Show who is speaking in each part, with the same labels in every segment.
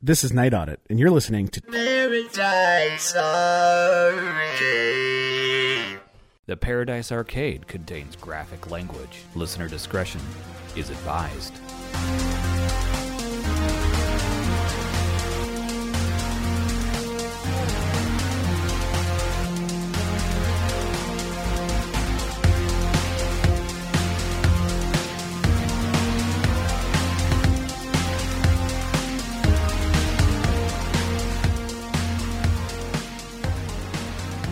Speaker 1: This is Night Audit, and you're listening to
Speaker 2: Paradise Arcade.
Speaker 3: The Paradise Arcade contains graphic language. Listener discretion is advised.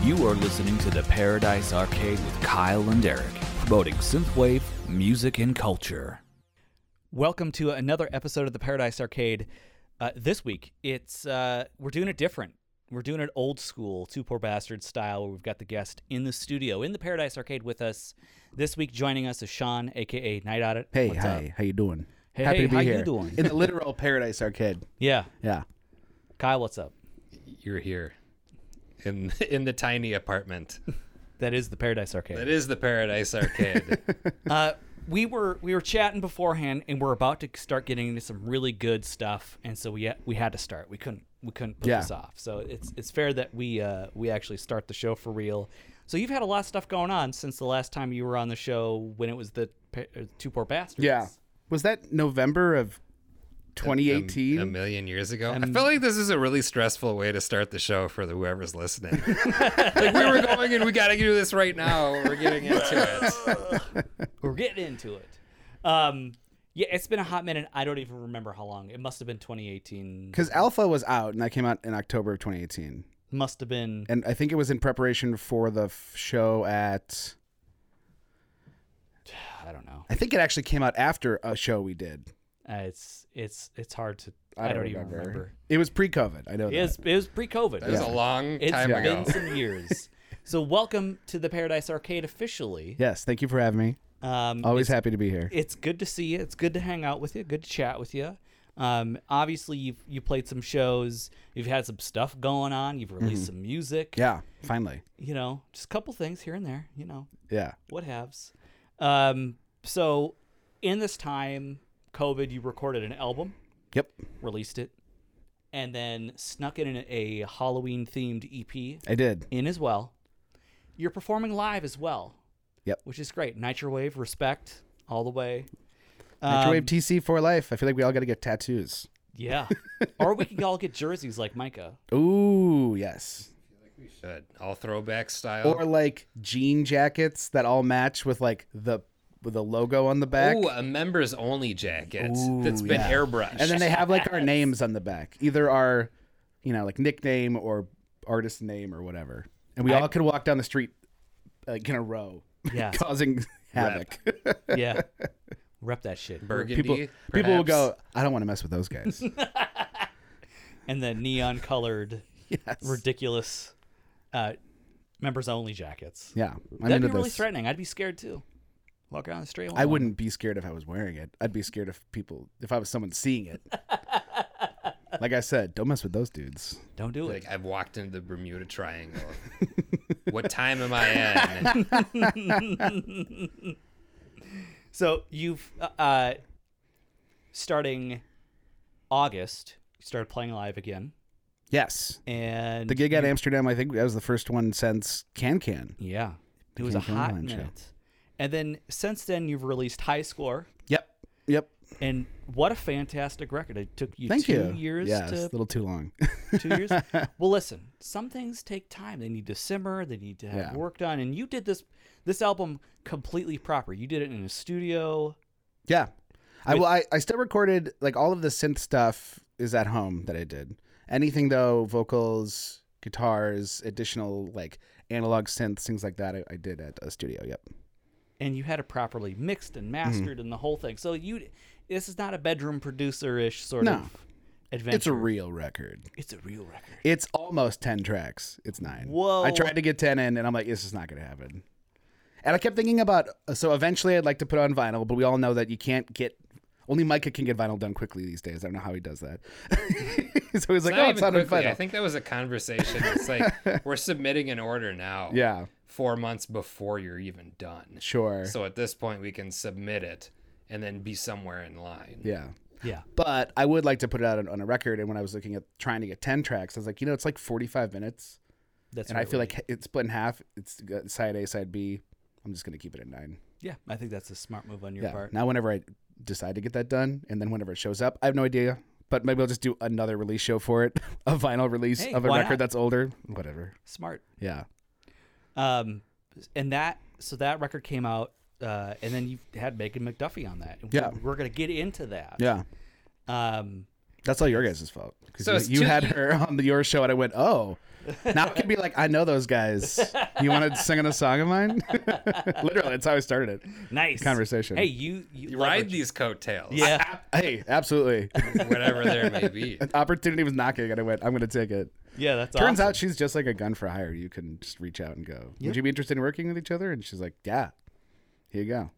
Speaker 3: You are listening to the Paradise Arcade with Kyle and Eric, promoting synthwave, music, and culture.
Speaker 4: Welcome to another episode of the Paradise Arcade. Uh, this week, it's uh, we're doing it different. We're doing it old school, two poor bastards style, where we've got the guest in the studio in the Paradise Arcade with us. This week, joining us is Sean, aka Night Audit.
Speaker 1: Hey,
Speaker 4: What's
Speaker 1: hi,
Speaker 4: up?
Speaker 1: how you doing?
Speaker 4: Hey,
Speaker 1: Happy to be
Speaker 4: how you
Speaker 1: here.
Speaker 4: doing?
Speaker 1: in the literal Paradise Arcade.
Speaker 4: Yeah,
Speaker 1: Yeah,
Speaker 4: Kyle, what's up?
Speaker 5: you're here in in the tiny apartment
Speaker 4: That is the Paradise Arcade.
Speaker 5: that is the paradise arcade
Speaker 4: Uh, we were we were chatting beforehand, and we're about to start getting into some really good stuff, and so we we had to start. We couldn't we couldn't put
Speaker 1: Yeah.
Speaker 4: this off. So it's it's fair that we uh, we actually start the show for real. So you've had a lot of stuff going on since the last time you were on the show when it was the pa- uh, two poor bastards.
Speaker 1: yeah. Was that November of
Speaker 5: a,
Speaker 1: 2018?
Speaker 5: a million years ago i feel like this is a really stressful way to start the show for the whoever's listening like we were going and we gotta do this right now we're getting into it
Speaker 4: we're getting into it. Um, yeah, it's been a hot minute. I don't even remember how long. It must have been 2018.
Speaker 1: Because Alpha was out, and that came out in October of 2018,
Speaker 4: Must have been.
Speaker 1: and I think it was in preparation for the f- show at.
Speaker 4: I don't know.
Speaker 1: I think it actually came out after a show we did.
Speaker 4: Uh, it's it's it's hard to.
Speaker 1: I don't,
Speaker 4: even
Speaker 1: remember.
Speaker 4: remember.
Speaker 1: It was pre-COVID. I know.
Speaker 4: It was, it was pre-COVID.
Speaker 5: that was a long
Speaker 4: It's
Speaker 5: time
Speaker 4: been
Speaker 5: ago
Speaker 4: some years. So welcome to the Paradise Arcade officially.
Speaker 1: that. Yes. Thank you for having me.
Speaker 4: Um,
Speaker 1: Always
Speaker 4: it's,
Speaker 1: happy to be here.
Speaker 4: it's good to see you. It's good to hang out with you. Good to chat with you. Um, obviously, you've you played some shows. You've had some stuff going on. You've released some music.
Speaker 1: Mm-hmm. yeah. Finally.
Speaker 4: You know, just a couple things here and there. You know,
Speaker 1: Yeah.
Speaker 4: what haves. Um, so, in this time, COVID, you recorded an album,
Speaker 1: Yep.
Speaker 4: released it, and then snuck in a E Halloween themed EP
Speaker 1: I did.
Speaker 4: in as well. You're performing live as well.
Speaker 1: Yep.
Speaker 4: Which is great. Nitrowave, respect all the way.
Speaker 1: Microwave
Speaker 4: Um,
Speaker 1: TC for life. I feel like we all got to get tattoos.
Speaker 4: yeah. or we can all get jerseys like Micah.
Speaker 1: Oh Ooh, yes.
Speaker 5: Good. all throwback style
Speaker 1: Or like jean jackets that all match with like the with the logo on the back.
Speaker 5: Ooh, a members only jacket that's
Speaker 1: Ooh,
Speaker 5: been
Speaker 1: yeah.
Speaker 5: airbrushed
Speaker 1: And then they have like our names on the back. Either our you know, like nickname or artist name or whatever. And we all could walk down the street like in a row
Speaker 4: Yeah.
Speaker 1: causing havoc.
Speaker 4: yeah. Rep that shit.
Speaker 5: burgundy
Speaker 1: people people will
Speaker 5: perhaps.
Speaker 1: go, I don't want to mess with those guys.
Speaker 4: And the neon colored, ridiculous uh, members only jackets.
Speaker 1: yeah. I'm
Speaker 4: That'd
Speaker 1: into
Speaker 4: be really
Speaker 1: this.
Speaker 4: threatening. I'd be scared too. Walk around the street. with
Speaker 1: I
Speaker 4: one.
Speaker 1: wouldn't be scared if I was wearing it. I'd be scared if people, if I was someone seeing it. like I said, don't mess with those dudes.
Speaker 4: Don't do it.
Speaker 5: like I've walked into the Bermuda Triangle. what time am I in?
Speaker 4: So you've uh, uh, starting August, you started playing live again,
Speaker 1: Yes.
Speaker 4: and
Speaker 1: The gig at Amsterdam, I think that was the first one since Can Can.
Speaker 4: yeah, it was a
Speaker 1: King
Speaker 4: hot
Speaker 1: Kong show.
Speaker 4: minute. And then since then, you've released High Score,
Speaker 1: Yep. Yep.
Speaker 4: and what a fantastic record! It took you
Speaker 1: Thank
Speaker 4: two
Speaker 1: you.
Speaker 4: years
Speaker 1: Yeah, it's
Speaker 4: to
Speaker 1: a little too long.
Speaker 4: two years. well, listen, some things take time. They need to simmer. They need to have
Speaker 1: Yeah.
Speaker 4: work done. And you did this this album completely proper. You did it in a studio.
Speaker 1: yeah. I well, I, I still recorded like all of the synth stuff is at home that I did. Anything though, vocals, guitars, additional like analog synths, things like that, I, I did at a studio. Yep.
Speaker 4: and you had it properly mixed
Speaker 1: Mm-hmm.
Speaker 4: and mastered and the whole thing. So you, this is not a bedroom producer ish sort
Speaker 1: No.
Speaker 4: of adventure.
Speaker 1: It's a real record.
Speaker 4: it's a real record.
Speaker 1: It's almost 10 tracks. It's nine.
Speaker 4: Whoa.
Speaker 1: I tried to get 10 in, and I'm like, this is not going to happen. And I kept thinking about, so eventually I'd like to put on vinyl, but we all know that you can't get, only Micah can get vinyl done quickly these days. I don't know how he does that. so he's like,
Speaker 5: Not
Speaker 1: oh,
Speaker 5: even
Speaker 1: it's not on
Speaker 5: quickly.
Speaker 1: vinyl.
Speaker 5: I think that was a conversation. It's like we're submitting an order now.
Speaker 1: yeah,
Speaker 5: Four months before you're even done.
Speaker 1: sure.
Speaker 5: So at this point, we can submit it and then be somewhere in line.
Speaker 1: yeah.
Speaker 4: Yeah.
Speaker 1: But I would like to put it out on, on a record. And when I was looking at trying to get 10 tracks, I was like, you know, it's like 45 minutes.
Speaker 4: That's
Speaker 1: and
Speaker 4: what
Speaker 1: I
Speaker 4: it
Speaker 1: feel
Speaker 4: would be.
Speaker 1: like it's split in half. It's got side A, side B. I'm just going to keep it at nine.
Speaker 4: yeah, I think that's a smart move on your
Speaker 1: yeah.
Speaker 4: part.
Speaker 1: Now, whenever I decide to get that done, and then whenever it shows up, I have no idea. But maybe I'll just do another release show for it, a vinyl release
Speaker 4: Hey,
Speaker 1: of a
Speaker 4: why
Speaker 1: record
Speaker 4: not?
Speaker 1: that's older. Whatever.
Speaker 4: Smart.
Speaker 1: Yeah.
Speaker 4: Um, and that so that record came out, uh, and then you had Megan McDuffie on that. And
Speaker 1: Yeah.
Speaker 4: we're, we're gonna get into that.
Speaker 1: Yeah.
Speaker 4: Um,
Speaker 1: That's all your guys' fault. Because
Speaker 5: So it's
Speaker 1: you,
Speaker 5: two-
Speaker 1: had her on the, your show, and I went, oh. Now I can be like, I know those guys. You want to sing on a song of mine? Literally, that's how I started it.
Speaker 4: nice
Speaker 1: Conversation.
Speaker 4: Hey, you, you
Speaker 5: You ride
Speaker 4: leverage-
Speaker 5: these coattails.
Speaker 4: Yeah,
Speaker 1: Hey, absolutely.
Speaker 5: Whatever there may be.
Speaker 1: Opportunity was knocking, and I went, I'm going to take it.
Speaker 4: yeah. That's
Speaker 1: Turns
Speaker 4: awesome.
Speaker 1: out she's just like a gun for hire. You can just reach out and go, Would you be interested in working with each other? And she's like, Yeah, here you go.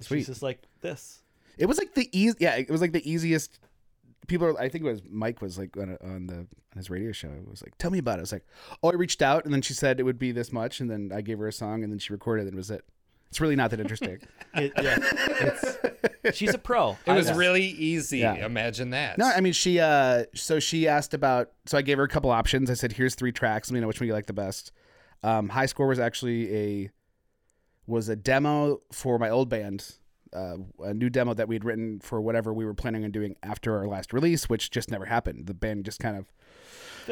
Speaker 1: sweet.
Speaker 4: she's just like this.
Speaker 1: It was like the easy, yeah, it was like the easiest. People are, I think it was Mike was like on, on the on his radio show. It was like, Tell me about it. I was like, Oh, I reached out and then she said it would be this much. And then I gave her a song and then she recorded it. And it was it. It's really not that interesting.
Speaker 4: It- yeah, it's- she's a pro.
Speaker 5: It was
Speaker 4: I-
Speaker 5: really easy.
Speaker 1: Yeah.
Speaker 5: Imagine that.
Speaker 1: No, I mean she. Uh, so she asked about. So I gave her a couple options. I said, "Here's three tracks. Let me know which one you like the best." Um, High score was actually a was a demo for my old band, uh, a new demo that we'd written for whatever we were planning on doing after our last release, which just never happened. The band just kind of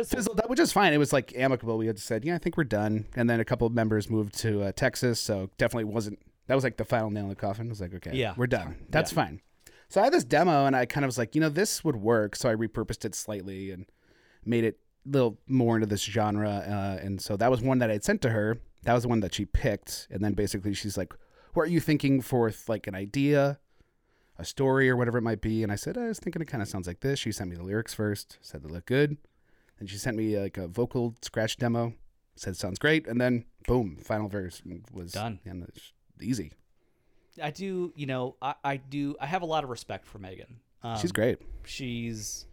Speaker 1: fizzled out, which is fine. It was like amicable. We had said, "Yeah, I think we're done," and then a couple of members moved to uh, Texas, so definitely wasn't. That was like the final nail in the coffin. It was like, okay,
Speaker 4: Yeah.
Speaker 1: we're done. That's fine. So I had this demo and I kind of was like, you know, this would work. So I repurposed it slightly and made it a little more into this genre. Uh, and so that was one that I had sent to her. That was the one that she picked. And then basically she's like, what are you thinking for like an idea, a story, or whatever it might be? And I said, I was thinking it kind of sounds like this. She sent me the lyrics first, said they look good. And she sent me like a vocal scratch demo, said sounds great. And then boom, final verse was
Speaker 4: Done.
Speaker 1: And it's easy.
Speaker 4: I do. You know, I, I do. I have a lot of respect for Megan. Um,
Speaker 1: She's great.
Speaker 4: she's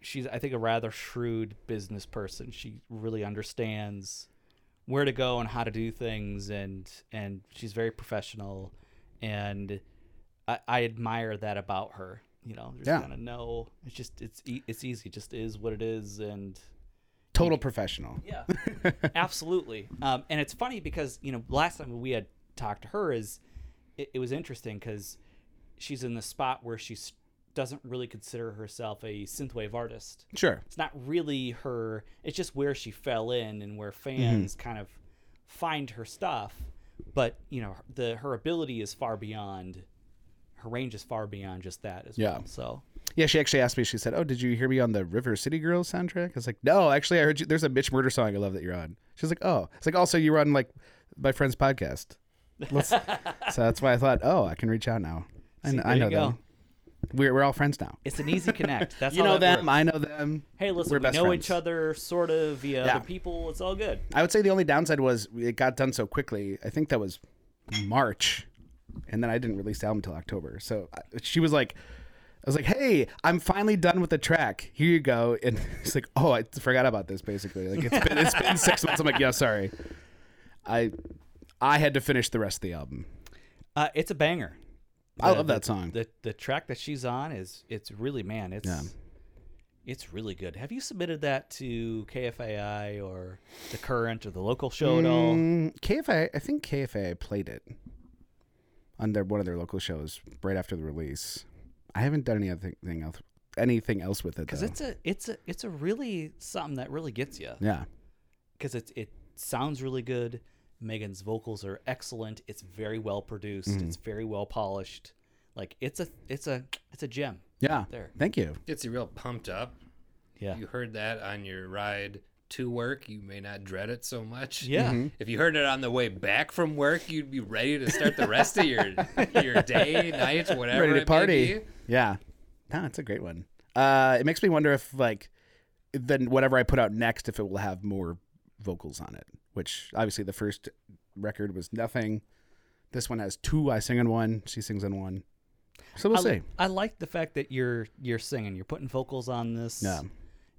Speaker 4: she's i think a rather shrewd business person she really understands where to go and how to do things and and she's very professional and i, I admire that about her you know there's
Speaker 1: Yeah.
Speaker 4: kind of no it's just it's e- it's easy it just is what it is and
Speaker 1: Total professional.
Speaker 4: yeah, absolutely. Um, and it's funny because you know last time we had talked to her is it, it was interesting because she's in the spot where she s- doesn't really consider herself a synthwave artist.
Speaker 1: Sure.
Speaker 4: It's not really her. It's just where she fell in and
Speaker 1: Mm-hmm.
Speaker 4: where fans kind of find her stuff. But you know the her ability is far beyond. Her range is far beyond just that as
Speaker 1: Yeah.
Speaker 4: well. So
Speaker 1: Yeah, she actually asked me. She said, "Oh, did you hear me on the River City Girls soundtrack?" I was like, "No, actually, I heard you. There's a Mitch Murder song I love that you're on." She's like, "Oh, it's like also you were on like my friend's podcast." Let's, so that's why I thought, "Oh, I can reach out now." I,
Speaker 4: See,
Speaker 1: kn- I
Speaker 4: there
Speaker 1: know
Speaker 4: you go.
Speaker 1: them. We're we're all friends now.
Speaker 4: it's an easy connect. That's
Speaker 1: you
Speaker 4: how
Speaker 1: know
Speaker 4: that
Speaker 1: them.
Speaker 4: works.
Speaker 1: I know them.
Speaker 4: Hey, listen,
Speaker 1: We're
Speaker 4: we
Speaker 1: best
Speaker 4: know
Speaker 1: friends.
Speaker 4: each other sort of via
Speaker 1: Yeah.
Speaker 4: other people. It's all good.
Speaker 1: I would say the only downside was it got done so quickly. I think that was March, and then I didn't release the album until October. So I, she was like, "I was like, hey, I'm finally done with the track. Here you go." And it's like, "Oh, I forgot about this." Basically, like it's been it's been six months. I'm like, "Yeah, sorry." I I had to finish the rest of the album.
Speaker 4: Uh, it's a banger.
Speaker 1: I
Speaker 4: The-
Speaker 1: love that
Speaker 4: the-
Speaker 1: song.
Speaker 4: The the track that she's on is it's really man, it's it's really good. Have you submitted that to KFAI or the current or the local show at all?
Speaker 1: Mm, KFA, I think KFA played it on their one of their local shows right after the release. I haven't done anything else anything else with it
Speaker 4: Because
Speaker 1: though.
Speaker 4: it's a it's a it's a really something that really gets you.
Speaker 1: yeah.
Speaker 4: Because it it sounds really good. Megan's vocals are excellent. It's very well produced.
Speaker 1: Mm-hmm.
Speaker 4: It's very well polished. Like it's a it's a it's a gem.
Speaker 1: Yeah.
Speaker 4: There.
Speaker 1: Thank you.
Speaker 5: Gets you real pumped up.
Speaker 4: Yeah.
Speaker 5: You heard that on your ride to work. You may not dread it so much.
Speaker 4: Yeah.
Speaker 1: Mm-hmm.
Speaker 5: If you heard it on the way back from work, you'd be ready to start the rest of your your day, night, whatever.
Speaker 1: Ready
Speaker 5: it
Speaker 1: to
Speaker 5: may
Speaker 1: party.
Speaker 5: be.
Speaker 1: Yeah. No, it's a great one. Uh, it makes me wonder if like then whatever I put out next, if it will have more vocals on it. Which obviously the first record was nothing. This one has two. I sing on one. She sings on one. So we'll
Speaker 4: I,
Speaker 1: see.
Speaker 4: I like the fact that you're you're singing. You're putting vocals on this.
Speaker 1: Yeah.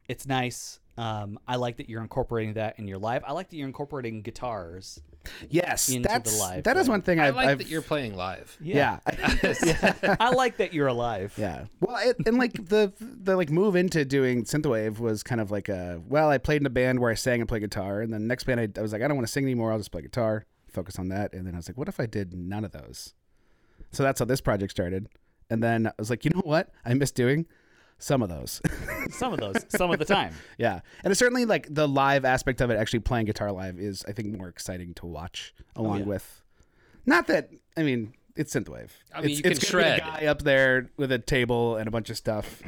Speaker 4: It's nice. Um, I like that you're incorporating that in your live. I like that you're incorporating guitars
Speaker 1: Yes,
Speaker 4: into the
Speaker 1: that's
Speaker 4: live
Speaker 1: that is
Speaker 4: play.
Speaker 1: one thing
Speaker 5: I
Speaker 1: I've,
Speaker 5: like
Speaker 1: I've
Speaker 5: that you're playing live.
Speaker 1: yeah.
Speaker 4: I like that you're alive.
Speaker 1: Yeah. Well, it, and like the the like move into doing synthwave was kind of like a well, I played in a band where I sang and played guitar, and then next band I, I was like, I don't want to sing anymore. I'll just play guitar, focus on that, and then I was like, what if I did none of those? So that's how this project started, and then I was like, you know what? I miss doing some of those.
Speaker 4: Some of those, some of the time.
Speaker 1: yeah, and it's certainly like the live aspect of it. Actually, playing guitar live is I think more exciting to watch, along
Speaker 4: yeah.
Speaker 1: with not that I mean. It's synthwave.
Speaker 5: I mean,
Speaker 1: it's,
Speaker 5: you can
Speaker 1: it's gonna be the
Speaker 5: shred.
Speaker 1: guy up there with a table and a bunch of stuff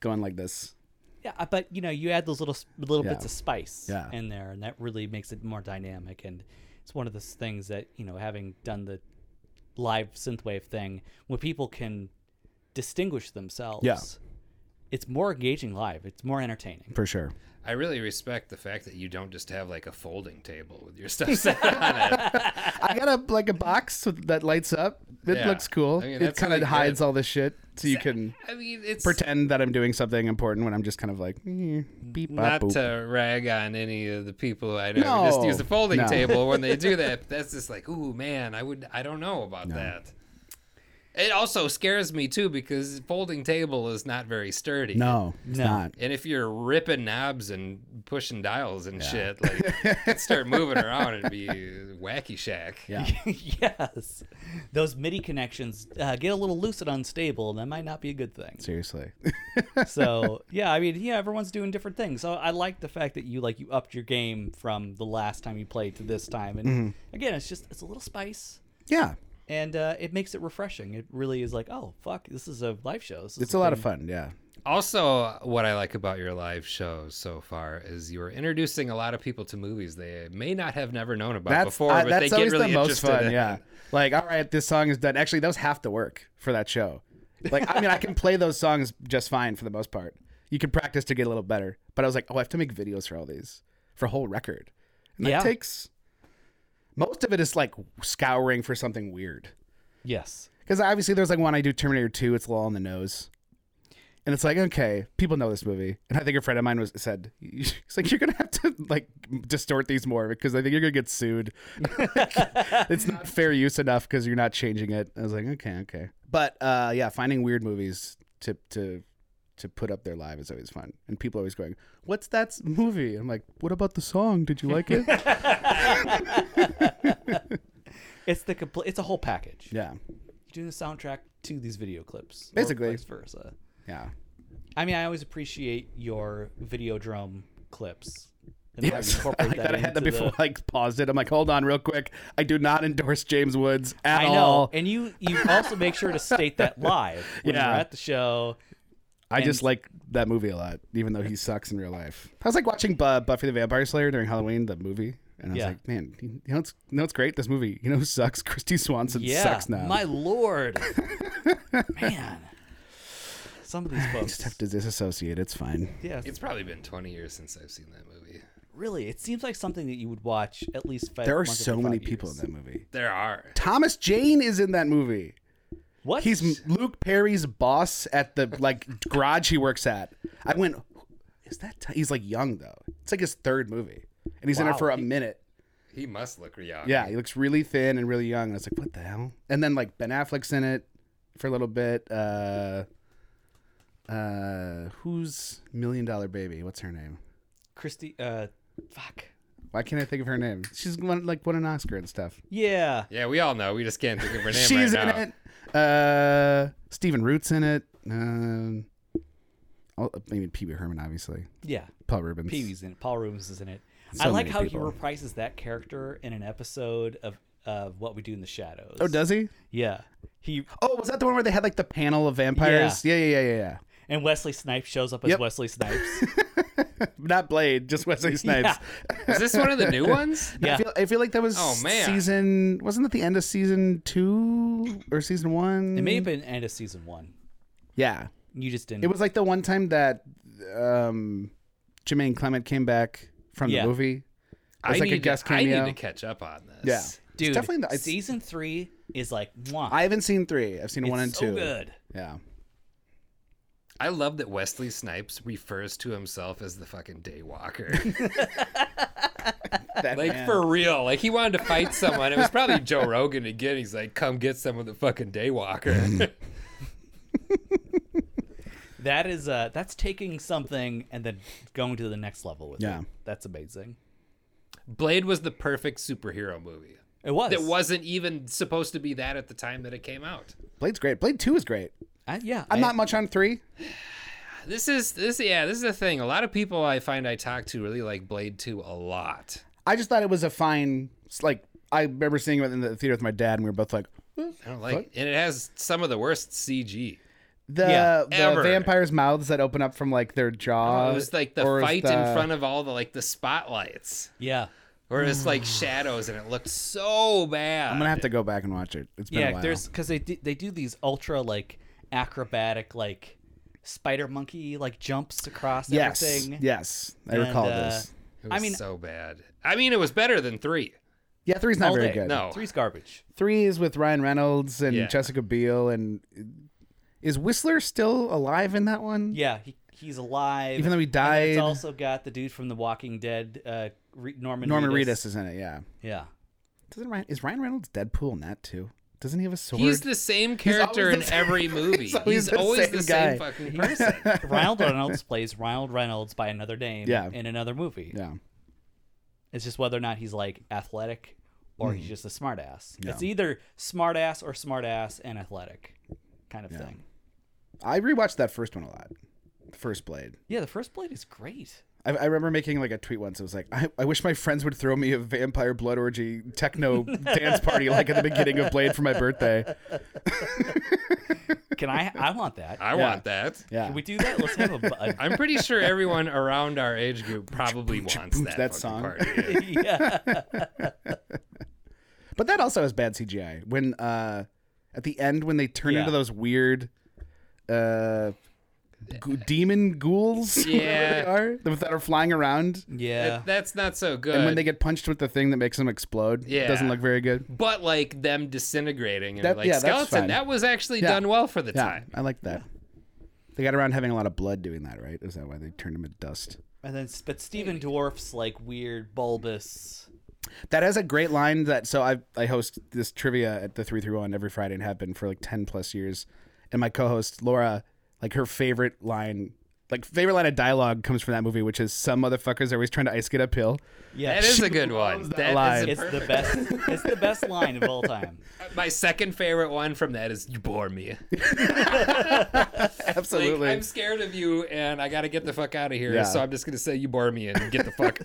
Speaker 1: going like this.
Speaker 4: Yeah, I- but you know, you add those little s- little
Speaker 1: Yeah.
Speaker 4: bits of spice
Speaker 1: Yeah.
Speaker 4: in there, and that really makes it more dynamic. And it's one of those things that you know, having done the live synthwave thing, when people can distinguish themselves, it's more engaging live. It's more entertaining.
Speaker 1: For sure.
Speaker 5: I really respect the fact that you don't just have like a folding table with your stuff set on it.
Speaker 1: I got a like a box with- that lights up. It
Speaker 5: Yeah.
Speaker 1: looks cool.
Speaker 5: I mean,
Speaker 1: it
Speaker 5: that's
Speaker 1: kind of
Speaker 5: really
Speaker 1: hides
Speaker 5: good.
Speaker 1: all this shit, so you can
Speaker 5: I mean, it's
Speaker 1: pretend that I'm doing something important when I'm just kind of like eh, beep bop,
Speaker 5: not
Speaker 1: boop.
Speaker 5: to rag on any of the people I know who
Speaker 1: No.
Speaker 5: just use the folding
Speaker 1: No.
Speaker 5: table when they do that. But that's just like, ooh man, I would I don't know about that. It also scares me too because folding table is not very sturdy.
Speaker 1: No, it's
Speaker 4: No.
Speaker 1: not.
Speaker 5: And if you're ripping knobs and pushing dials and shit, like it'd start moving around, it'd be wacky shack.
Speaker 1: Yeah.
Speaker 4: yes, those MIDI connections uh, get a little loose and unstable, and that might not be a good thing.
Speaker 1: Seriously.
Speaker 4: so yeah, I mean, yeah, everyone's doing different things. So I like the fact that you like you upped your game from the last time you played to this time, and
Speaker 1: Mm-hmm.
Speaker 4: again, it's just it's a little spice,
Speaker 1: yeah.
Speaker 4: and uh, it makes it refreshing. It really is like, oh fuck, this is a live show. This is
Speaker 1: It's a lot of fun, yeah.
Speaker 5: Also, what I like about your live shows so far is you're introducing a lot of people to movies they may not have never known about
Speaker 1: That's
Speaker 5: before,
Speaker 1: I-
Speaker 5: but
Speaker 1: that's
Speaker 5: they get
Speaker 1: always
Speaker 5: really
Speaker 1: the most
Speaker 5: interested.
Speaker 1: fun,
Speaker 5: in.
Speaker 1: yeah. Like, all right, this song is done. Actually, those have to work for that show. Like, I mean, I can play those songs just fine for the most part. You can practice to get a little better. But I was like, oh, I have to make videos for all these for a whole record. And
Speaker 4: Yeah.
Speaker 1: that takes most of it is like scouring for something weird.
Speaker 4: yes,
Speaker 1: Because obviously, there's like one I do Terminator 2, it's a little on the nose. And it's like, okay, people know this movie. And I think a friend of mine was said, he's like, you're going to have to like distort these more because I think you're going to get sued. it's not fair use enough because you're not changing it. I was like, okay, okay. But uh, yeah, finding weird movies to, to, to put up there live is always fun. And people are always going, what's that s- movie? I'm like, what about the song? Did you like it?
Speaker 4: it's the complete. It's a whole package.
Speaker 1: yeah.
Speaker 4: You're doing the soundtrack to these video clips, or
Speaker 1: Basically.
Speaker 4: vice versa.
Speaker 1: Yeah.
Speaker 4: I mean, I always appreciate your video drum clips. And how you
Speaker 1: I
Speaker 4: incorporate
Speaker 1: like that I had that
Speaker 4: into
Speaker 1: before.
Speaker 4: the-
Speaker 1: Like paused it. I'm like, hold on, real quick. I do not endorse James Woods at
Speaker 4: I
Speaker 1: all.
Speaker 4: know, and you you also make sure to state that live when
Speaker 1: Yeah.
Speaker 4: you're at the show.
Speaker 1: I just like that movie a lot, even though he sucks in real life. I was like watching Bu- Buffy the Vampire Slayer during Halloween, the movie, and I was
Speaker 4: Yeah.
Speaker 1: like, man, you know, it's you know, it's great. This movie, you know, who sucks. Christy Swanson
Speaker 4: Yeah,
Speaker 1: sucks now.
Speaker 4: my lord, man, some of these folks.
Speaker 1: Just have to disassociate. It's fine.
Speaker 4: yeah,
Speaker 5: It's probably been 20 years since I've seen that movie.
Speaker 4: really, it seems like something that you would watch at least. Five,
Speaker 1: There are
Speaker 4: once
Speaker 1: so
Speaker 4: every
Speaker 1: many
Speaker 4: five
Speaker 1: people in
Speaker 4: years.
Speaker 1: that movie.
Speaker 5: There are.
Speaker 1: Thomas Jane is in that movie.
Speaker 4: What?
Speaker 1: He's M- Luke Perry's boss at the like garage he works at. I went, is that? T-? He's like young though. It's like his third movie, and he's in it
Speaker 4: Wow.
Speaker 1: for a minute.
Speaker 5: He must look young.
Speaker 1: Yeah, he looks really thin and really young. And I was like, what the hell? And then like Ben Affleck's in it for a little bit. Uh, uh, who's Million Dollar Baby? What's her name?
Speaker 4: Christy. Uh, fuck.
Speaker 1: Why can't I think of her name? She's won, like won an Oscar and stuff.
Speaker 4: Yeah.
Speaker 5: Yeah, we all know. We just can't think of her name
Speaker 1: She's
Speaker 5: right
Speaker 1: in
Speaker 5: now.
Speaker 1: it. Uh, Stephen Root's in it. Um, oh, I mean Pee Wee Herman, obviously.
Speaker 4: Yeah.
Speaker 1: Paul Rubens.
Speaker 4: Pee Wee's in it. Paul Rubens is in it.
Speaker 1: So
Speaker 4: I like
Speaker 1: many
Speaker 4: how
Speaker 1: people.
Speaker 4: he reprises that character in an episode of of What We Do in the Shadows.
Speaker 1: Oh, does he?
Speaker 4: yeah. He
Speaker 1: Oh, was that the one where they had like the panel of vampires? Yeah, yeah, yeah, yeah. yeah.
Speaker 4: and Wesley Snipes shows up as
Speaker 1: Yep.
Speaker 4: Wesley Snipes.
Speaker 1: Not Blade, just Wesley Snipes.
Speaker 5: Is this one of the new ones?
Speaker 4: Yeah.
Speaker 1: I feel, I feel like that was
Speaker 5: Oh, man.
Speaker 1: season wasn't that the end of season two or season one?
Speaker 4: It may have been end of season one.
Speaker 1: Yeah,
Speaker 4: You just didn't.
Speaker 1: mm. it was like the one time that um, Jermaine Clement came back from
Speaker 4: Yeah.
Speaker 1: the movie. It was
Speaker 5: I,
Speaker 1: like
Speaker 5: need
Speaker 1: a guest
Speaker 5: to, I
Speaker 1: cameo.
Speaker 5: need to catch up on this.
Speaker 1: yeah, It's
Speaker 4: dude.
Speaker 1: definitely. Not, it's,
Speaker 4: season three is like mwah.
Speaker 1: I haven't seen three. I've seen
Speaker 4: It's
Speaker 1: one and
Speaker 4: so
Speaker 1: two.
Speaker 4: good.
Speaker 1: Yeah,
Speaker 5: I love that Wesley Snipes refers to himself as the fucking daywalker.
Speaker 1: That
Speaker 5: Like
Speaker 1: man.
Speaker 5: for real. Like he wanted to fight someone. It was probably Joe Rogan again. He's like, come get some of the fucking daywalker.
Speaker 4: That is uh that's taking something and then going to the next level with
Speaker 1: Yeah.
Speaker 4: it. That's amazing.
Speaker 5: Blade was the perfect superhero movie.
Speaker 4: It was.
Speaker 5: That wasn't even supposed to be that at the time that it came out.
Speaker 1: Blade's great. Blade Two is great.
Speaker 4: I, yeah.
Speaker 1: I'm
Speaker 4: I-
Speaker 1: not much on three.
Speaker 5: This is this yeah, this is the thing. A lot of people I find I talk to really like Blade 2 a lot.
Speaker 1: I just thought it was a fine. it's Like I remember seeing it in the theater with my dad, and we were both like, "Eh."
Speaker 5: I don't like and it has some of the worst CG.
Speaker 1: the,
Speaker 4: Yeah.
Speaker 1: the
Speaker 5: Ever. Oh,
Speaker 1: vampires' mouths that open up from like their jaws.
Speaker 5: it was like the
Speaker 1: Uh, or
Speaker 5: fight in front of all the like the spotlights.
Speaker 4: Yeah.
Speaker 5: Or it's like shadows and it looked so bad.
Speaker 1: I'm gonna have to go back and watch it. It's been a
Speaker 4: Yeah,
Speaker 1: while.
Speaker 4: there's cuz they do, they do these ultra like acrobatic like spider monkey like jumps across
Speaker 1: yes,
Speaker 4: everything.
Speaker 1: yes, I
Speaker 4: And,
Speaker 1: recall
Speaker 4: uh,
Speaker 1: this.
Speaker 5: it was
Speaker 4: I mean
Speaker 5: so bad. I mean it was better than three.
Speaker 1: Yeah, three's not
Speaker 4: all
Speaker 1: very
Speaker 4: day.
Speaker 1: good.
Speaker 5: No.
Speaker 4: Three's garbage.
Speaker 1: Three is with Ryan Reynolds and
Speaker 5: Yeah.
Speaker 1: Jessica Biel, and is Whistler still alive in that one?
Speaker 4: Yeah, he, he's alive.
Speaker 1: Even though he
Speaker 4: And then
Speaker 1: died.
Speaker 4: It's also got the dude from The Walking Dead, uh, Re- Norman.
Speaker 1: Norman Reedus is in it. Yeah,
Speaker 4: Yeah.
Speaker 1: doesn't Ryan is Ryan Reynolds Deadpool in that too? Doesn't he have a sword?
Speaker 5: He's the same character
Speaker 1: the
Speaker 5: in
Speaker 1: same-
Speaker 5: every movie.
Speaker 1: he's
Speaker 5: He's
Speaker 1: always
Speaker 5: always,
Speaker 1: the same
Speaker 5: the
Speaker 1: guy.
Speaker 5: same fucking person.
Speaker 4: Ronald Reynolds plays Ronald Reynolds by another name
Speaker 1: Yeah.
Speaker 4: in another movie.
Speaker 1: yeah,
Speaker 4: It's just whether or not he's like athletic or
Speaker 1: Mm-hmm.
Speaker 4: he's just a smartass. It's either smartass or smartass and athletic kind of thing.
Speaker 1: I rewatched that first one a lot. First Blade.
Speaker 4: Yeah, the first blade is great.
Speaker 1: I, I remember making like a tweet once. It was like, I, I wish my friends would throw me a vampire blood orgy techno dance party like at the beginning of Blade for my birthday.
Speaker 4: Can I? I want that.
Speaker 5: I
Speaker 1: Yeah.
Speaker 5: want that.
Speaker 1: Yeah,
Speaker 4: Can we do that? Let's have a. a
Speaker 5: I'm pretty sure everyone around our age group probably wants
Speaker 1: boom,
Speaker 5: that,
Speaker 1: that
Speaker 5: fucking
Speaker 1: song.
Speaker 5: Party.
Speaker 4: yeah.
Speaker 1: but that also has bad CGI. When uh, at the end when they turn
Speaker 4: Yeah.
Speaker 1: into those weird uh, g- demon ghouls, whatever
Speaker 5: Yeah.
Speaker 1: they are that are flying around,
Speaker 4: Yeah.
Speaker 5: That- that's not so good.
Speaker 1: and when they get punched with the thing that makes them explode, it
Speaker 5: Yeah.
Speaker 1: doesn't look very good.
Speaker 5: but like them disintegrating and
Speaker 1: That-
Speaker 5: like
Speaker 1: yeah, that's fine.
Speaker 5: skeleton, that was actually
Speaker 1: Yeah.
Speaker 5: done well for the
Speaker 1: Yeah,
Speaker 5: time.
Speaker 1: I like that. They got around having a lot of blood doing that, right? Is that why they turned him into dust?
Speaker 4: And then, but Stephen Dwarf's like weird bulbous.
Speaker 1: That has a great line that so I I host this trivia at the 331 every Friday and have been for like 10 plus years and my co-host Laura like her favorite line like favorite line of dialogue comes from that movie which is some motherfuckers are always trying to ice skate uphill.
Speaker 4: Yeah.
Speaker 5: That is a good one. That is
Speaker 1: line.
Speaker 5: a
Speaker 4: it's the
Speaker 5: perfect-
Speaker 4: best. It's the best line of all time.
Speaker 5: My second favorite one from that is "You bore me." Like,
Speaker 1: Absolutely.
Speaker 5: I'm scared of you, and I got to get the fuck out of here.
Speaker 1: Yeah.
Speaker 5: So I'm just gonna say "You bore me" and get the fuck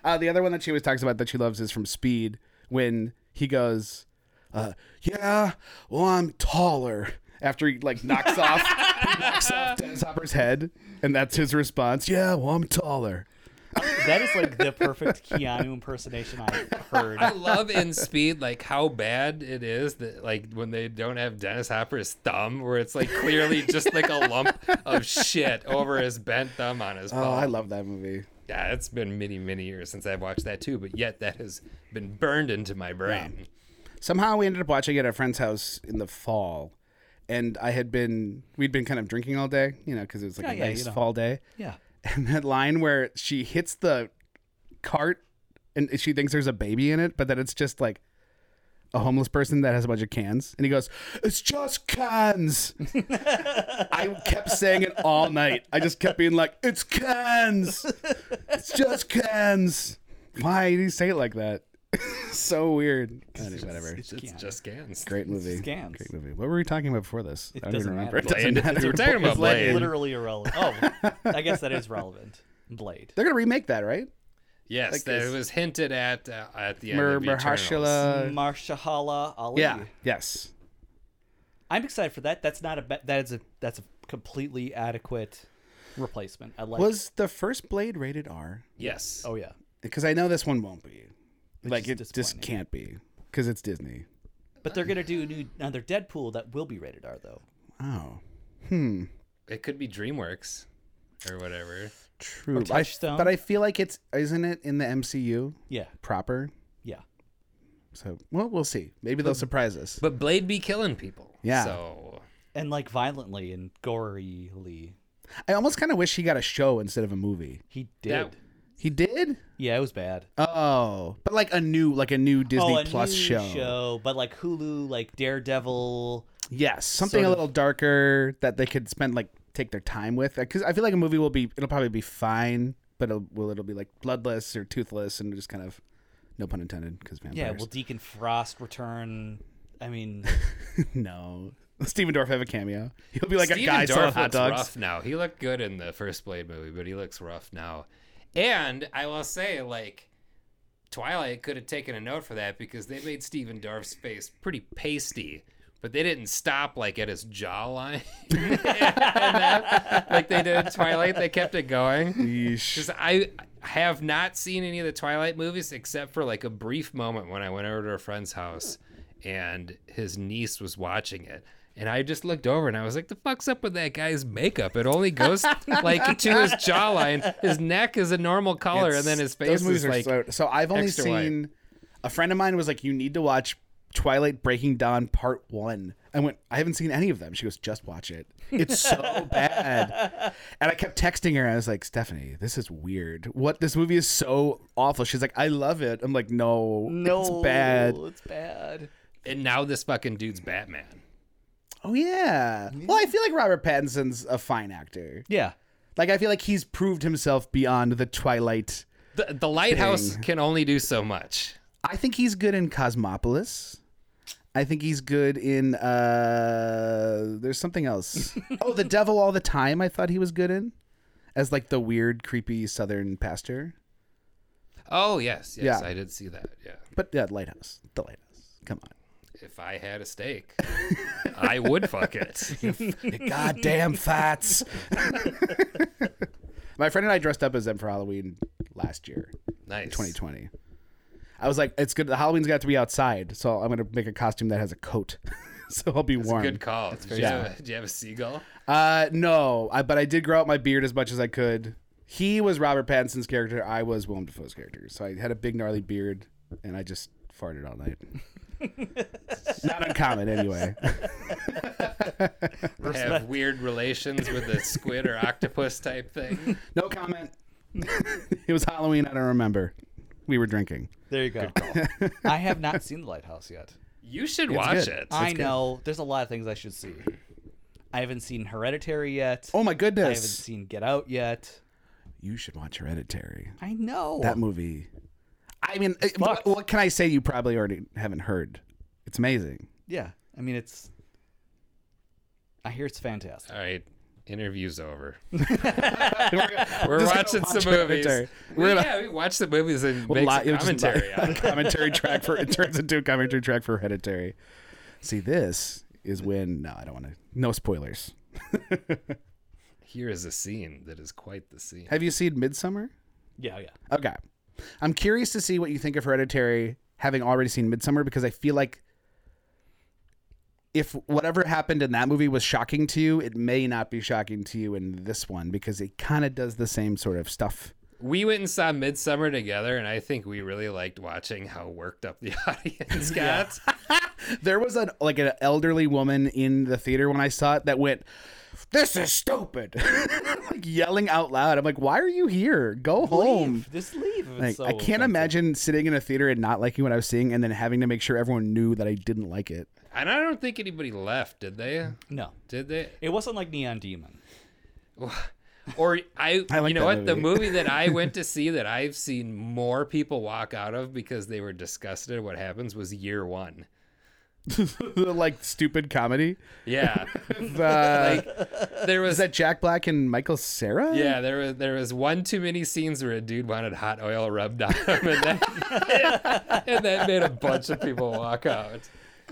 Speaker 5: out.
Speaker 1: Uh, the other one that she always talks about that she loves is from Speed when he goes, uh, "Yeah, well, I'm taller." After he like knocks off, he knocks off Dennis Hopper's head, and that's his response. Yeah, well, I'm taller.
Speaker 4: That is like the perfect Keanu impersonation I've heard.
Speaker 5: I love in Speed like how bad it is that like when they don't have Dennis Hopper's thumb, where it's like clearly just like a lump of shit over his bent thumb on his.
Speaker 1: Oh,
Speaker 5: palm.
Speaker 1: I love that movie.
Speaker 5: Yeah, it's been many many years since I've watched that too, but yet that has been burned into my brain.
Speaker 1: Somehow we ended up watching it at a friend's house in the fall, and I had been we'd been kind of drinking all day, you know, because it was like
Speaker 4: Yeah,
Speaker 1: a
Speaker 4: yeah,
Speaker 1: nice
Speaker 4: you know.
Speaker 1: fall day.
Speaker 4: Yeah.
Speaker 1: and that line where she hits the cart and she thinks there's a baby in it, but that it's just like a homeless person that has a bunch of cans. And he goes, It's just cans. I kept saying it all night. I just kept being like, It's cans. It's just cans. Why do you say it like that? so weird. Anyway, whatever.
Speaker 5: It's just scans.
Speaker 1: Great movie.
Speaker 4: Scans.
Speaker 1: Great movie. What were we talking about before this? I
Speaker 4: doesn't matter.
Speaker 1: It doesn't matter.
Speaker 5: We're talking about
Speaker 4: It's like
Speaker 5: Blade.
Speaker 4: literally irrelevant. Oh, I guess that is relevant. Blade.
Speaker 1: They're gonna remake that, right?
Speaker 5: Yes,
Speaker 1: Like
Speaker 5: that
Speaker 1: this-
Speaker 5: was hinted at uh, at the end
Speaker 1: Mer-
Speaker 5: of Eternals.
Speaker 1: Mahershala.
Speaker 4: Marshala Ali.
Speaker 1: Yeah. Yes.
Speaker 4: I'm excited for that. That's not a ba- that is a that's a completely adequate replacement. I like.
Speaker 1: Was the first Blade rated R?
Speaker 5: Yes.
Speaker 4: oh yeah.
Speaker 1: Because I know this one won't be. like
Speaker 4: is
Speaker 1: it just
Speaker 4: disappointing.
Speaker 1: can't be because it's Disney.
Speaker 4: But they're gonna do a new, another Deadpool that will be rated R though.
Speaker 1: Oh,
Speaker 5: It could be DreamWorks or whatever.
Speaker 1: true. I,
Speaker 4: Touchstone.
Speaker 1: but I feel like it's isn't it in the MCU
Speaker 4: Yeah.
Speaker 1: proper?
Speaker 4: Yeah.
Speaker 1: So well, we'll see. Maybe they'll surprise us.
Speaker 5: But Blade be killing people.
Speaker 1: Yeah.
Speaker 5: So
Speaker 4: And like violently and gorily,
Speaker 1: I almost kind of wish he got a show instead of a movie.
Speaker 4: he did.
Speaker 5: that,
Speaker 1: He did?
Speaker 4: Yeah, it was bad.
Speaker 1: Oh, but like a new, like a new Disney
Speaker 4: oh, a
Speaker 1: Plus
Speaker 4: new
Speaker 1: show.
Speaker 4: but like Hulu, like Daredevil.
Speaker 1: Yes, something
Speaker 4: Sort
Speaker 1: a
Speaker 4: of-
Speaker 1: little darker that they could spend like take their time with. Because I feel like a movie will be, it'll probably be fine, but it'll, will it'll be like bloodless or toothless and just kind of, no pun intended, because vampires.
Speaker 4: Yeah, will Deacon Frost return? I mean,
Speaker 1: no. Steven Dorff have a cameo. He'll be like
Speaker 5: Steven
Speaker 1: a guy selling
Speaker 5: Dorff
Speaker 1: hot
Speaker 5: looks
Speaker 1: dogs.
Speaker 5: Rough now he looked good in the first Blade movie, but he looks rough now. And I will say, like, Twilight could have taken a note for that because they made Steven Dorff's face pretty pasty, but they didn't stop like at his jawline, And that, like they did in Twilight. They kept it going.
Speaker 1: Yeesh.
Speaker 5: Because I have not seen any of the Twilight movies except for like a brief moment when I went over to a friend's house and his niece was watching it. And I just looked over and I was like, the fuck's up with that guy's makeup? It only goes like to his jawline. His neck is a normal color and then
Speaker 1: It's-
Speaker 5: his face
Speaker 1: Those movies
Speaker 5: is
Speaker 1: are
Speaker 5: like.
Speaker 1: so, so. I've only
Speaker 5: extra white.
Speaker 1: seen. A friend of mine was like, "You need to watch Twilight Breaking Dawn Part One." I went, "I haven't seen any of them." She goes, "Just watch it. It's so bad." And I kept texting her. I was like, "Stephanie, this is weird. What this movie is so awful." She's like, "I love it." I'm like, "No,
Speaker 4: no,
Speaker 1: it's bad."
Speaker 4: oh, It's bad.
Speaker 5: And now this fucking dude's Batman.
Speaker 1: Oh yeah. Well, I feel like Robert Pattinson's a fine actor.
Speaker 4: Yeah,
Speaker 1: Like I feel like he's proved himself beyond the Twilight.
Speaker 5: The, the lighthouse can only do so much.
Speaker 1: I think he's good in Cosmopolis. I think he's good in uh there's something else. oh, The Devil All the Time I thought he was good in as like the weird creepy southern pastor.
Speaker 5: Oh, yes. Yes.
Speaker 1: Yeah.
Speaker 5: I did see that. Yeah.
Speaker 1: But yeah, Lighthouse. The Lighthouse. Come on.
Speaker 5: If I had a steak, I would fuck it.
Speaker 1: Goddamn fats. My friend and I dressed up as them for Halloween last year,
Speaker 5: Nice.
Speaker 1: 2020. I was like, it's good. The Halloween's got to be outside, so I'm gonna make a costume that has a coat, so I'll be warm.
Speaker 5: Good call. Do you, have a, do you have a seagull?
Speaker 1: Uh, no, I, but I did grow out my beard as much as I could. He was Robert Pattinson's character. I was Willem Dafoe's character. So I had a big gnarly beard, and I just farted all night. Not uncommon, anyway.
Speaker 5: Have weird relations with the squid or octopus type thing.
Speaker 1: No comment. it was Halloween. I don't remember. We were drinking.
Speaker 4: there you go. I have not seen the Lighthouse yet.
Speaker 5: You should watch
Speaker 1: good.
Speaker 5: it.
Speaker 4: I know there's a lot of things I should see. I haven't seen Hereditary yet.
Speaker 1: Oh my
Speaker 4: I haven't
Speaker 1: goodness!
Speaker 4: seen Get Out yet.
Speaker 1: You should watch Hereditary.
Speaker 4: I know.
Speaker 1: That movie. I mean, it- what,
Speaker 4: fucked.
Speaker 1: what can I say? You probably already haven't heard. It's amazing.
Speaker 4: yeah, I mean it's. I hear it's fantastic.
Speaker 5: All right, interview's over. We're watching
Speaker 1: watch
Speaker 5: some movies.
Speaker 1: Hereditary.
Speaker 5: We're yeah, we watch the movies and
Speaker 1: Well,
Speaker 5: make
Speaker 1: li-
Speaker 5: some
Speaker 1: it was just
Speaker 5: commentary.
Speaker 1: li-
Speaker 5: on it.
Speaker 1: commentary track for it turns into a commentary track for Hereditary. See, this is when no, I don't want to. No spoilers.
Speaker 5: Here is a scene that is quite the scene.
Speaker 1: Have you seen Midsummer?
Speaker 4: Yeah, yeah.
Speaker 1: Okay, I'm curious to see what you think of Hereditary, having already seen Midsummer, because I feel like if whatever happened in that movie was shocking to you, it may not be shocking to you in this one because it kind of does the same sort of stuff.
Speaker 5: We went and saw Midsummer together, and I think we really liked watching how worked up the audience got.
Speaker 1: There was an like an elderly woman in the theater when I saw it that went, "This is stupid," like yelling out loud. I'm like, "Why are you here? Go home!"
Speaker 4: Leave. Just leave. if it's
Speaker 1: Mm. Like,
Speaker 4: so
Speaker 1: I can't
Speaker 4: offensive.
Speaker 1: imagine sitting in a theater and not liking what I was seeing, and then having to make sure everyone knew that I didn't like it.
Speaker 5: And I don't think anybody left, did they?
Speaker 4: No,
Speaker 5: Did they?
Speaker 4: it wasn't like Neon Demon.
Speaker 5: Or I,
Speaker 1: I like
Speaker 5: you know
Speaker 1: that
Speaker 5: what? The
Speaker 1: movie.
Speaker 5: movie that I went to see that I've seen more people walk out of because they were disgusted at what happens was Year One.
Speaker 1: The, like stupid comedy.
Speaker 5: Yeah,
Speaker 1: The,
Speaker 5: like there was
Speaker 1: is that Jack Black and Michael Sarah?
Speaker 5: yeah there was there was one too many scenes where a dude wanted hot oil rubbed on him, and that and that made a bunch of people walk out.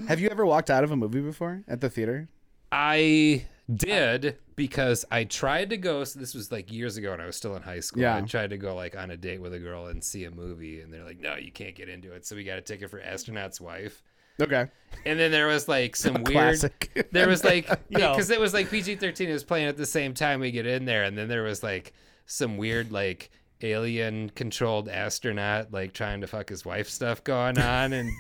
Speaker 1: Have you ever walked out of a movie before at the theater?
Speaker 5: I did because I tried to go. So this was like years ago, and I was still in high school.
Speaker 1: Yeah.
Speaker 5: I tried to go like on a date with a girl and see a movie, and they're like, "No, you can't get into it." So we got a ticket for Astronaut's Wife,
Speaker 1: Okay.
Speaker 5: and then there was like some weird.
Speaker 1: Classic.
Speaker 5: There was like
Speaker 4: No.
Speaker 5: because it was like PG thirteen. It was playing at the same time we get in there, and then there was like some weird like alien controlled astronaut like trying to fuck his wife stuff going on and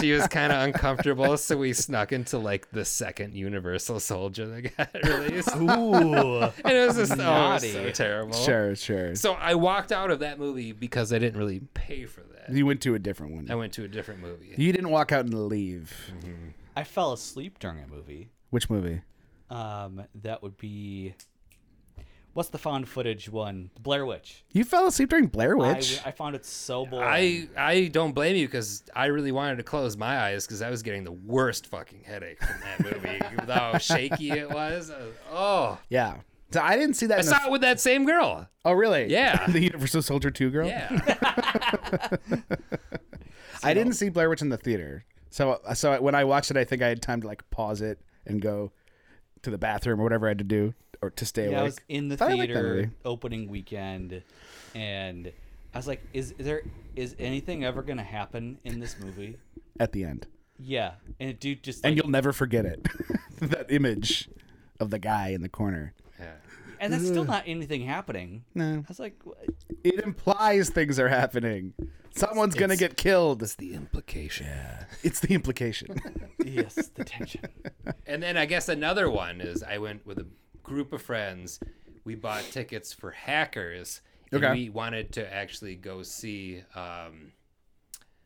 Speaker 5: she was kind of uncomfortable so we snuck into like the second universal soldier that got released
Speaker 4: Ooh.
Speaker 5: and it was just oh, it was so
Speaker 4: Naughty.
Speaker 5: terrible
Speaker 1: Sure, sure.
Speaker 5: so i walked out of that movie because i didn't really pay for that
Speaker 1: you went to a different one.
Speaker 5: i went to a different movie
Speaker 1: You didn't walk out and leave.
Speaker 4: I fell asleep during a movie.
Speaker 1: Which movie?
Speaker 4: Um, that would be. What's the found footage one? Blair Witch.
Speaker 1: You fell asleep during Blair
Speaker 4: I-
Speaker 1: Witch.
Speaker 4: I, found it so boring.
Speaker 1: Um,
Speaker 5: I I don't blame you because I really wanted to close my eyes because I was getting the worst fucking headache from that movie. with how shaky it was. I was- Oh,
Speaker 1: yeah. So I didn't see that.
Speaker 5: I
Speaker 1: in the-
Speaker 5: saw it with that same girl.
Speaker 1: oh, really?
Speaker 5: Yeah.
Speaker 1: the Universal Soldier Two girl.
Speaker 5: Yeah,
Speaker 1: I didn't see Blair Witch in the theater. So so when I watched it, I think I had time to like pause it and go to the bathroom or whatever I had to do or to stay awake.
Speaker 4: Yeah, I was in the
Speaker 1: Thought I liked that
Speaker 4: theater
Speaker 1: movie.
Speaker 4: opening weekend, and I was like, "Is there is anything ever gonna happen in this movie?"
Speaker 1: at the end,
Speaker 4: Yeah, and it dude just like,
Speaker 1: and you'll never forget it. that image of the guy in the corner.
Speaker 5: yeah.
Speaker 4: and that's still not anything happening.
Speaker 1: Mm-hmm. No.
Speaker 4: I was like, "Wha-
Speaker 1: It implies things are happening. Someone's gonna get killed. It's the,
Speaker 5: The implication.
Speaker 1: implication.
Speaker 4: "Yes, the tension."
Speaker 5: And then I guess another one is I went with a group of friends. We bought tickets for Hackers. And
Speaker 1: Okay.
Speaker 5: we wanted to actually go see. Um,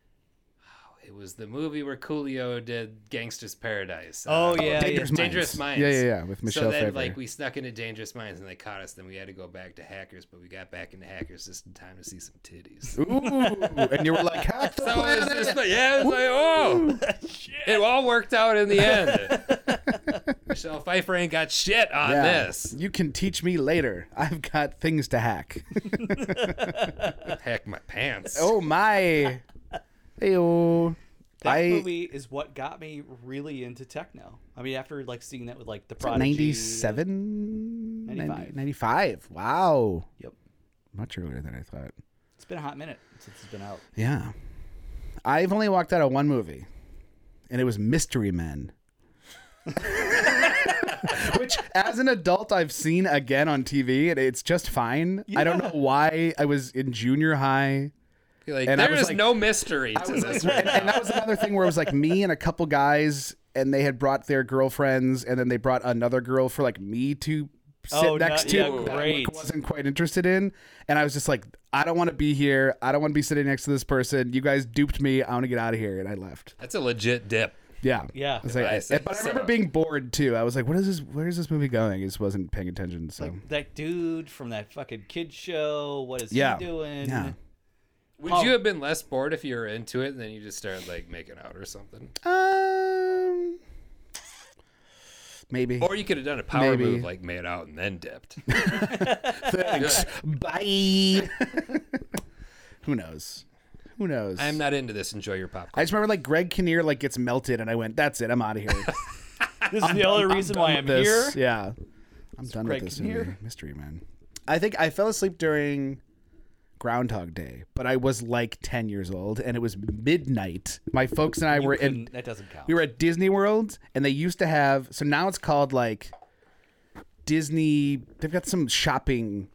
Speaker 5: oh, it was the movie where Coolio did Gangster's Paradise.
Speaker 4: Oh,
Speaker 5: Uh,
Speaker 4: yeah,
Speaker 1: Dangerous
Speaker 4: yeah.
Speaker 5: Dangerous Minds.
Speaker 1: Yeah, yeah, yeah. With Michelle
Speaker 5: So then,
Speaker 1: Pfeiffer.
Speaker 5: like, we snuck into Dangerous Minds and they caught us. Then we had to go back to Hackers, but we got back into Hackers just in time to see some titties. So
Speaker 1: Ooh, and you were like, half the
Speaker 5: it was
Speaker 1: planet.
Speaker 5: just like- yeah, it was like, oh, it all worked out in the end. Michelle Pfeiffer ain't got shit on
Speaker 1: Yeah.
Speaker 5: this.
Speaker 1: You can teach me later. I've got things to hack.
Speaker 5: Heck, my pants.
Speaker 1: oh my. Heyo.
Speaker 4: That
Speaker 1: I-
Speaker 4: movie is what got me really into techno. I mean, after like seeing that with like the Prodigy,
Speaker 1: 97
Speaker 4: 95.
Speaker 1: 95 wow
Speaker 4: Yep,
Speaker 1: much earlier than i thought
Speaker 4: it's been a hot minute since it's been out.
Speaker 1: yeah i've only walked out of one movie and it was mystery men which as an adult i've seen again on tv and it's just fine i don't know why i was in junior high
Speaker 5: You're like,
Speaker 1: And I
Speaker 5: there
Speaker 1: was
Speaker 5: is
Speaker 1: like-
Speaker 5: no mystery to this. right
Speaker 1: and, and that was another thing where it was like me and a couple guys, and they had brought their girlfriends, and then they brought another girl for like me to sit
Speaker 4: Oh,
Speaker 1: next
Speaker 4: no-
Speaker 1: to.
Speaker 4: yeah,
Speaker 1: that I
Speaker 4: great.
Speaker 1: wasn't quite interested in, and I was just like, I don't want to be here. I don't want to be sitting next to this person. You guys duped me. I want to get out of here, and I left.
Speaker 5: That's a legit dip.
Speaker 1: Yeah,
Speaker 4: Yeah.
Speaker 1: I was like,
Speaker 5: I
Speaker 1: I-
Speaker 5: see.
Speaker 1: but I remember
Speaker 5: So-
Speaker 1: being bored too. I was like, what is this? Where is this movie going? I just wasn't paying attention. So
Speaker 4: That dude from that fucking kid show. What is
Speaker 1: Yeah.
Speaker 4: he doing?
Speaker 1: Yeah.
Speaker 5: Would
Speaker 4: Oh.
Speaker 5: you have been less bored if you were into it and then you just started like making out or something?
Speaker 1: um, maybe.
Speaker 5: Or you could have done a power
Speaker 1: Maybe.
Speaker 5: move like made out and then dipped.
Speaker 1: Thanks. Bye. Who knows? Who knows?
Speaker 5: I'm not into this. Enjoy your popcorn.
Speaker 1: I just remember like Greg Kinnear like gets melted, and I went, "That's it. I'm out of here."
Speaker 4: This is the only reason why I'm here.
Speaker 1: This- Yeah, I'm done
Speaker 4: Greg
Speaker 1: with this
Speaker 4: Kinnear.
Speaker 1: movie. mystery man. I think I fell asleep during Groundhog Day, but I was like 10 years old, and it was midnight. My folks and I
Speaker 4: You
Speaker 1: were in
Speaker 4: couldn't- that doesn't count.
Speaker 1: we were at Disney World, and they used to have. So now it's called like Disney. They've got some shopping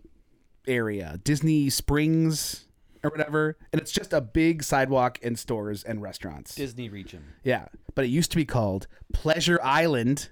Speaker 1: area, Disney Springs or whatever, and it's just a big sidewalk and stores and restaurants.
Speaker 4: Disney region.
Speaker 1: yeah, but it used to be called Pleasure Island,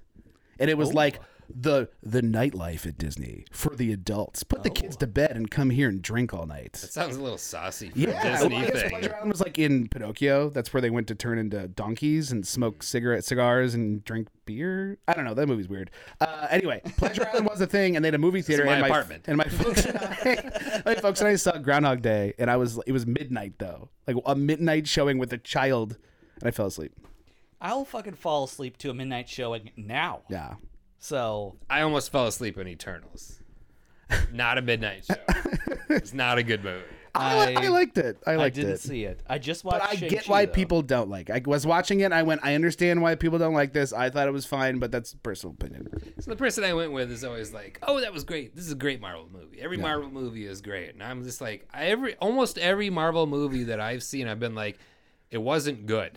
Speaker 1: and it was
Speaker 5: Oh.
Speaker 1: like the the nightlife at Disney for the adults. Put the
Speaker 5: Oh.
Speaker 1: kids to bed and come here and drink all night.
Speaker 5: That sounds a little saucy for
Speaker 1: Yeah,
Speaker 5: a
Speaker 1: well,
Speaker 5: Disney
Speaker 1: I guess
Speaker 5: thing.
Speaker 1: Pleasure Island was like in Pinocchio. That's where they went to turn into donkeys and smoke cigarette cigars and drink beer. I don't know. That movie's weird. Uh, anyway, Pleasure Island was a thing, and they had a movie theater
Speaker 5: is my
Speaker 1: and
Speaker 5: apartment.
Speaker 1: And my folks, and I, my folks and I saw Groundhog Day, and I was it was midnight though, like a midnight showing with a child, and I fell asleep.
Speaker 4: I'll fucking fall asleep to a midnight showing now.
Speaker 1: Yeah,
Speaker 4: So
Speaker 5: I almost fell asleep in Eternals. Not a midnight show. it's not a good movie.
Speaker 1: I, li-
Speaker 4: I-
Speaker 1: I liked it. I
Speaker 4: I
Speaker 1: liked
Speaker 4: didn't
Speaker 1: it.
Speaker 4: see it. I just
Speaker 1: but
Speaker 4: watched.
Speaker 1: I get
Speaker 4: Shang-Chi,
Speaker 1: why
Speaker 4: though.
Speaker 1: people don't like. I was watching it. And I went. I understand why people don't like this. I thought it was fine, but that's personal opinion.
Speaker 5: So the person I went with is always like, "Oh, that was great. This is a great Marvel movie. Every Marvel movie is great." And I'm just like, I- every almost every Marvel movie that I've seen, I've been like, "It wasn't good.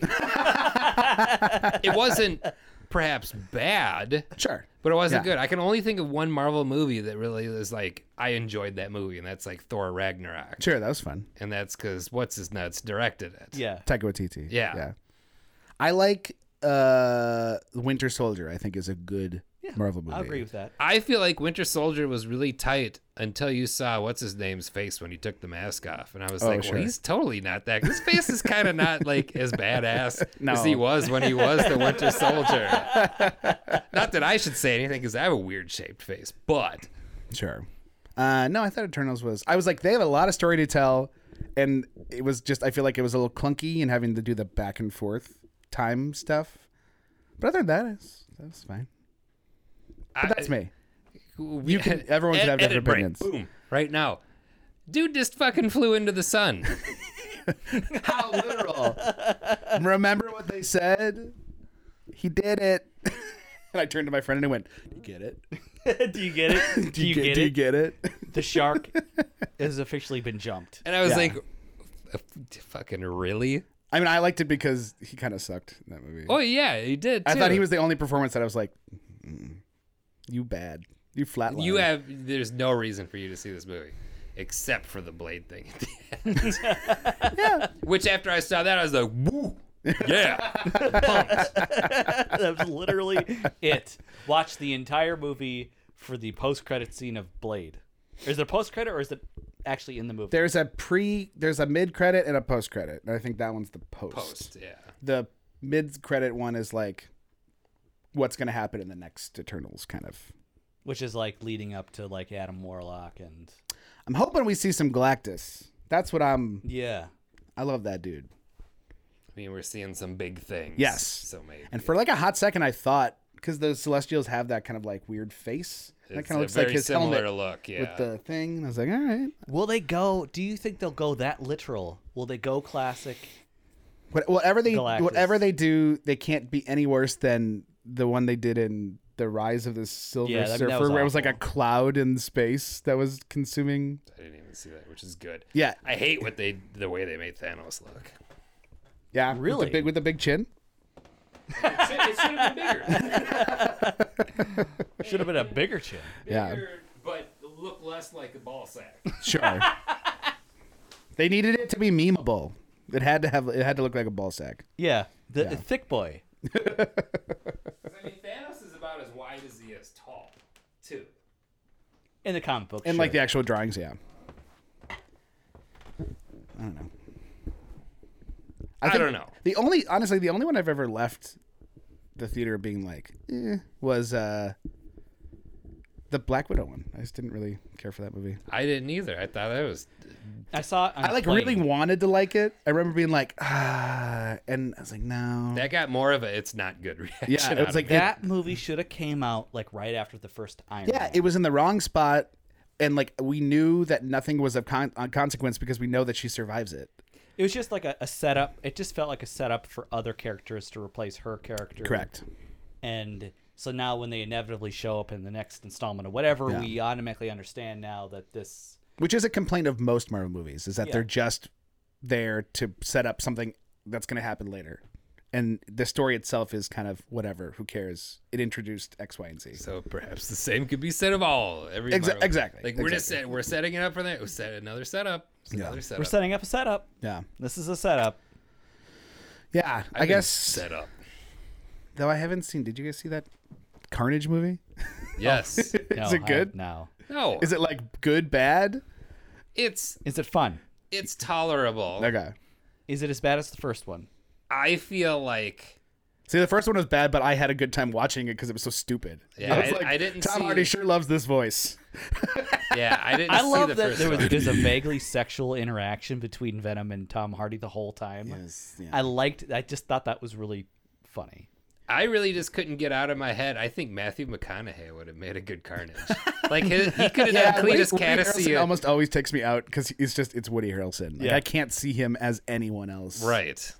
Speaker 5: it wasn't perhaps bad,
Speaker 1: Sure.
Speaker 5: but it wasn't
Speaker 1: Yeah.
Speaker 5: good. I can only think of one Marvel movie that really is like I enjoyed that movie, and that's like Thor Ragnarok,
Speaker 1: Sure, that was fun.
Speaker 5: and that's because what's his nuts directed it.
Speaker 4: Yeah.
Speaker 1: Taika Waititi.
Speaker 5: Yeah.
Speaker 1: Yeah. I like uh Winter Soldier, I think is a good Marvel movie.
Speaker 4: I agree with that.
Speaker 5: I feel like Winter Soldier was really tight until you saw what's his name's face when he took the mask off, and I was
Speaker 1: Oh,
Speaker 5: like,
Speaker 1: sure.
Speaker 5: well, he's totally not that. His face is kind of not like as badass
Speaker 1: No.
Speaker 5: as he was when he was the Winter Soldier. not that I should say anything because I have a weird shaped face, but
Speaker 1: Sure. Uh, no, I thought Eternals was. I was like, they have a lot of story to tell, and it was just. I feel like it was a little clunky and having to do the back and forth time stuff. But other than that, it's, that's fine. But that's me.
Speaker 5: You
Speaker 1: can- everyone should have different opinions.
Speaker 5: boom, right now. Dude just fucking flew into the sun.
Speaker 1: How literal. Remember what they said? He did it. and I turned to my friend and I went, "Do you get it?
Speaker 4: do you get it? Do you get,
Speaker 1: Do you
Speaker 4: it?
Speaker 1: get it?
Speaker 4: the shark has officially been jumped.
Speaker 5: And I was
Speaker 1: Yeah.
Speaker 5: like, "Uh, fucking really?
Speaker 1: I mean, I liked it because he kind of sucked in that movie.
Speaker 5: Oh, yeah, he did.
Speaker 1: I thought
Speaker 5: too.
Speaker 1: he was the only performance that I was like, "Mm-mm. you bad, you flatline.
Speaker 5: You have, there's no reason for you to see this movie except for the blade thing at the end. Which after I saw that, I was like, woo, yeah.
Speaker 4: that was literally it. Watch the entire movie for the post-credit scene of Blade. Is there post-credit or is it actually in the movie?
Speaker 1: There's a pre, there's a mid credit and a post credit, and I think that one's the post.
Speaker 5: Post, yeah.
Speaker 1: The mid credit one is like, what's going to happen in the next Eternals, kind of.
Speaker 4: Which is like leading up to like Adam Warlock and
Speaker 1: I'm hoping we see some Galactus. That's what I'm.
Speaker 4: yeah.
Speaker 1: I love that dude.
Speaker 5: I mean, we're seeing some big things.
Speaker 1: Yes.
Speaker 5: So maybe.
Speaker 1: And for like a hot second, I thought because those Celestials have that kind of like weird face. That
Speaker 5: It's
Speaker 1: kind of
Speaker 5: a
Speaker 1: looks like
Speaker 5: very
Speaker 1: his
Speaker 5: similar
Speaker 1: helmet
Speaker 5: look, yeah.
Speaker 1: with the thing. And I was like, all right.
Speaker 4: Will they go? Do you think they'll go that literal? Will they go classic?
Speaker 1: What, whatever they
Speaker 4: Galactus.
Speaker 1: whatever they do, they can't be any worse than the one they did in the Rise of the Silver
Speaker 4: Yeah, I mean, that
Speaker 1: Surfer,
Speaker 4: was
Speaker 1: where it was like a
Speaker 4: awful.
Speaker 1: cloud in space that was consuming.
Speaker 5: I didn't even see that, which is good.
Speaker 1: Yeah.
Speaker 5: I hate what they, the way they made Thanos look.
Speaker 1: Yeah, with the
Speaker 4: Really?
Speaker 1: big with the big chin.
Speaker 5: it should have been bigger.
Speaker 4: Should have been a bigger chin.
Speaker 1: Yeah,
Speaker 5: but look less like a ball sack.
Speaker 1: sure. they needed it to be memeable. It had to have it had to look like a ball sack.
Speaker 4: Yeah, the
Speaker 1: Yeah.
Speaker 4: the thick boy.
Speaker 5: I mean, Thanos is about as wide as he is tall, too.
Speaker 4: In the comic book,
Speaker 1: And
Speaker 4: sure.
Speaker 1: like the actual drawings, yeah. I don't know.
Speaker 5: I,
Speaker 1: think
Speaker 5: don't know.
Speaker 1: The only, honestly, the only one I've ever left the theater being like, eh, was uh, the Black Widow one. I just didn't really care for that movie.
Speaker 5: I didn't either. I thought that was.
Speaker 4: I saw. It on
Speaker 1: I like
Speaker 4: plane.
Speaker 1: really wanted to like it. I remember being like, ah, and I was like, no.
Speaker 5: That got more of a it's not good reaction.
Speaker 1: yeah, it
Speaker 5: out
Speaker 1: was
Speaker 5: of
Speaker 1: like
Speaker 4: that movie should have came out like right after the first Iron.
Speaker 1: Yeah,
Speaker 4: Man.
Speaker 1: it was in the wrong spot, and like we knew that nothing was of con- uh, consequence because we know that she survives it.
Speaker 4: It was just like a, a setup. It just felt like a setup for other characters to replace her character.
Speaker 1: Correct.
Speaker 4: And so now when they inevitably show up in the next installment or whatever,
Speaker 1: Yeah.
Speaker 4: we automatically understand now that this.
Speaker 1: Which is a complaint of most Marvel movies is that
Speaker 4: Yeah.
Speaker 1: they're just there to set up something that's going to happen later. And the story itself is kind of whatever. Who cares? It introduced X, Y, and Z.
Speaker 5: So perhaps the same could be said of all. Every
Speaker 1: Exa-
Speaker 5: Marvel-
Speaker 1: exactly,
Speaker 5: Like we're just
Speaker 1: exactly.
Speaker 5: set, we're setting it up for that. We set another setup. it's Another setup.
Speaker 4: We're setting up a setup.
Speaker 1: Yeah,
Speaker 4: This is a setup.
Speaker 1: yeah. i
Speaker 5: I've been
Speaker 1: guess
Speaker 5: set up.
Speaker 1: though I haven't seen. Did you guys see that Carnage movie?
Speaker 5: Yes.
Speaker 4: No,
Speaker 1: is it
Speaker 4: I-
Speaker 1: good?
Speaker 4: no.
Speaker 5: no.
Speaker 1: Oh. Is it like good, bad?
Speaker 5: It's
Speaker 4: Is it fun?
Speaker 5: it's tolerable.
Speaker 1: Okay.
Speaker 4: Is it as bad as the first one?
Speaker 5: I feel like
Speaker 1: See, the first one was bad, but I had a good time watching it because it was so stupid.
Speaker 5: Yeah,
Speaker 1: I, was
Speaker 5: I- I didn't
Speaker 1: Tom
Speaker 5: see-
Speaker 1: Hardy sure loves this voice.
Speaker 5: yeah. I didn't.
Speaker 4: I
Speaker 5: see
Speaker 4: love
Speaker 5: the
Speaker 4: that
Speaker 5: first
Speaker 4: there was
Speaker 5: one.
Speaker 4: there's a vaguely sexual interaction between Venom and Tom Hardy the whole time. I liked. I just thought that was really funny.
Speaker 5: I really just couldn't get out of my head. I think Matthew McConaughey would have made a good Carnage. like his, he could have done
Speaker 1: Woody-
Speaker 5: Cletus
Speaker 1: Woody Harrelson
Speaker 5: Catasia.
Speaker 1: almost always takes me out because it's just it's Woody Harrelson. Like,
Speaker 4: Yeah.
Speaker 1: I can't see him as anyone else.
Speaker 5: right.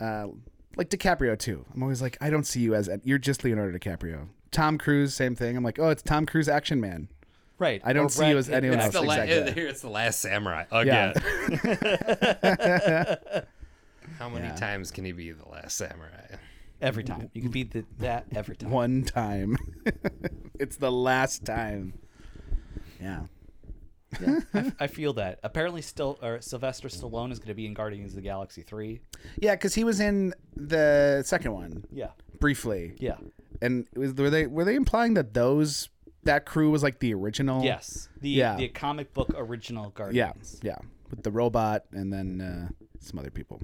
Speaker 1: Uh, like DiCaprio too. I'm always like, I don't see you as you're just Leonardo DiCaprio. Tom Cruise, same thing. I'm like, oh, it's Tom Cruise, Action Man.
Speaker 4: Right.
Speaker 1: I don't
Speaker 4: Or
Speaker 1: see you as anyone
Speaker 4: Pitt.
Speaker 5: It's
Speaker 1: else.
Speaker 5: the, la-
Speaker 1: exactly.
Speaker 5: here it's the last samurai again. How many times can he be the last samurai?
Speaker 4: every time. You can beat the, that every time.
Speaker 1: One time. it's the last time. Yeah.
Speaker 4: I feel that. Apparently, still or Sylvester Stallone is going to be in Guardians of the Galaxy three.
Speaker 1: Yeah, because he was in the second one
Speaker 4: Yeah,
Speaker 1: briefly.
Speaker 4: yeah,
Speaker 1: And it was, were they were they implying that those that crew was like the original?
Speaker 4: yes. The
Speaker 1: Yeah.
Speaker 4: the comic book original
Speaker 1: Yeah.
Speaker 4: Guardians.
Speaker 1: Yeah. With the robot and then uh, some other people.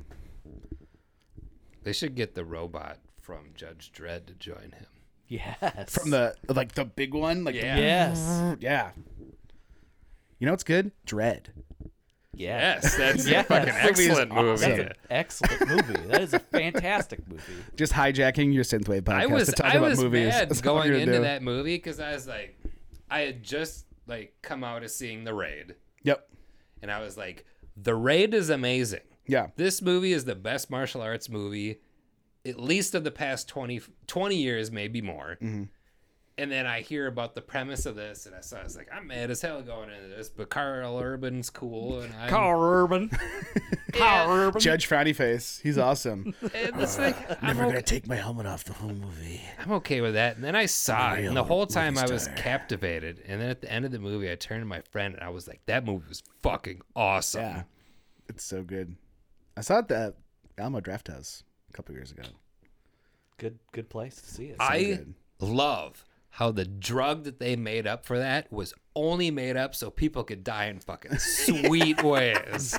Speaker 5: They should get the robot from Judge Dredd to join him.
Speaker 4: Yes.
Speaker 1: From the like the big one, like
Speaker 5: Yeah.
Speaker 4: yes.
Speaker 1: the, yeah. You know what's good? Dread.
Speaker 4: Yes.
Speaker 5: Yes, Oh, that's
Speaker 4: Yes.
Speaker 5: a fucking
Speaker 4: That movie is
Speaker 5: excellent
Speaker 4: That's
Speaker 5: movie.
Speaker 4: an excellent movie. That is a fantastic movie.
Speaker 1: Just hijacking your synthwave podcast
Speaker 5: I was
Speaker 1: to talk
Speaker 5: I
Speaker 1: about
Speaker 5: was
Speaker 1: movies.
Speaker 5: mad
Speaker 1: That's all
Speaker 5: going
Speaker 1: you're
Speaker 5: into
Speaker 1: doing.
Speaker 5: that movie because I was like, I had just like come out of seeing The Raid,
Speaker 1: Yep.
Speaker 5: and I was like, The Raid is amazing.
Speaker 1: Yeah.
Speaker 5: This movie is the best martial arts movie, at least of the past 20, 20 years, maybe more. And then I hear about the premise of this, and I saw I was like, I'm mad as hell going into this, but Carl Urban's cool, and I'm,
Speaker 4: Carl Urban. Carl Urban.
Speaker 1: Judge Frowny Face. He's awesome.
Speaker 5: and it's like, I'm,
Speaker 1: Never
Speaker 5: okay,
Speaker 1: gonna take my helmet off the whole movie.
Speaker 5: I'm okay with that. And then I saw it, and the
Speaker 1: Real
Speaker 5: whole time I
Speaker 1: movie
Speaker 5: was
Speaker 1: star.
Speaker 5: captivated. And then at the end of the movie, I turned to my friend, and I was like, that movie was fucking awesome.
Speaker 1: Yeah, it's so good. I saw it at Alamo Draft House a couple years ago.
Speaker 4: Good good place to see it.
Speaker 5: I
Speaker 1: good.
Speaker 5: love how the drug that they made up for that was only made up so people could die in fucking sweet ways.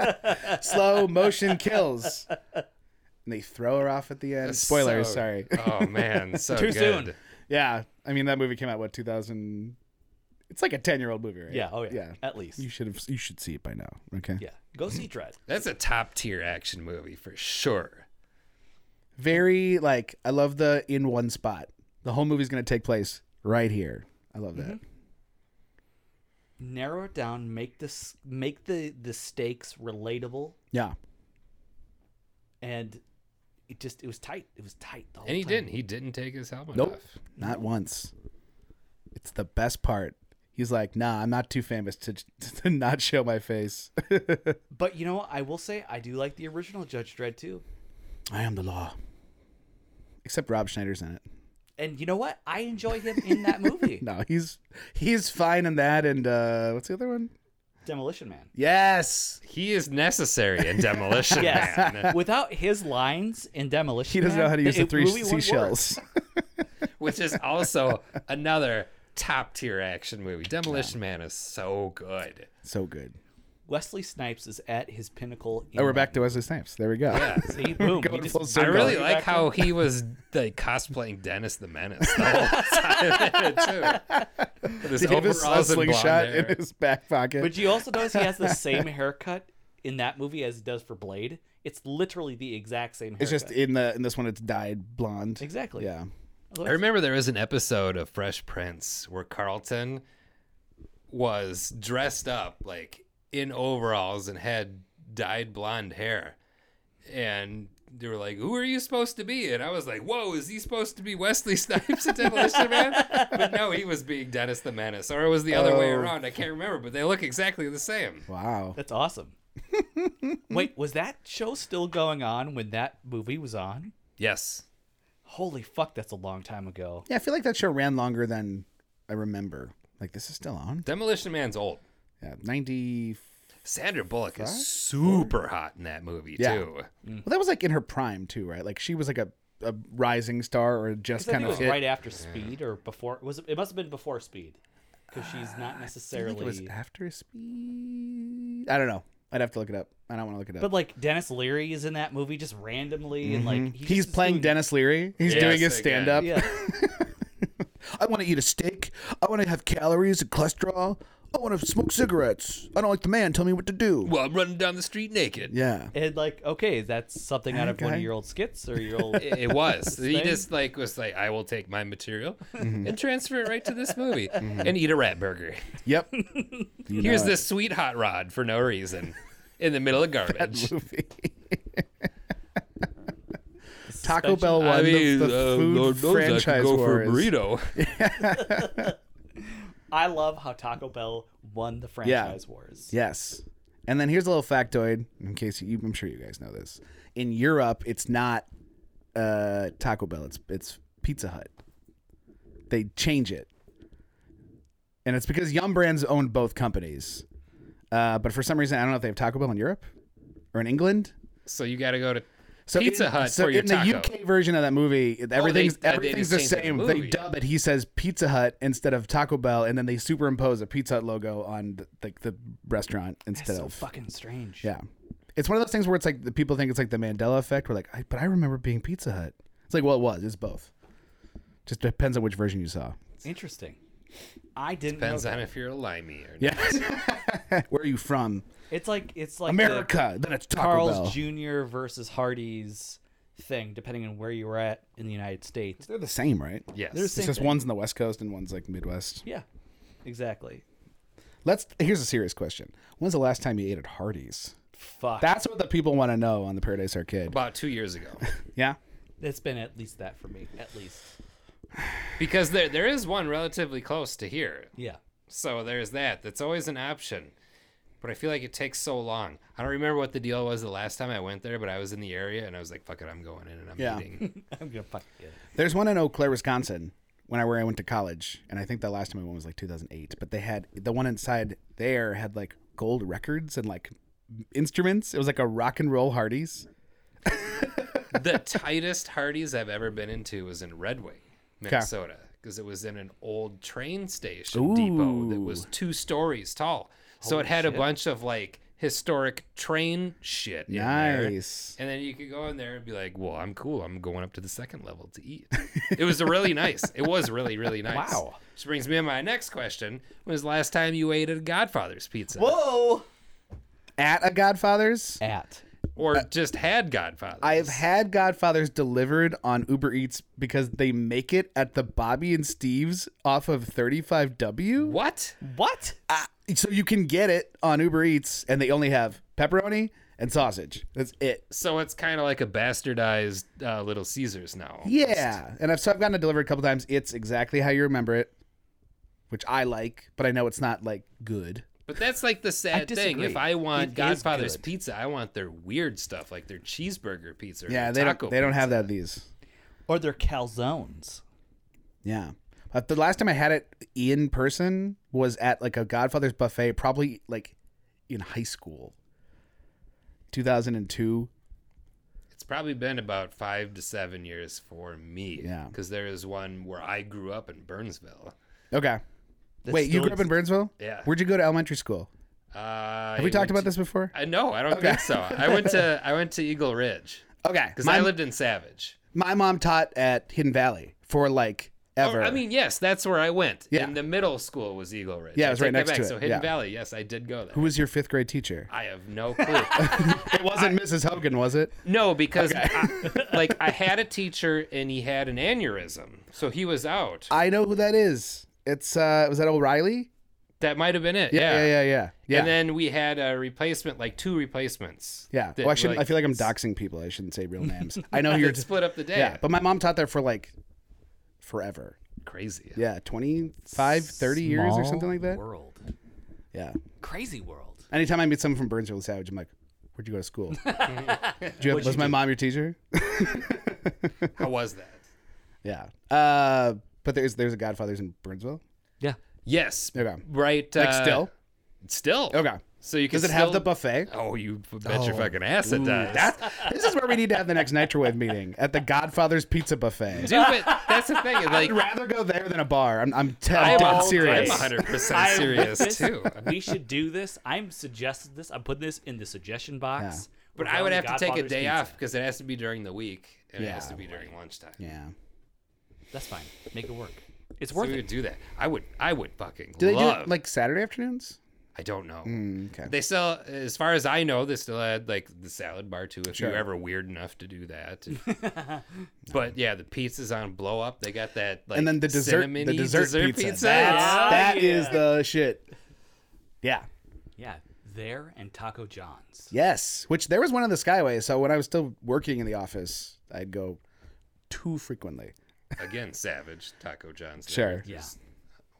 Speaker 1: Slow motion kills, and they throw her off at the end. Spoilers,
Speaker 5: So-
Speaker 1: sorry.
Speaker 5: Oh man, so
Speaker 4: Too
Speaker 5: good.
Speaker 4: soon.
Speaker 1: yeah, I mean that movie came out what 2000. It's like a 10 year old movie, right?
Speaker 4: Yeah. Oh yeah.
Speaker 1: Yeah.
Speaker 4: At least.
Speaker 1: You should have. You should see it by now. Okay.
Speaker 4: yeah. Go see Dread.
Speaker 5: That's a top tier action movie for sure.
Speaker 1: Very like I love the in one spot. The whole movie's gonna take place right here. I love that.
Speaker 4: Narrow it down. Make this. Make the the stakes relatable.
Speaker 1: Yeah.
Speaker 4: And it just. It was tight. It was tight. The whole
Speaker 5: And he
Speaker 4: time.
Speaker 5: didn't. He didn't take his helmet
Speaker 1: Nope.
Speaker 5: off.
Speaker 1: Not once. It's the best part. He's like, nah, I'm not too famous to, to not show my face.
Speaker 4: But you know what? I will say I do like the original Judge Dredd too.
Speaker 1: I am the law. Except Rob Schneider's in it.
Speaker 4: And you know what? I enjoy him in that movie.
Speaker 1: No, he's he's fine in that. And uh, what's the other one?
Speaker 4: Demolition Man.
Speaker 1: Yes,
Speaker 5: He is necessary in Demolition
Speaker 4: Yes.
Speaker 5: Man.
Speaker 4: Without his lines in Demolition
Speaker 1: he doesn't
Speaker 4: Man,
Speaker 1: know how to use the
Speaker 4: it
Speaker 1: three
Speaker 4: really wouldn't
Speaker 1: seashells.
Speaker 5: which is also another top tier action movie. Demolition Man is so good.
Speaker 1: so good.
Speaker 4: work. Wesley Snipes is at his pinnacle. In
Speaker 1: Oh, we're back to Wesley Snipes. There we go.
Speaker 5: Yeah.
Speaker 4: See, boom. he
Speaker 1: Going
Speaker 4: just-
Speaker 1: full
Speaker 5: I
Speaker 1: circle.
Speaker 5: really like how he was like cosplaying Dennis the Menace the whole time too. With his
Speaker 1: Did he have his
Speaker 5: overalls and blonde
Speaker 1: slingshot
Speaker 5: hair.
Speaker 1: in his back pocket.
Speaker 4: but you also notice he has the same haircut in that movie as he does for Blade. It's literally the exact same haircut.
Speaker 1: it's just in the in this one. It's dyed blonde.
Speaker 4: exactly.
Speaker 1: Yeah.
Speaker 5: I remember there was an episode of Fresh Prince where Carlton was dressed up like in overalls and had dyed blonde hair. And they were like, Who are you supposed to be? And I was like, Whoa, is he supposed to be Wesley Snipes in Demolition Man? But no, he was being Dennis the Menace. Or it was the other way
Speaker 1: Oh.
Speaker 5: around. I can't remember, but they look exactly the same.
Speaker 1: Wow.
Speaker 4: That's awesome. Wait, was that show still going on when that movie was on?
Speaker 5: Yes.
Speaker 4: Holy fuck, that's a long time ago.
Speaker 1: Yeah, I feel like that show ran longer than I remember. Like this is still on.
Speaker 5: Demolition Man's old.
Speaker 1: Yeah, ninety.
Speaker 5: Sandra Bullock is super hot in that movie,
Speaker 1: Yeah.
Speaker 5: too.
Speaker 4: Hmm.
Speaker 1: Well, that was like in her prime too, right? Like she was like a, a rising star or just
Speaker 4: I think
Speaker 1: kind
Speaker 4: it
Speaker 1: of
Speaker 4: was
Speaker 1: hit.
Speaker 4: right after Speed or before. Was it, it must have been before Speed because she's not
Speaker 1: Uh, I
Speaker 4: necessarily.
Speaker 1: think it was after Speed. I don't know. I'd have to look it up. I don't want to look it up.
Speaker 4: but like Dennis Leary is in that movie just randomly and like he
Speaker 1: Mm-hmm. He's
Speaker 4: just is
Speaker 1: playing
Speaker 4: doing-
Speaker 1: Dennis Leary. He's
Speaker 5: Yes,
Speaker 1: doing his
Speaker 5: again.
Speaker 1: stand up.
Speaker 4: Yeah,
Speaker 1: I want to eat a steak. I want to have calories and cholesterol. I want to smoke cigarettes. I don't like the man. Tell me what to do.
Speaker 5: Well, I'm running down the street naked.
Speaker 1: yeah.
Speaker 4: and like okay, that's something out of one of
Speaker 1: Okay.
Speaker 4: your old skits or your old.
Speaker 5: It it was. He
Speaker 4: thing?
Speaker 5: just like was like, I will take my material
Speaker 1: Mm-hmm.
Speaker 5: and transfer it right to this movie and eat a rat burger.
Speaker 1: Yep. Mm-hmm. You
Speaker 5: Here's
Speaker 1: know
Speaker 5: this sweet hot rod for no reason in the middle of
Speaker 1: it.
Speaker 5: garbage.
Speaker 1: movie. Taco Bell one.
Speaker 5: I mean,
Speaker 1: the, the
Speaker 5: uh,
Speaker 1: food
Speaker 5: Lord knows I
Speaker 1: franchise
Speaker 5: could go for
Speaker 1: wars.
Speaker 5: a burrito.
Speaker 4: I love how Taco Bell won the franchise wars.
Speaker 1: Yes. And then here's a little factoid in case you, I'm sure you guys know this. In Europe, it's not uh, Taco Bell. It's it's Pizza Hut. They change it, and it's because Yum Brands owned both companies. Uh, but for some reason, I don't know if they have Taco Bell in Europe or in England.
Speaker 5: So you got to go to
Speaker 1: So
Speaker 5: Pizza
Speaker 1: in,
Speaker 5: Hut
Speaker 1: so
Speaker 5: for your
Speaker 1: in
Speaker 5: taco.
Speaker 1: the UK version of that movie, it- everything's
Speaker 5: uh, they
Speaker 1: everything's the
Speaker 5: just changed it in
Speaker 1: same.
Speaker 5: the
Speaker 1: they
Speaker 5: movie.
Speaker 1: dub it. He says Pizza Hut instead of Taco Bell, and then they superimpose a Pizza Hut logo on the, like the restaurant instead
Speaker 4: so
Speaker 1: of
Speaker 4: fucking strange.
Speaker 1: yeah. It's one of those things where it's like the people think it's like the Mandela effect. We're like, I, but I remember being Pizza Hut. It's like, well, it was. It's both. Just depends on which version you saw.
Speaker 4: Interesting. I didn't
Speaker 5: Depends
Speaker 4: know.
Speaker 5: on if you're a limey or not.
Speaker 1: Yeah. Where are you from?
Speaker 4: that. It's like it's like the
Speaker 1: America. Then it's Taco Bell.
Speaker 4: Carl's Jr. versus Hardee's thing, depending on where you were at in the United States.
Speaker 1: They're the same, right?
Speaker 5: Yes.
Speaker 4: There's
Speaker 1: It's
Speaker 4: Same
Speaker 1: just
Speaker 4: thing.
Speaker 1: one's in the West Coast and one's like Midwest.
Speaker 4: Yeah, exactly.
Speaker 1: Let's. Here's a serious question. When's the last time you ate at Hardee's?
Speaker 4: Fuck.
Speaker 1: That's what the people want to know on the Paradise Arcade.
Speaker 5: about two years ago.
Speaker 1: Yeah.
Speaker 4: it's been at least that for me. At least.
Speaker 5: because there there is one relatively close to here.
Speaker 4: Yeah.
Speaker 5: So there's that. That's always an option. But I feel like it takes so long. I don't remember what the deal was the last time I went there, but I was in the area and I was like, fuck it, I'm going in and I'm
Speaker 1: Yeah.
Speaker 5: eating.
Speaker 4: I'm gonna fuck it.
Speaker 1: There's one in Eau Claire, Wisconsin, when I where I went to college, and I think the last time I went was like 2008. But they had the one inside there had like gold records and like instruments. It was like a rock and roll Hardee's.
Speaker 5: the tightest Hardee's I've ever been into was in Red Wing, Minnesota, because it was in an old train station depot that was two stories tall. so it had a bunch of like historic train shit. in there.
Speaker 1: Nice.
Speaker 5: And then you could go in there and be like, "Well, I'm cool. I'm going up to the second level to eat." it was really nice. It was really, really nice.
Speaker 4: Wow.
Speaker 5: Which brings me to my next question: When was the last time you ate at Godfather's Pizza,
Speaker 4: Whoa.
Speaker 1: At a Godfather's,
Speaker 4: At.
Speaker 5: or just had Godfather's?
Speaker 1: uh, I've had Godfather's delivered on Uber Eats because they make it at the Bobby and Steve's off of 35W.
Speaker 5: what?
Speaker 4: What?
Speaker 1: Uh, so you can get it on Uber Eats, and they only have pepperoni and sausage. That's it.
Speaker 5: So it's kind of like a bastardized uh, Little Caesars now.
Speaker 1: Yeah, and I've so I've gotten it delivered a couple times. It's exactly how you remember it, which I like, but I know it's not like good.
Speaker 5: But that's like the sad thing. If
Speaker 4: disagree.
Speaker 5: I want
Speaker 4: It is
Speaker 5: Godfather's
Speaker 4: good.
Speaker 5: Pizza, I want their weird stuff, like their cheeseburger pizza. Or
Speaker 1: Yeah,
Speaker 5: their
Speaker 1: they don't
Speaker 5: taco
Speaker 1: they don't have
Speaker 5: pizza.
Speaker 1: that at these.
Speaker 4: Or their calzones.
Speaker 1: Yeah, but the last time I had it in person was at like a Godfather's buffet, probably like in high school, two thousand and two.
Speaker 5: It's probably been about five to seven years for me.
Speaker 1: Yeah.
Speaker 5: Because there is one where I grew up in Burnsville.
Speaker 1: Okay,
Speaker 4: That's
Speaker 1: wait, you
Speaker 4: still
Speaker 1: grew up in Burnsville?
Speaker 5: Yeah.
Speaker 1: Where'd you go to elementary school?
Speaker 5: Uh,
Speaker 1: Have we talked about this before?
Speaker 5: I no, I don't think so. I went to I went to Eagle Ridge
Speaker 1: Okay,
Speaker 5: because
Speaker 1: my
Speaker 5: I lived in Savage.
Speaker 1: my mom taught at Hidden Valley for like
Speaker 5: Oh,
Speaker 1: ever.
Speaker 5: I mean, yes, that's where I went.
Speaker 1: Yeah.
Speaker 5: And the middle school was Eagle Ridge.
Speaker 1: Yeah, it
Speaker 5: I
Speaker 1: was right
Speaker 5: take that
Speaker 1: next
Speaker 5: back.
Speaker 1: to it,
Speaker 5: So Hidden
Speaker 1: yeah.
Speaker 5: Valley, yes, I did go there.
Speaker 1: who was your fifth grade teacher?
Speaker 5: I have no clue.
Speaker 1: It wasn't Mrs. Hogan, was it?
Speaker 5: No, because I, like I had a teacher and he had an aneurysm, so he was out.
Speaker 1: I know who that is. It's uh was that O'Reilly?
Speaker 5: That might have been it. Yeah,
Speaker 1: yeah, yeah, yeah. Yeah.
Speaker 5: And then we had a replacement, like two replacements.
Speaker 1: yeah.
Speaker 5: that,
Speaker 1: Well, I should not I
Speaker 5: like,
Speaker 1: feel like I'm doxing people. I shouldn't say real names. I know who you're
Speaker 5: that split up the day.
Speaker 1: Yeah, but my mom taught there for like forever.
Speaker 5: crazy.
Speaker 1: Yeah, 25, 30 years or
Speaker 4: Small
Speaker 1: something like that.
Speaker 4: World.
Speaker 1: Yeah.
Speaker 4: Crazy world.
Speaker 1: Anytime I meet someone from Burnsville Savage, I'm like, "Where'd you go to school? Did you have, was my mom your teacher?"
Speaker 5: How was that?
Speaker 1: yeah. Uh, but there's there's a Godfather's in Burnsville.
Speaker 4: Yeah.
Speaker 5: Yes.
Speaker 1: Okay.
Speaker 5: Right.
Speaker 1: Like
Speaker 5: uh,
Speaker 1: still.
Speaker 5: Still.
Speaker 1: Okay.
Speaker 5: So you can
Speaker 1: Does it have
Speaker 5: still-
Speaker 1: the buffet?
Speaker 5: Oh, you bet your fucking ass it does.
Speaker 1: This is where we need to have the next Nitrowave meeting at the Godfather's Pizza Buffet.
Speaker 5: Dude, but that's the thing. Like,
Speaker 1: I'd rather go there than a bar. I'm I'm, te- I'm
Speaker 5: I'm,
Speaker 1: dead
Speaker 5: all-
Speaker 1: serious.
Speaker 5: I'm 100 percent serious too.
Speaker 4: we should do this. I'm suggested this. I'm putting this in the suggestion box.
Speaker 5: But
Speaker 4: We're
Speaker 5: I would
Speaker 4: going to
Speaker 5: have to take a
Speaker 4: Godfather's
Speaker 5: day
Speaker 4: Pizza.
Speaker 5: off because it has to be during the week and it has
Speaker 1: Yeah,
Speaker 5: to be during lunchtime.
Speaker 1: yeah.
Speaker 4: That's fine. Make it work. It's
Speaker 5: So
Speaker 4: worth
Speaker 5: we
Speaker 4: it.
Speaker 5: would do that. I would. I would fucking
Speaker 1: Do they
Speaker 5: love.
Speaker 1: do it like Saturday afternoons? Mm,
Speaker 5: I don't know.
Speaker 1: okay.
Speaker 5: They sell, as far as I know, they still had like the salad bar too, if
Speaker 1: Sure.
Speaker 5: you're ever weird enough to do that. but yeah, the pizza's on blow up. They got that like
Speaker 1: and then the dessert,
Speaker 5: cinnamony
Speaker 1: the dessert, pizza. That's,
Speaker 5: Yeah.
Speaker 1: that
Speaker 4: Yeah.
Speaker 1: is the shit. Yeah.
Speaker 4: Yeah. There and Taco John's.
Speaker 1: Yes. Which there was one on the Skyway. So when I was still working in the office, I'd go too frequently.
Speaker 5: Again, Savage Taco John's.
Speaker 1: Sure.
Speaker 4: Yeah.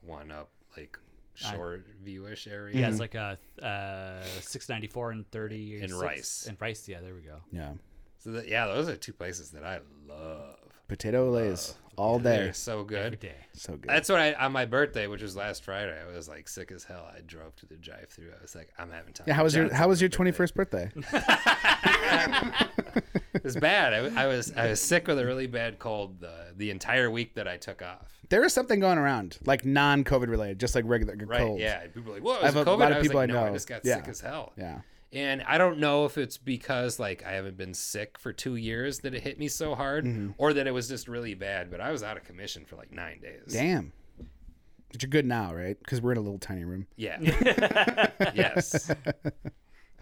Speaker 5: One up like shore viewish area.
Speaker 4: Yeah, it's like a uh, six ninety four and thirty or
Speaker 5: And
Speaker 4: six-
Speaker 5: rice.
Speaker 4: and rice. Yeah, there we go.
Speaker 1: Yeah.
Speaker 5: So So that, yeah, those are two places that I love.
Speaker 1: Potato lays all
Speaker 5: They're
Speaker 1: day.
Speaker 5: so good.
Speaker 4: day.
Speaker 1: So good.
Speaker 5: That's what I on my birthday, which was last Friday. I was like sick as hell. I drove to the drive through. I was like, I'm having time.
Speaker 1: yeah, how was your how was your 21st birthday?
Speaker 5: It was bad. I, I was I was sick with a really bad cold the the entire week that I took off.
Speaker 1: there is something going around, like non-COVID related, just like regular
Speaker 5: Right?
Speaker 1: cold.
Speaker 5: Yeah. People were like, whoa,
Speaker 1: I
Speaker 5: it was
Speaker 1: have a
Speaker 5: COVID.
Speaker 1: lot of
Speaker 5: I was
Speaker 1: people
Speaker 5: like,
Speaker 1: I
Speaker 5: no, I
Speaker 1: know.
Speaker 5: just got
Speaker 1: Yeah.
Speaker 5: sick as hell.
Speaker 1: Yeah.
Speaker 5: And I don't know if it's because like I haven't been sick for two years that it hit me so hard,
Speaker 1: Mm-hmm.
Speaker 5: or that it was just really bad. But I was out of commission for like nine days.
Speaker 1: Damn. But you're good now, right? Because we're in a little tiny room.
Speaker 5: Yeah. yes.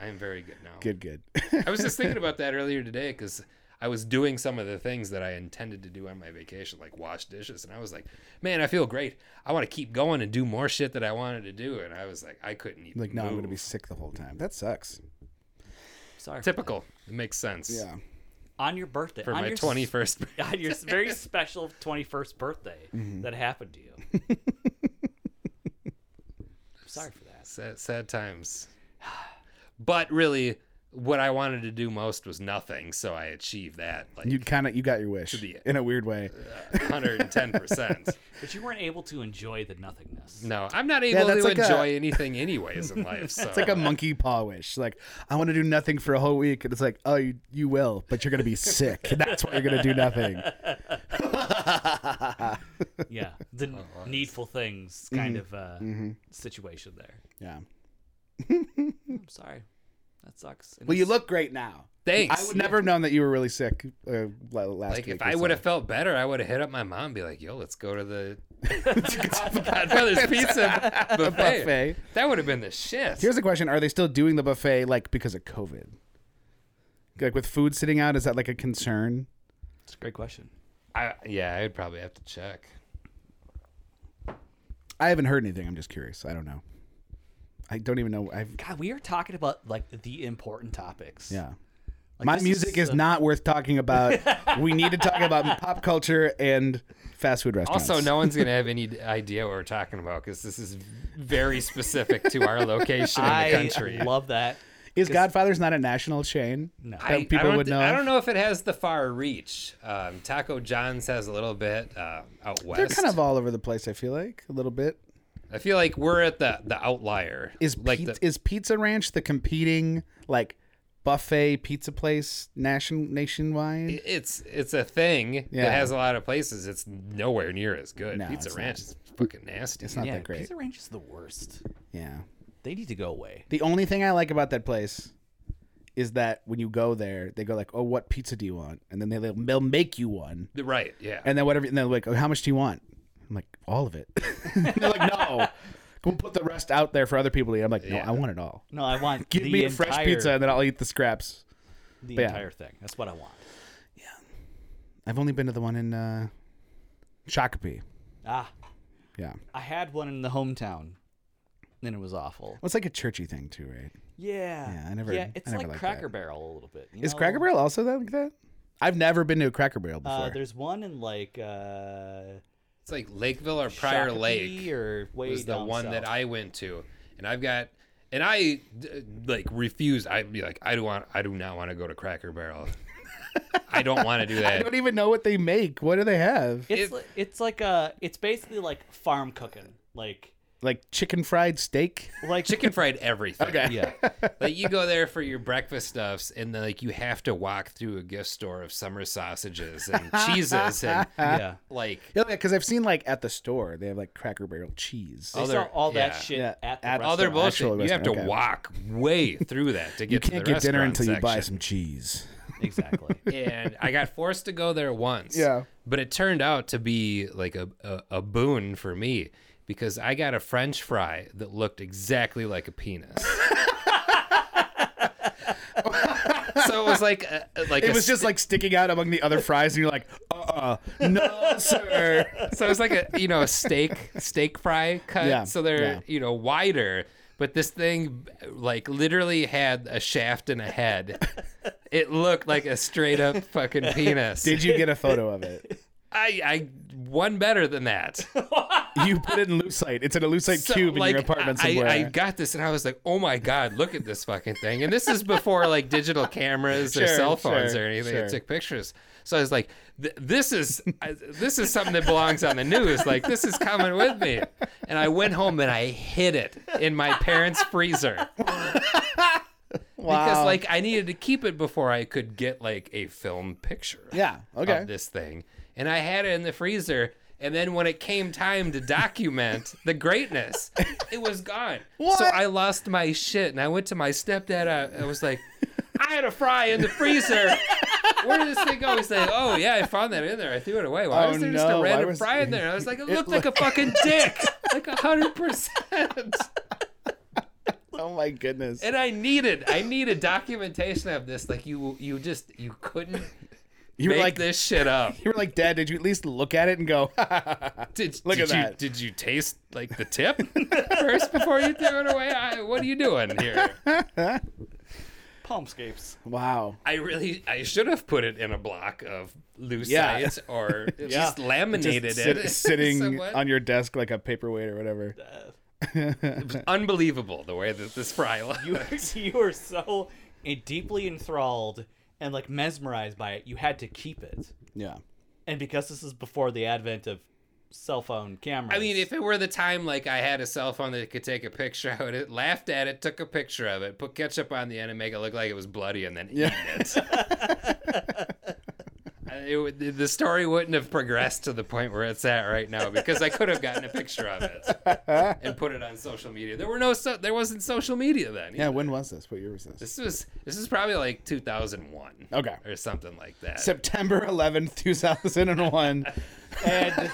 Speaker 5: I'm very good now.
Speaker 1: Good, good.
Speaker 5: I was just thinking about that earlier today because I was doing some of the things that I intended to do on my vacation, like wash dishes, and I was like, "Man, I feel great. I want to keep going and do more shit that I wanted to do." And I was like, "I couldn't even."
Speaker 1: like, no, I'm going to be
Speaker 5: move.
Speaker 1: sick the whole time. That sucks.
Speaker 4: Sorry.
Speaker 5: typical. It makes sense.
Speaker 1: Yeah.
Speaker 4: On your birthday.
Speaker 5: For
Speaker 4: on
Speaker 5: my
Speaker 4: your s-
Speaker 5: twenty first,
Speaker 4: on your very special 21st birthday
Speaker 1: Mm-hmm.
Speaker 4: that happened to you. Sorry for that.
Speaker 5: sad, sad times. But really, what I wanted to do most was nothing, so I achieved that like
Speaker 1: You kind of you got your wish
Speaker 5: the-
Speaker 1: in a weird way.
Speaker 5: hundred and ten percent.
Speaker 4: But you weren't able to enjoy the nothingness.
Speaker 5: No, I'm not able to
Speaker 1: that's like a-
Speaker 5: enjoy anything anyways in life. So
Speaker 1: It's like a monkey paw wish. Like I want to do nothing for a whole week, and it's like, oh, you, you will, but you're gonna be sick. And that's why you're gonna do nothing.
Speaker 4: Yeah. The
Speaker 1: Uh-huh.
Speaker 4: needful things
Speaker 1: Mm-hmm.
Speaker 4: kind of uh, situation there.
Speaker 1: Yeah.
Speaker 4: I'm sorry. That sucks. And
Speaker 1: Well, you
Speaker 4: it's-
Speaker 1: look great now.
Speaker 5: thanks.
Speaker 1: I would never have known that you were really sick uh, la- last
Speaker 5: Like
Speaker 1: week.
Speaker 5: if
Speaker 1: or
Speaker 5: I
Speaker 1: so.
Speaker 5: would have felt better, I would have hit up my mom and be like, "Yo, let's go to the Godfather's Pizza buffet.
Speaker 1: buffet.
Speaker 5: That would have been the shit.
Speaker 1: Here's the question: Are they still doing the buffet like because of COVID? Like with food sitting out, is that like a concern?
Speaker 4: It's a great question.
Speaker 5: I, yeah, I would probably have to check.
Speaker 1: I haven't heard anything. I'm just curious. I don't know. I don't even know. I've
Speaker 4: God, we are talking about like the important topics.
Speaker 1: yeah.
Speaker 4: Like,
Speaker 1: My
Speaker 4: this
Speaker 1: music is
Speaker 4: uh,
Speaker 1: not worth talking about. we need to talk about pop culture and fast food restaurants.
Speaker 5: Also, no one's gonna have any idea what we're talking about because this is very specific to our location
Speaker 4: I
Speaker 5: in the country.
Speaker 4: love that.
Speaker 1: Is Godfather's not a national chain? No.
Speaker 5: I,
Speaker 1: people
Speaker 5: I don't,
Speaker 1: would
Speaker 5: thi-
Speaker 1: know.
Speaker 5: I don't know if it has the far reach. Um, Taco John's has a little bit um, out west.
Speaker 1: They're kind of all over the place. I feel like a little bit.
Speaker 5: I feel like we're at the the outlier.
Speaker 1: Is
Speaker 5: like
Speaker 1: Pete-
Speaker 5: the,
Speaker 1: is Pizza Ranch the competing like buffet pizza place nation nationwide?
Speaker 5: it's it's a thing
Speaker 1: Yeah.
Speaker 5: that has a lot of places. It's nowhere near as good.
Speaker 1: No,
Speaker 5: Pizza
Speaker 1: it's
Speaker 5: Ranch is fucking nasty.
Speaker 1: it's not
Speaker 4: yeah,
Speaker 1: that great.
Speaker 4: Pizza Ranch is the worst.
Speaker 1: yeah.
Speaker 4: They need to go away.
Speaker 1: The only thing I like about that place is that when you go there, they go like, "Oh, what pizza do you want?" And then they they'll make you one,
Speaker 5: Right? Yeah.
Speaker 1: and then whatever, and they're like, "Oh, how much do you want?" I'm like, "All of it." they're like, "No, we'll put the rest out there for other people to eat." I'm like, "No,
Speaker 5: Yeah.
Speaker 1: I want it all.
Speaker 4: No, I want
Speaker 1: Give
Speaker 4: the
Speaker 1: me a
Speaker 4: entire,
Speaker 1: fresh pizza, and then I'll eat the scraps."
Speaker 4: The
Speaker 1: yeah.
Speaker 4: entire thing. That's what I want.
Speaker 1: I've only been to the one in uh, Shakopee.
Speaker 4: Ah,
Speaker 1: Yeah,
Speaker 4: I had one in the hometown, and it was awful.
Speaker 1: well, it's like a churchy thing too, right?
Speaker 4: Yeah.
Speaker 1: Yeah, I never-
Speaker 4: Yeah, it's
Speaker 1: I never
Speaker 4: like
Speaker 1: liked
Speaker 4: Cracker
Speaker 1: that.
Speaker 4: Barrel a little bit. you
Speaker 1: Is
Speaker 4: know?
Speaker 1: Cracker Barrel also that like that? I've never been to a Cracker Barrel before.
Speaker 4: Uh, there's one in like uh,
Speaker 5: it's like Lakeville or Prior
Speaker 4: Shakopee
Speaker 5: Lake
Speaker 4: or way
Speaker 5: was the
Speaker 4: down
Speaker 5: one
Speaker 4: south.
Speaker 5: that I went to, and I've got. And I d- like refused. I'd be like, I do want, I do not want to go to Cracker Barrel. I don't want to do
Speaker 1: I
Speaker 5: that.
Speaker 1: don't even know what they make. What do they have?
Speaker 4: It's
Speaker 5: It-
Speaker 4: li- it's like a it's basically like farm cooking, like
Speaker 1: Like chicken fried steak.
Speaker 4: like
Speaker 5: Chicken fried everything.
Speaker 1: Okay.
Speaker 4: Yeah,
Speaker 5: like you go there for your breakfast stuffs and then like you have to walk through a gift store of summer sausages and cheeses and
Speaker 4: yeah.
Speaker 5: like
Speaker 1: Yeah, because I've seen like at the store they have like Cracker Barrel cheese.
Speaker 4: They
Speaker 5: Other-
Speaker 4: sell all that
Speaker 5: yeah.
Speaker 4: shit
Speaker 1: Yeah,
Speaker 4: at the
Speaker 1: at-
Speaker 4: restaurant.
Speaker 5: other Oh, bullshit.
Speaker 1: actual
Speaker 5: You have to
Speaker 1: restaurant, okay.
Speaker 5: walk way through that to get
Speaker 1: you
Speaker 5: to
Speaker 1: can't
Speaker 5: the
Speaker 1: get dinner
Speaker 5: restaurant
Speaker 1: until you buy
Speaker 5: section.
Speaker 1: some cheese.
Speaker 4: Exactly.
Speaker 5: and I got forced to go there once.
Speaker 1: Yeah.
Speaker 5: But it turned out to be like a, a, a boon for me because I got a French fry that looked exactly like a penis. so it was like a, like
Speaker 1: It
Speaker 5: a
Speaker 1: was just like sticking out among the other fries, and you're like, uh, uh no, sir.
Speaker 5: so it's like a you know a steak steak fry cut
Speaker 1: Yeah,
Speaker 5: so they're
Speaker 1: yeah.
Speaker 5: you know wider but this thing like literally had a shaft and a head it looked like a straight up fucking penis
Speaker 1: Did you get a photo of it?
Speaker 5: i i one better than that
Speaker 1: you put it in lucite. It's in a lucite
Speaker 5: So,
Speaker 1: cube in
Speaker 5: like,
Speaker 1: your apartment
Speaker 5: I-
Speaker 1: somewhere.
Speaker 5: I, I got this and I was like, oh my God, look at this fucking thing. And this is before like digital cameras or
Speaker 1: Sure,
Speaker 5: cell phones
Speaker 1: sure,
Speaker 5: or anything
Speaker 1: sure.
Speaker 5: that took pictures. So I was like, th- this is I, this is something that belongs on the news. Like this is coming with me. And I went home and I hid it in my parents' freezer because like I needed to keep it before I could get like a film picture
Speaker 1: yeah, okay.
Speaker 5: of this thing. And I had it in the freezer. And then when it came time to document the greatness, it was gone. So
Speaker 1: What?
Speaker 5: I lost my shit. And I went to my stepdad. I, I was like, I had a fry in the freezer. Where did this thing go? He's like, Oh, yeah, I found that in there. I threw it away. Why
Speaker 1: Oh,
Speaker 5: was there just
Speaker 1: no.
Speaker 5: a
Speaker 1: Why
Speaker 5: random
Speaker 1: was-
Speaker 5: fry in there? And I was like, It
Speaker 1: It
Speaker 5: looked like a fucking dick. Like 100%.
Speaker 1: oh my goodness.
Speaker 5: And I needed, I needed documentation of this. Like, you, you just, you couldn't
Speaker 1: you were
Speaker 5: make
Speaker 1: like
Speaker 5: this shit up.
Speaker 1: you were like, Dad, did you at least look at it and go?
Speaker 5: Did,
Speaker 1: Look
Speaker 5: did
Speaker 1: at
Speaker 5: you,
Speaker 1: that.
Speaker 5: Did you taste like the tip first before you threw it away? I, what are you doing here?
Speaker 4: Palmscapes.
Speaker 1: wow.
Speaker 5: I really, I should have put it in a block of lucite
Speaker 1: Yeah.
Speaker 5: or just laminated
Speaker 1: Just
Speaker 5: it.
Speaker 1: sit- sitting
Speaker 5: somewhat.
Speaker 1: on your desk like a paperweight or whatever.
Speaker 5: unbelievable the way that this fry looked.
Speaker 4: You you were so en- deeply enthralled and like mesmerized by it. You had to keep it,
Speaker 1: Yeah.
Speaker 4: and because this is before the advent of cell phone cameras.
Speaker 5: I mean, if it were the time like I had a cell phone that could take a picture, I would have laughed at it, took a picture of it, put ketchup on the end, and make it look like it was bloody, and then
Speaker 1: Yeah.
Speaker 5: eaten it. I- it would- the story wouldn't have progressed to the point where it's at right now because I could have gotten a picture of it and put it on social media. There were no, so, there wasn't social media then.
Speaker 1: Yeah.
Speaker 5: either.
Speaker 1: When was this? What year was this?
Speaker 5: This was this is probably like 2001
Speaker 1: Okay.
Speaker 5: or something like that.
Speaker 1: September 11th, 2001.
Speaker 4: and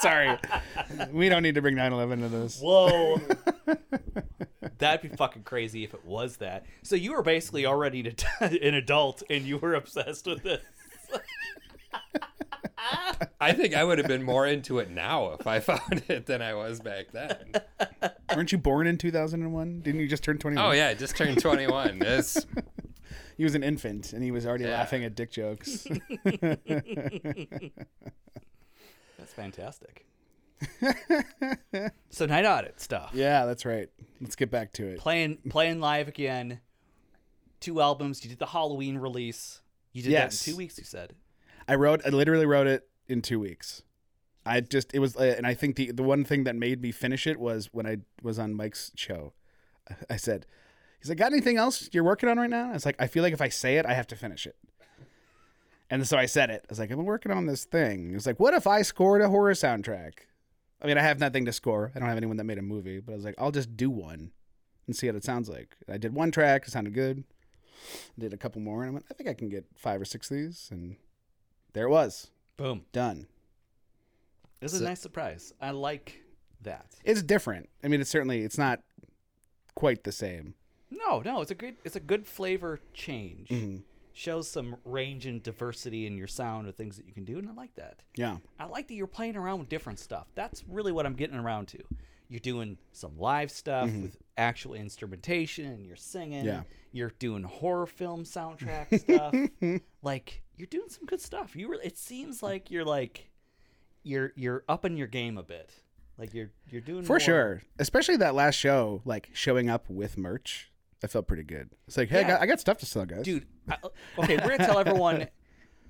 Speaker 1: Sorry. We don't need to bring 9 11 into this.
Speaker 4: whoa, that'd be fucking crazy if it was that. So you were basically already an ad- an adult, and you were obsessed with this.
Speaker 5: I think I would have been more into it now if I found it than I was back then.
Speaker 1: Weren't you born in 2001? Didn't you just turn 21?
Speaker 5: Oh yeah, I just turned 21. This
Speaker 1: He was an infant and he was already laughing at dick jokes.
Speaker 4: That's fantastic. so night audit stuff.
Speaker 1: yeah, that's right. Let's get back to it.
Speaker 4: Playing playing live again. Two albums. You did the Halloween release. You did
Speaker 1: Yes.
Speaker 4: that in two weeks. You said.
Speaker 1: I wrote, I literally wrote it in two weeks. I just, it was, uh, and I think the, the one thing that made me finish it was when I was on Mike's show. I said, he's like, got anything else you're working on right now? I was like, I feel like if I say it, I have to finish it. And so I said it. I was like, I'm working on this thing. It was like, what if I scored a horror soundtrack? I mean, I have nothing to score. I don't have anyone that made a movie, but I was like, I'll just do one and see what it sounds like. And I did one track, it sounded good. Did a couple more, and I went, I think I can get five or six of these. And there it was,
Speaker 4: Boom.
Speaker 1: done.
Speaker 4: It was a nice surprise. I like that.
Speaker 1: It's different. I mean, it's certainly it's not quite the same.
Speaker 4: No, no, it's a good it's a good flavor change.
Speaker 1: Mm-hmm.
Speaker 4: Shows some range and diversity in your sound or things that you can do, and I like that.
Speaker 1: Yeah,
Speaker 4: I like that you're playing around with different stuff. That's really what I'm getting around to. You're doing some live stuff with actual instrumentation, and you're singing.
Speaker 1: Mm-hmm. Yeah.
Speaker 4: You're doing horror film soundtrack stuff. like you're doing some good stuff. You really, it seems like you're like you're you're upping your game a bit. Like you're you're doing
Speaker 1: for
Speaker 4: more-
Speaker 1: sure. Especially that last show, like showing up with merch. That felt pretty good. It's like, hey, I,
Speaker 4: Yeah.
Speaker 1: got, I got stuff to sell, guys.
Speaker 4: dude. I, uh, okay, we're gonna tell everyone.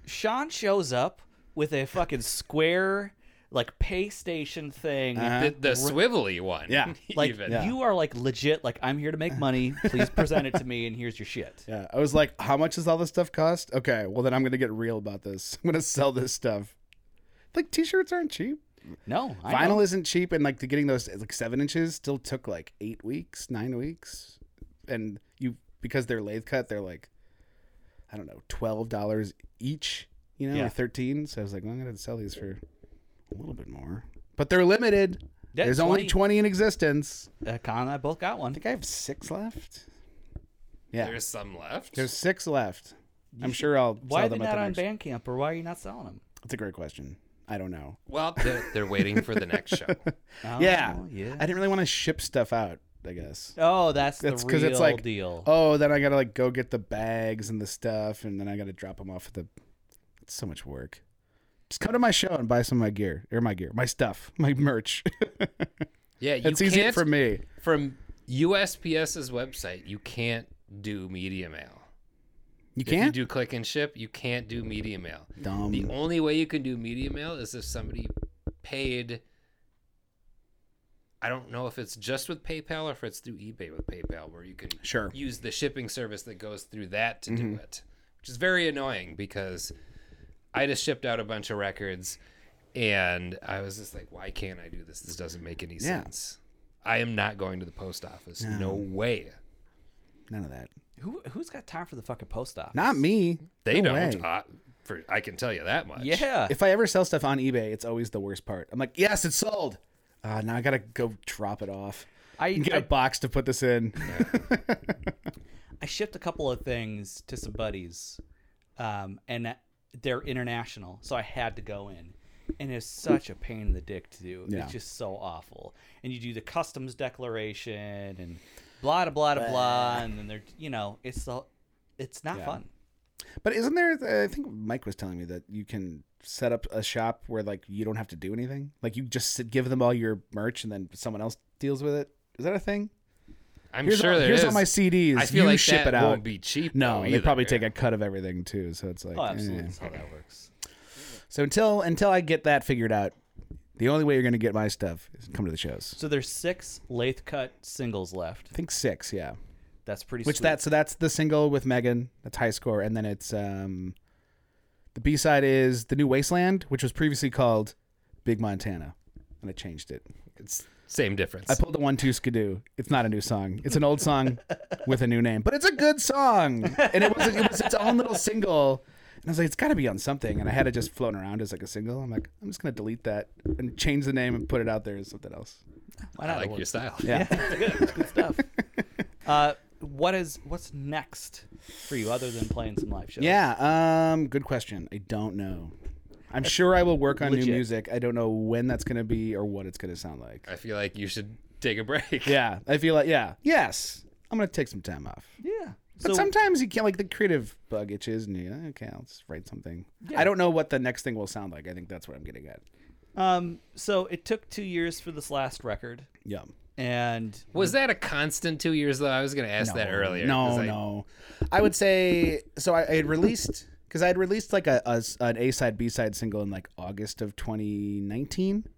Speaker 4: Sean shows up with a fucking square, like pay station thing.
Speaker 1: Uh-huh.
Speaker 5: the, the swivelly one.
Speaker 1: Yeah.
Speaker 4: Like
Speaker 5: even.
Speaker 4: you are like legit. Like I'm here to make money. Please present it to me, and here's your shit.
Speaker 1: Yeah, I was like, how much does all this stuff cost? Okay, well then I'm gonna get real about this. I'm gonna sell this stuff. Like t-shirts aren't cheap.
Speaker 4: No, I
Speaker 1: Vinyl
Speaker 4: know.
Speaker 1: isn't cheap, and like the getting those like seven inches still took like eight weeks, nine weeks, and you because they're lathe cut, they're like, I don't know, twelve dollars each, you know,
Speaker 4: Yeah.
Speaker 1: or thirteen. So I was like, well, I'm gonna sell these for a little bit more, but they're limited.
Speaker 4: Yeah,
Speaker 1: There's only
Speaker 4: 20.
Speaker 1: twenty in existence.
Speaker 4: Uh, Con and I both got one.
Speaker 1: I think I have six left. Yeah, there's,
Speaker 5: There's some left.
Speaker 1: six left. I'm sure I'll
Speaker 4: Why
Speaker 1: sell
Speaker 4: are they
Speaker 1: them at
Speaker 4: not
Speaker 1: the
Speaker 4: on
Speaker 1: next.
Speaker 4: Bandcamp, or why are you not selling them?
Speaker 1: That's a great question. I don't know.
Speaker 5: well, they're, they're waiting for the next show.
Speaker 1: yeah.
Speaker 4: Oh, yeah.
Speaker 1: I didn't really want to ship stuff out. I guess.
Speaker 4: Oh, that's the
Speaker 1: That's
Speaker 4: real
Speaker 1: because it's like,
Speaker 4: deal.
Speaker 1: oh, then I gotta like go get the bags and the stuff, and then I gotta drop them off at the. It's so much work. Just come to my show and buy some of my gear or my gear, my stuff, my merch.
Speaker 5: Yeah, you
Speaker 1: It's easier
Speaker 5: can't-
Speaker 1: for me.
Speaker 5: From USPS's website, you can't do media mail.
Speaker 1: You
Speaker 5: If you
Speaker 1: can't.
Speaker 5: do click and ship, you can't do media mail.
Speaker 1: Dumb.
Speaker 5: The only way you can do media mail is if somebody paid. I don't know if it's just with PayPal or if it's through eBay with PayPal, where you can
Speaker 1: Sure. Mm-hmm.
Speaker 5: use the shipping service that goes through that to do it, which is very annoying because I just shipped out a bunch of records and I was just like, why can't I do this? This doesn't make any
Speaker 1: Yeah.
Speaker 5: sense. I am not going to the post office. No, way.
Speaker 1: None of that.
Speaker 4: Who who's got time for the fucking post office?
Speaker 1: Not me.
Speaker 5: They
Speaker 1: No
Speaker 5: don't.
Speaker 1: way.
Speaker 5: I, for, I can tell you that much.
Speaker 4: Yeah.
Speaker 1: If I ever sell stuff on eBay, it's always the worst part. I'm like, yes, it's sold. Uh, now I gotta go drop it off.
Speaker 4: I-
Speaker 1: and get
Speaker 4: I-
Speaker 1: a box to put this in.
Speaker 4: I shipped a couple of things to some buddies, um, and they're international, so I had to go in, and it's such a pain in the dick to do.
Speaker 1: Yeah.
Speaker 4: It's just so awful, and you do the customs declaration and blah da blah da blah, and then they're you know it's the it's not fun.
Speaker 1: But isn't there? uh, I think Mike was telling me that you can set up a shop where like you don't have to do anything. Like you just sit, give them all your merch, and then someone else deals with it. Is that a thing?
Speaker 5: I'm
Speaker 1: Here's
Speaker 5: sure
Speaker 1: all,
Speaker 5: there
Speaker 1: here's
Speaker 5: is.
Speaker 1: all my CDs.
Speaker 5: I feel
Speaker 1: you
Speaker 5: like
Speaker 1: ship
Speaker 5: that
Speaker 1: it out.
Speaker 5: won't be cheap.
Speaker 1: no,
Speaker 5: though,
Speaker 1: they
Speaker 5: either.
Speaker 1: probably take a cut of everything too. So it's like,
Speaker 4: Oh, absolutely,
Speaker 1: eh.
Speaker 4: that's how that works.
Speaker 1: so until until I get that figured out, the only way you're gonna get my stuff is come to the shows.
Speaker 4: So there's six lathe cut singles left.
Speaker 1: I think six, yeah.
Speaker 4: That's pretty.
Speaker 1: Which
Speaker 4: sweet.
Speaker 1: that so that's the single with Megan. That's high score, and then it's um, the B side is the new Wasteland, which was previously called Big Montana, and I changed it.
Speaker 5: It's same difference.
Speaker 1: I pulled the one two skidoo. It's not a new song. It's an old song with a new name, but it's a good song, and it was it was its own little single. And I was like, it's got to be on something, and I had it just floating around as like a single. I'm like, I'm just gonna delete that and change the name and put it out there as something else.
Speaker 4: Why
Speaker 5: I
Speaker 4: not? It
Speaker 5: like your
Speaker 4: works.
Speaker 5: style.
Speaker 1: Yeah.
Speaker 4: Uh, what is what's next for you other than playing some live shows?
Speaker 1: Yeah. Um. Good question. I don't know. I'm sure I will work on
Speaker 4: Legit.
Speaker 1: new music. I don't know when that's gonna be or what it's gonna sound like.
Speaker 5: I feel like you should take a break.
Speaker 1: Yeah. I feel like yeah. Yes. I'm gonna take some time off.
Speaker 4: Yeah.
Speaker 1: But sometimes you can't like the creative bug itches, and you okay, I'll just write something. I don't know what the next thing will sound like. I think that's what I'm getting at.
Speaker 4: Um, so it took two years for this last record,
Speaker 1: Yeah.
Speaker 4: and
Speaker 5: Was that a constant two years though? I was gonna ask that earlier.
Speaker 1: No,
Speaker 5: 'cause I-
Speaker 1: no. I would say so. I, I had released because I had released like a, a s- an A side B side single in like August of 2019.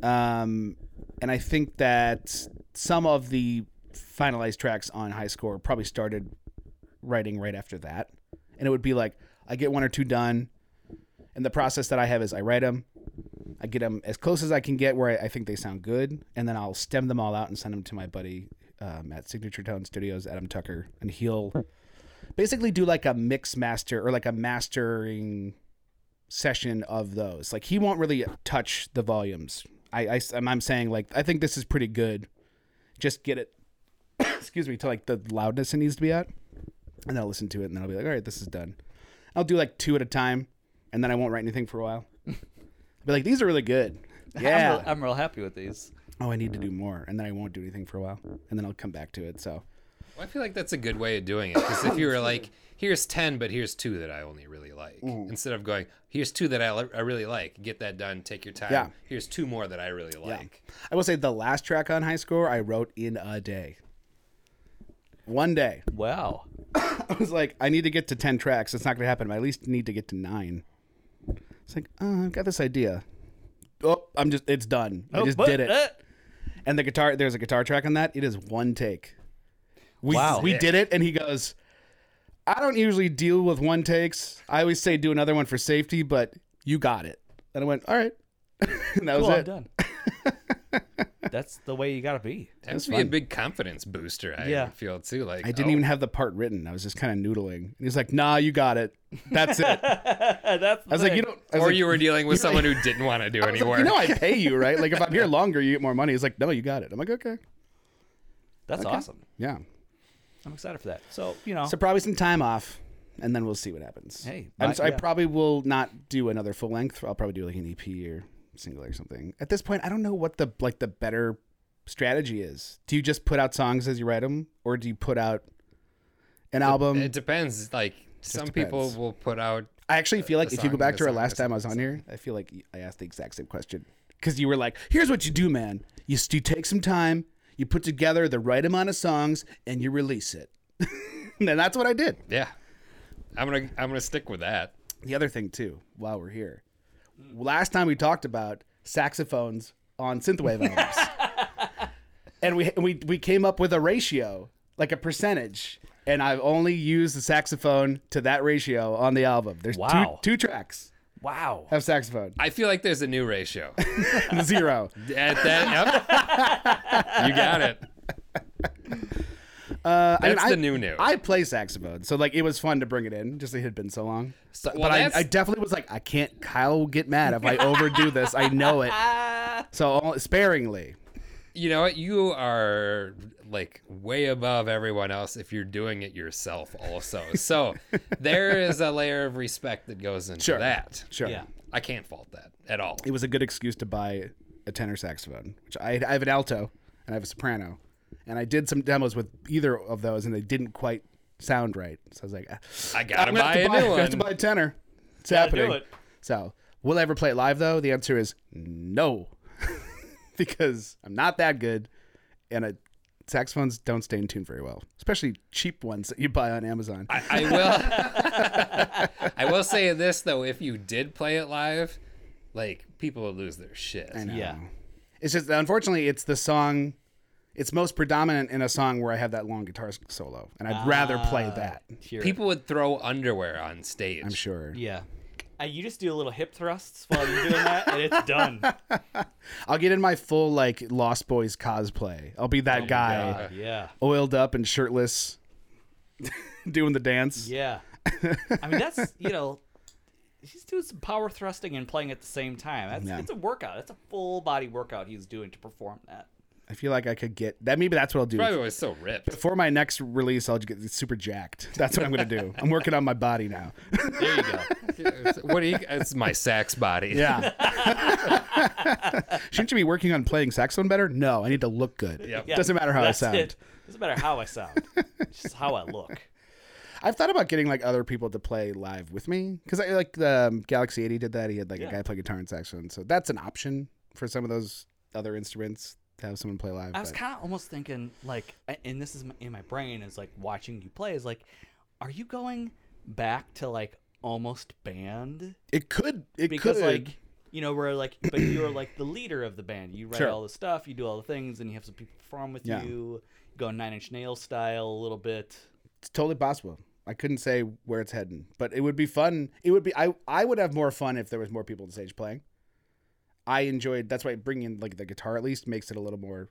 Speaker 1: Um, and I think that some of the finalized tracks on High Score probably started writing right after that, and it would be like I get one or two done, and the process that I have is I write them. I get them as close as I can get where I, I think they sound good, and then I'll stem them all out and send them to my buddy um, at Signature Tone Studios, Adam Tucker, and he'll basically do like a mix master or like a mastering session of those. Like he won't really touch the volumes. I, am I'm saying like I think this is pretty good. Just get it, excuse me, to like the loudness it needs to be at, and then I'll listen to it, and then I'll be like, all right, this is done. I'll do like two at a time, and then I won't write anything for a while. Be like, these are really good.
Speaker 4: I'm, real,
Speaker 1: Yeah.
Speaker 4: I'm real happy with these.
Speaker 1: Oh, I need to do more, and then I won't do anything for a while, and then I'll come back to it. So,
Speaker 5: Well, I feel like that's a good way of doing it because if you were like, here's ten, but here's two that I only really like, instead of going, here's two that I, li- I really like, get that done, take your time.
Speaker 1: Yeah.
Speaker 5: Here's two more that I really like.
Speaker 1: I will say the last track on High Score I wrote in a day. One day,
Speaker 4: Wow.
Speaker 1: I was like, I need to get to ten tracks. It's not going to happen. But I at least need to get to nine. It's like, oh, I've got this idea. Oh, I'm just, it's done. I just
Speaker 4: But,
Speaker 1: did it.
Speaker 4: uh,
Speaker 1: And the guitar, there's a guitar track on that. It is one take. We,
Speaker 4: Wow.
Speaker 1: We did it, and he goes, I don't usually deal with one takes. I always say do another one for safety, but you got it. And I went, all right. and that
Speaker 4: cool,
Speaker 1: was
Speaker 4: I'm
Speaker 1: it.
Speaker 4: done. That's the way you gotta be.
Speaker 5: That would be a big confidence booster. I
Speaker 4: Yeah.
Speaker 5: feel too. Like
Speaker 1: I didn't
Speaker 5: oh,
Speaker 1: even have the part written. I was just kind of noodling. And he's like, nah, you got it. That's it. I
Speaker 4: Uh, That's.
Speaker 1: was like, you don't. I was
Speaker 5: Or
Speaker 1: like,
Speaker 5: you were dealing with someone who didn't want to do any
Speaker 1: I was like,
Speaker 5: work.
Speaker 1: you know, I pay you, right? Like, if I'm here longer, you get more money. He's like, no, you got it. I'm like, okay.
Speaker 4: That's awesome.
Speaker 1: Yeah.
Speaker 4: I'm excited for that. So you know,
Speaker 1: So probably some time off, and then we'll see what happens.
Speaker 4: Hey,
Speaker 1: I'm
Speaker 4: but-
Speaker 1: so, I
Speaker 4: yeah.
Speaker 1: probably will not do another full length. I'll probably do like an EP or single or something. At this point, I don't know what the like the better strategy is. Do you just put out songs as you write them, or do you put out an album?
Speaker 5: It depends. Like some people
Speaker 1: depends.
Speaker 5: will put out
Speaker 1: I actually feel like
Speaker 5: a
Speaker 1: if you go
Speaker 5: song,
Speaker 1: back
Speaker 5: a
Speaker 1: to our
Speaker 5: song, a
Speaker 1: last time I
Speaker 5: song,
Speaker 1: was
Speaker 5: a
Speaker 1: on here, I feel like I asked the exact same question because you were like, "Here's what you do, man. You s- you take some time, you put together the right amount of songs, and you release it." and that's what I did.
Speaker 5: Yeah. I'm gonna I'm gonna stick with that.
Speaker 1: The other thing too, while we're here, last time we talked about saxophones on synthwave albums, and we we we came up with a ratio, like a percentage, and I've only used the saxophone to that ratio on the album. There's
Speaker 4: Wow.
Speaker 1: two, two tracks
Speaker 4: Wow.
Speaker 1: of saxophone,
Speaker 5: I feel like there's a new ratio.
Speaker 1: zero.
Speaker 5: At that, yep. You got it.
Speaker 1: Uh, I mean,
Speaker 5: That's
Speaker 1: I-
Speaker 5: the new new.
Speaker 1: I play saxophone, so like it was fun to bring it in. Just it had been so long.
Speaker 5: So- well,
Speaker 1: but I,
Speaker 5: that's-
Speaker 1: I definitely was like, I can't. Kyle will get mad if I overdo this. I know it. So all- sparingly.
Speaker 5: you know what? You are like way above everyone else if you're doing it yourself, also. So there is a layer of respect that goes into
Speaker 1: Sure.
Speaker 5: that.
Speaker 1: Sure.
Speaker 4: Yeah.
Speaker 5: I can't fault that at all.
Speaker 1: It was a good excuse to buy a tenor saxophone, which I, I have an alto and I have a soprano, and I did some demos with either of those, and they didn't quite sound right. So I was like, ah,
Speaker 5: I gotta
Speaker 1: I'm gonna
Speaker 5: buy
Speaker 1: have
Speaker 5: a
Speaker 1: to buy,
Speaker 5: new
Speaker 1: I have to
Speaker 5: one.
Speaker 1: buy a tenor. It's
Speaker 4: do
Speaker 1: happening.
Speaker 4: it.
Speaker 1: So will I ever play it live though? The answer is no, because I'm not that good, and I, saxophones don't stay in tune very well, especially cheap ones that you buy on Amazon.
Speaker 5: I, I will. I will say this though: if you did play it live, like people would lose their shit.
Speaker 1: I know.
Speaker 4: Yeah.
Speaker 1: It's just unfortunately it's the song it's most predominant in a song where I have that long guitar solo and I'd rather play
Speaker 4: Ah.
Speaker 1: that.
Speaker 4: Sure.
Speaker 5: People would throw underwear on stage.
Speaker 1: I'm sure.
Speaker 4: Yeah. Uh, you just do a little hip thrusts while you're doing that, and it's done.
Speaker 1: I'll get in my full like Lost Boys cosplay. I'll be that guy
Speaker 4: Oh God, yeah.
Speaker 1: oiled up and shirtless doing the dance.
Speaker 4: Yeah. I mean, that's, you know, he's doing some power thrusting and playing at the same time. That's
Speaker 1: Yeah.
Speaker 4: It's a workout. It's a full body workout he's doing to perform that.
Speaker 1: I feel like I could get that maybe that's what I'll do.
Speaker 5: Probably was so ripped.
Speaker 1: Before my next release, I'll get super jacked. That's what I'm gonna do. I'm working on my body now.
Speaker 5: There you go. what do you? It's my sax body.
Speaker 1: Yeah. Shouldn't you be working on playing saxophone better? No, I need to look good.
Speaker 5: Yep.
Speaker 4: Yeah,
Speaker 1: Doesn't matter how I
Speaker 4: that's
Speaker 1: sound.
Speaker 4: It. Doesn't matter how I sound. It's just how I look.
Speaker 1: I've thought about getting like other people to play live with me because I like the um, Galaxy 80 did that. He had like a
Speaker 4: Yeah.
Speaker 1: guy play guitar and saxophone, so that's an option for some of those other instruments to have someone play live.
Speaker 4: I was
Speaker 1: but-
Speaker 4: kind of almost thinking, like, a- and this is m- in my brain, is like watching you play is like, are you going back to like almost band?
Speaker 1: it could, it
Speaker 4: because
Speaker 1: could,
Speaker 4: like you know where like but you're like the leader of the band you write
Speaker 1: Sure.
Speaker 4: all the stuff you do all the things and you have some people perform with
Speaker 1: Yeah.
Speaker 4: you go nine inch nail style a little bit
Speaker 1: it's totally possible. I couldn't say where it's heading, but it would be fun. It would be. I I would have more fun if there was more people on stage playing. I enjoyed. That's why bringing like the guitar at least makes it a little more.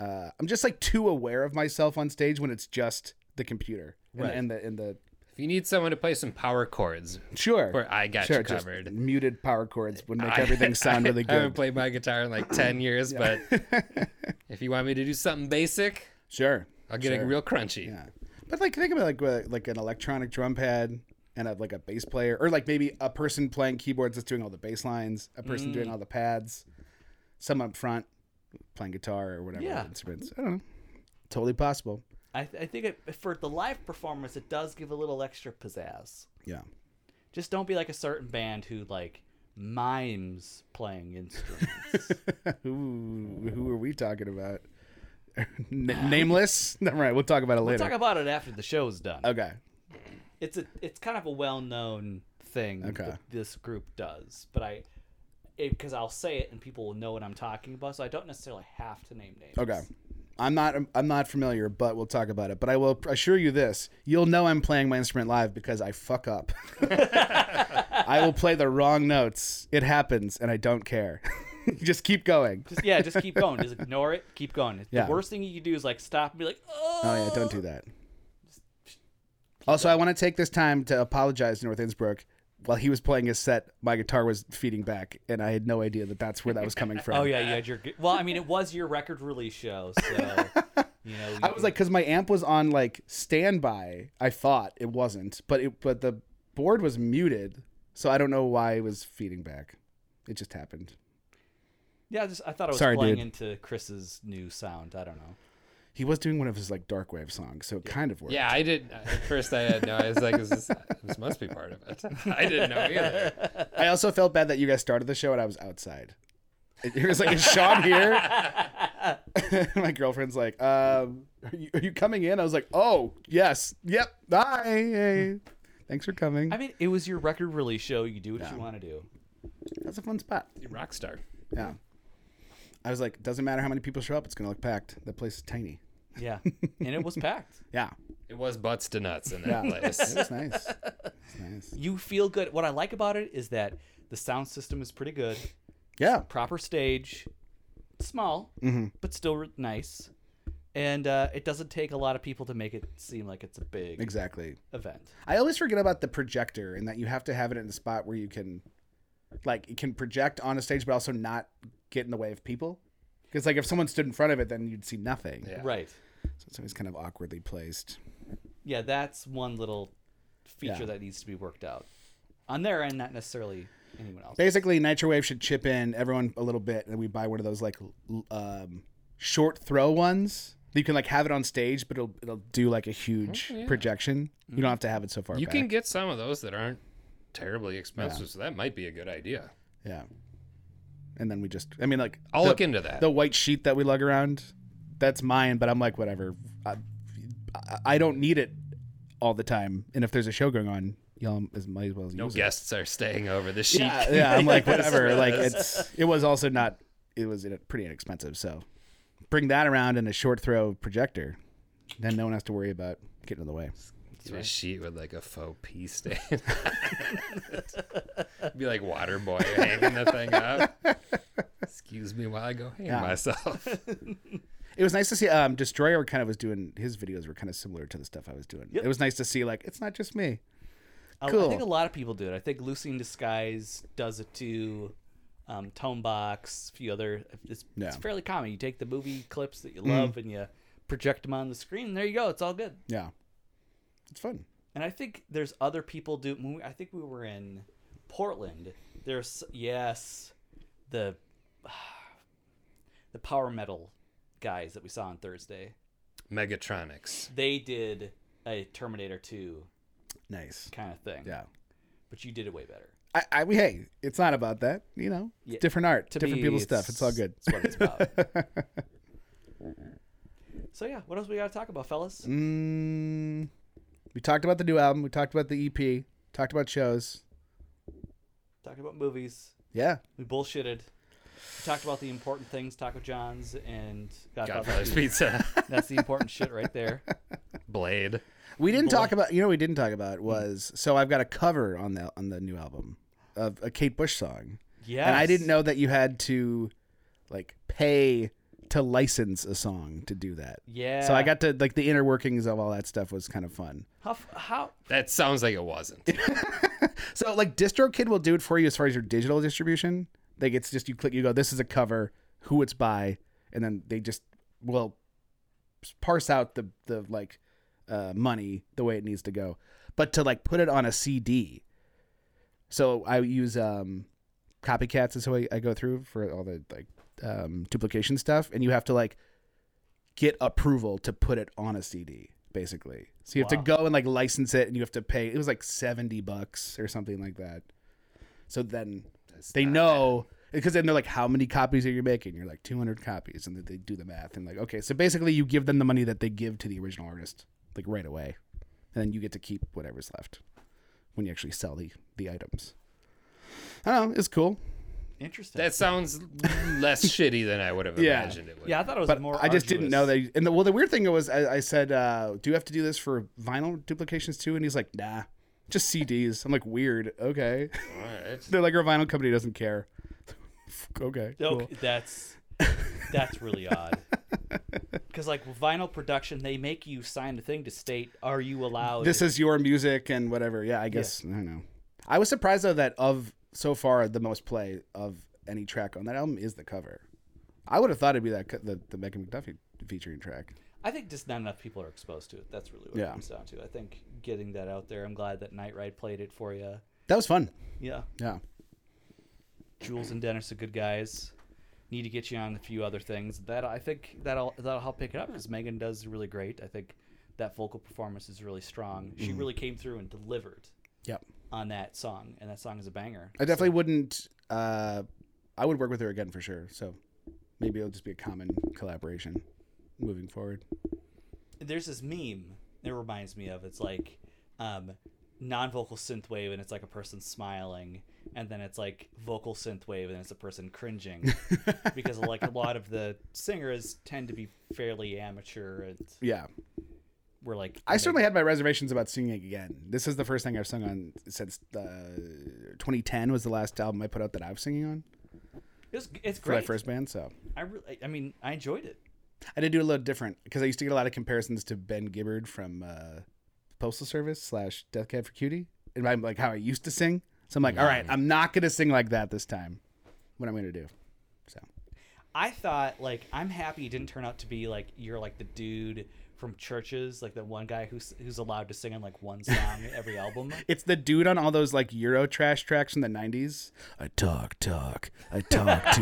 Speaker 1: Uh, I'm just like too aware of myself on stage when it's just the computer and-
Speaker 5: Right.
Speaker 1: and, the and the
Speaker 5: If you need someone to play some power chords,
Speaker 1: sure
Speaker 5: where I got
Speaker 1: sure,
Speaker 5: you
Speaker 1: just
Speaker 5: covered.
Speaker 1: muted power chords would make
Speaker 5: I-
Speaker 1: everything sound really
Speaker 5: I haven't
Speaker 1: good.
Speaker 5: played my guitar in like ten years, but if you want me to do something basic,
Speaker 1: sure,
Speaker 5: I'll get it
Speaker 1: Sure.
Speaker 5: real crunchy.
Speaker 1: yeah. But like, think about like uh, like an electronic drum pad and a, like a bass player, or like maybe a person playing keyboards that's doing all the bass lines, a person
Speaker 5: Mm.
Speaker 1: doing all the pads, some up front playing guitar or whatever
Speaker 4: Yeah.
Speaker 1: instruments. I don't know. Totally possible.
Speaker 4: i, th- I think it, for the live performance it does give a little extra pizzazz
Speaker 1: Yeah.
Speaker 4: just don't be like a certain band who like mimes playing instruments
Speaker 1: who who are we talking about? N- nameless. All right, we'll talk about it
Speaker 4: we'll
Speaker 1: later.
Speaker 4: talk about it after the show's done
Speaker 1: okay.
Speaker 4: it's a it's kind of a well-known thing
Speaker 1: Okay.
Speaker 4: that this group does but i because i'll say it and people will know what i'm talking about so i don't necessarily have to name names
Speaker 1: Okay. I'm not I'm not familiar, but we'll talk about it. But I will assure you this: you'll know I'm playing my instrument live because I fuck up. I will play the wrong notes. It happens, and I don't care. Just keep going.
Speaker 4: Just- yeah, just keep going. Just ignore it. Keep going.
Speaker 1: Yeah.
Speaker 4: The worst thing you can do is like stop and be like, oh,
Speaker 1: Oh yeah, don't do that. Also, I want to take this time to apologize to North Innsbruck. While he was playing his set, my guitar was feeding back, and I had no idea that that's where that was coming from.
Speaker 4: Oh yeah, you had your. g- Well, I mean, it was your record release show, so you know.
Speaker 1: I was like, because my amp was on like standby. I thought it wasn't, but it but the board was muted, so I don't know why it was feeding back. It just happened.
Speaker 4: yeah, just I thought I was
Speaker 1: Sorry,
Speaker 4: playing
Speaker 1: dude.
Speaker 4: into Chris's new sound. I don't know.
Speaker 1: He was doing one of his like dark wave songs, so it kind of worked.
Speaker 5: Yeah, I didn't. At first, I had no. I was like, is this, this must be part of it. I didn't know either.
Speaker 1: I also felt bad that you guys started the show and I was outside. It, it was like, is Sean here? My girlfriend's like, um, are, you, are you coming in? I was like, oh, yes. Yep. Bye. Hey. Thanks for coming.
Speaker 4: I mean, it was your record release show. You do what you want to do.
Speaker 1: That's a fun spot.
Speaker 5: You rock star.
Speaker 1: Yeah. I was like, doesn't matter how many people show up, it's going to look packed. That place is tiny.
Speaker 4: Yeah, and it was packed.
Speaker 1: Yeah.
Speaker 5: It was butts to nuts in that
Speaker 1: Yeah.
Speaker 5: place.
Speaker 1: It was nice. It was nice.
Speaker 4: You feel good. What I like about it is that the sound system is pretty good.
Speaker 1: Yeah.
Speaker 4: Proper stage, small, but still re- nice, and uh, it doesn't take a lot of people to make it seem like it's a big
Speaker 1: Exactly.
Speaker 4: event.
Speaker 1: I always forget about the projector and that you have to have it in a spot where you can, like, it can project on a stage, but also not get in the way of people. Because, like, if someone stood in front of it, then you'd see nothing.
Speaker 5: Yeah.
Speaker 4: Right.
Speaker 1: So it's always kind of awkwardly placed.
Speaker 4: Yeah, that's one little feature
Speaker 1: Yeah.
Speaker 4: that needs to be worked out on their end, not necessarily anyone else.
Speaker 1: Basically, Nitrowave should chip in everyone a little bit, and we buy one of those like l- um, short throw ones. You can like have it on stage, but it'll it'll do like a huge projection. You don't have to have it so far.
Speaker 5: Oh, Mm-hmm. You
Speaker 1: back.
Speaker 5: can get some of those that aren't terribly expensive, so that might be a good idea.
Speaker 1: yeah. And then we just, I mean, like
Speaker 5: I'll
Speaker 1: the-
Speaker 5: look into that.
Speaker 1: the white sheet that we lug around. That's mine, but I'm like whatever. I, I- I don't need it all the time, and if there's a show going on, y'all as might as well
Speaker 5: no
Speaker 1: use it.
Speaker 5: guests are staying over the sheet.
Speaker 1: Yeah, yeah, I'm like whatever. like it's it was also not it was in- pretty inexpensive. So bring that around and a short throw projector, then no one has to worry about getting in the way.
Speaker 5: It's a sheet with like a faux pea stain. be like water boy hanging the thing up. Excuse me while I go hang
Speaker 1: Yeah.
Speaker 5: myself.
Speaker 1: It was nice to see um, Destroyer kind of was doing his videos were kind of similar to the stuff I was doing. It was nice to see like it's not just me.
Speaker 4: I- I
Speaker 1: Cool.
Speaker 4: think a lot of people do it. I think Lucy in Disguise does it too. Um, Tomebox, a few other. It's,
Speaker 1: Yeah. Mm.
Speaker 4: it's fairly common. You take the movie clips that you love and you project them on the screen. And there you go. It's all good.
Speaker 1: Yeah, it's fun.
Speaker 4: And I think there's other people do. when we- I think we were in Portland. There's yes, the the power metal guys that we saw on Thursday.
Speaker 5: Megatronics.
Speaker 4: They did a Terminator 2
Speaker 1: Nice.
Speaker 4: kind of thing.
Speaker 1: Yeah.
Speaker 4: But you did it way better.
Speaker 1: I, I hey, it's not about that. You know, It's
Speaker 4: Yeah.
Speaker 1: different art,
Speaker 4: To
Speaker 1: different
Speaker 4: me,
Speaker 1: people's stuff. It's all good.
Speaker 4: It's what it's about. so yeah, what else we got to talk about, fellas?
Speaker 1: Mm, we talked about the new album. We talked about the EP. Talked about shows.
Speaker 4: Talking about movies,
Speaker 1: Yeah.
Speaker 4: we bullshitted. We talked about the important things, Taco John's and
Speaker 5: Godfather's
Speaker 4: Pizza.
Speaker 5: Pizza.
Speaker 4: That's the important shit right there.
Speaker 5: Blade.
Speaker 1: We didn't talk about you know what we didn't talk about was so I've got a cover on the on the new album of a Kate Bush song.
Speaker 4: Yeah.
Speaker 1: And I didn't know that you had to like pay to license a song to do that.
Speaker 4: Yeah.
Speaker 1: So I got to like the inner workings of all that stuff was kind of fun.
Speaker 4: how f- how
Speaker 5: That sounds like it wasn't.
Speaker 1: So like DistroKid will do it for you as far as your digital distribution. Like it's just you click, you go, this is a cover, who it's by, and then they just will parse out the the like uh, money the way it needs to go. But to like put it on a CD, so I use um, copycats is how I, I go through for all the like um, duplication stuff, and you have to like get approval to put it on a CD, basically. So you have to go and like license it, and you have to pay. It was like seventy bucks or something like that. So then they know because then they're like, "How many copies are you making?" You're like, 200 copies," and then they do the math and like, okay, so basically you give them the money that they give to the original artist like right away, and then you get to keep whatever's left when you actually sell the the items. I don't know. It's cool.
Speaker 4: interesting.
Speaker 5: That sounds less shitty than I would have
Speaker 1: Yeah.
Speaker 5: imagined it would.
Speaker 4: yeah, I thought it was
Speaker 1: but
Speaker 4: more.
Speaker 1: I just didn't
Speaker 4: arduous.
Speaker 1: know that. And the, well, the weird thing was, I, I said, uh, "Do you have to do this for vinyl duplications too?" And he's like, "Nah, just CDs." I'm like, "Weird, okay."
Speaker 5: All right.
Speaker 1: They're like, "Our vinyl company doesn't care." okay,
Speaker 4: No,
Speaker 1: cool.
Speaker 4: that's that's really odd. Because like vinyl production, they make you sign a thing to state, "Are you allowed?"
Speaker 1: This is your music and whatever. Yeah, I guess I don't know. I was surprised though that of so far the most play of any track on that album is the cover. I would have thought it'd be that co- the the Megan McDuffie featuring track.
Speaker 4: I think just not enough people are exposed to it. That's really what it
Speaker 1: Yeah.
Speaker 4: comes down to. I think getting that out there. I'm glad that Night Ride played it for you.
Speaker 1: That was fun.
Speaker 4: Yeah,
Speaker 1: Yeah.
Speaker 4: Jules and Dennis are good guys. need to get you on a few other things. That I think that'll that'll help pick it up because Megan does really great. I think that vocal performance is really strong. She really came through and delivered
Speaker 1: Yep.
Speaker 4: on that song, and that song is a banger.
Speaker 1: I definitely wouldn't. Uh, I would work with her again for sure. So maybe it'll just be a common collaboration moving forward.
Speaker 4: there's this meme it reminds me of it's like um non-vocal synth wave and it's like a person smiling and then it's like vocal synth wave and it's a person cringing because like a lot of the singers tend to be fairly amateur and
Speaker 1: Yeah,
Speaker 4: we're like
Speaker 1: I certainly had my reservations about singing again. This is the first thing I've sung on since uh, 2010 was the last album I put out that I was singing on
Speaker 4: it's, it's
Speaker 1: for
Speaker 4: great
Speaker 1: my first band. So
Speaker 4: i really i mean i enjoyed it
Speaker 1: I did do a little different because I used to get a lot of comparisons to Ben Gibbard from uh, Postal Service slash Death Cab for Cutie, and I'm like how I used to sing. So I'm like, all right, I'm not gonna sing like that this time. What I'm gonna do? So
Speaker 4: I thought like I'm happy it didn't turn out to be like you're like the dude from churches, like the one guy who's who's allowed to sing on like one song every album.
Speaker 1: it's the dude on all those like Euro trash tracks from the 90s. I talk, talk, I talk to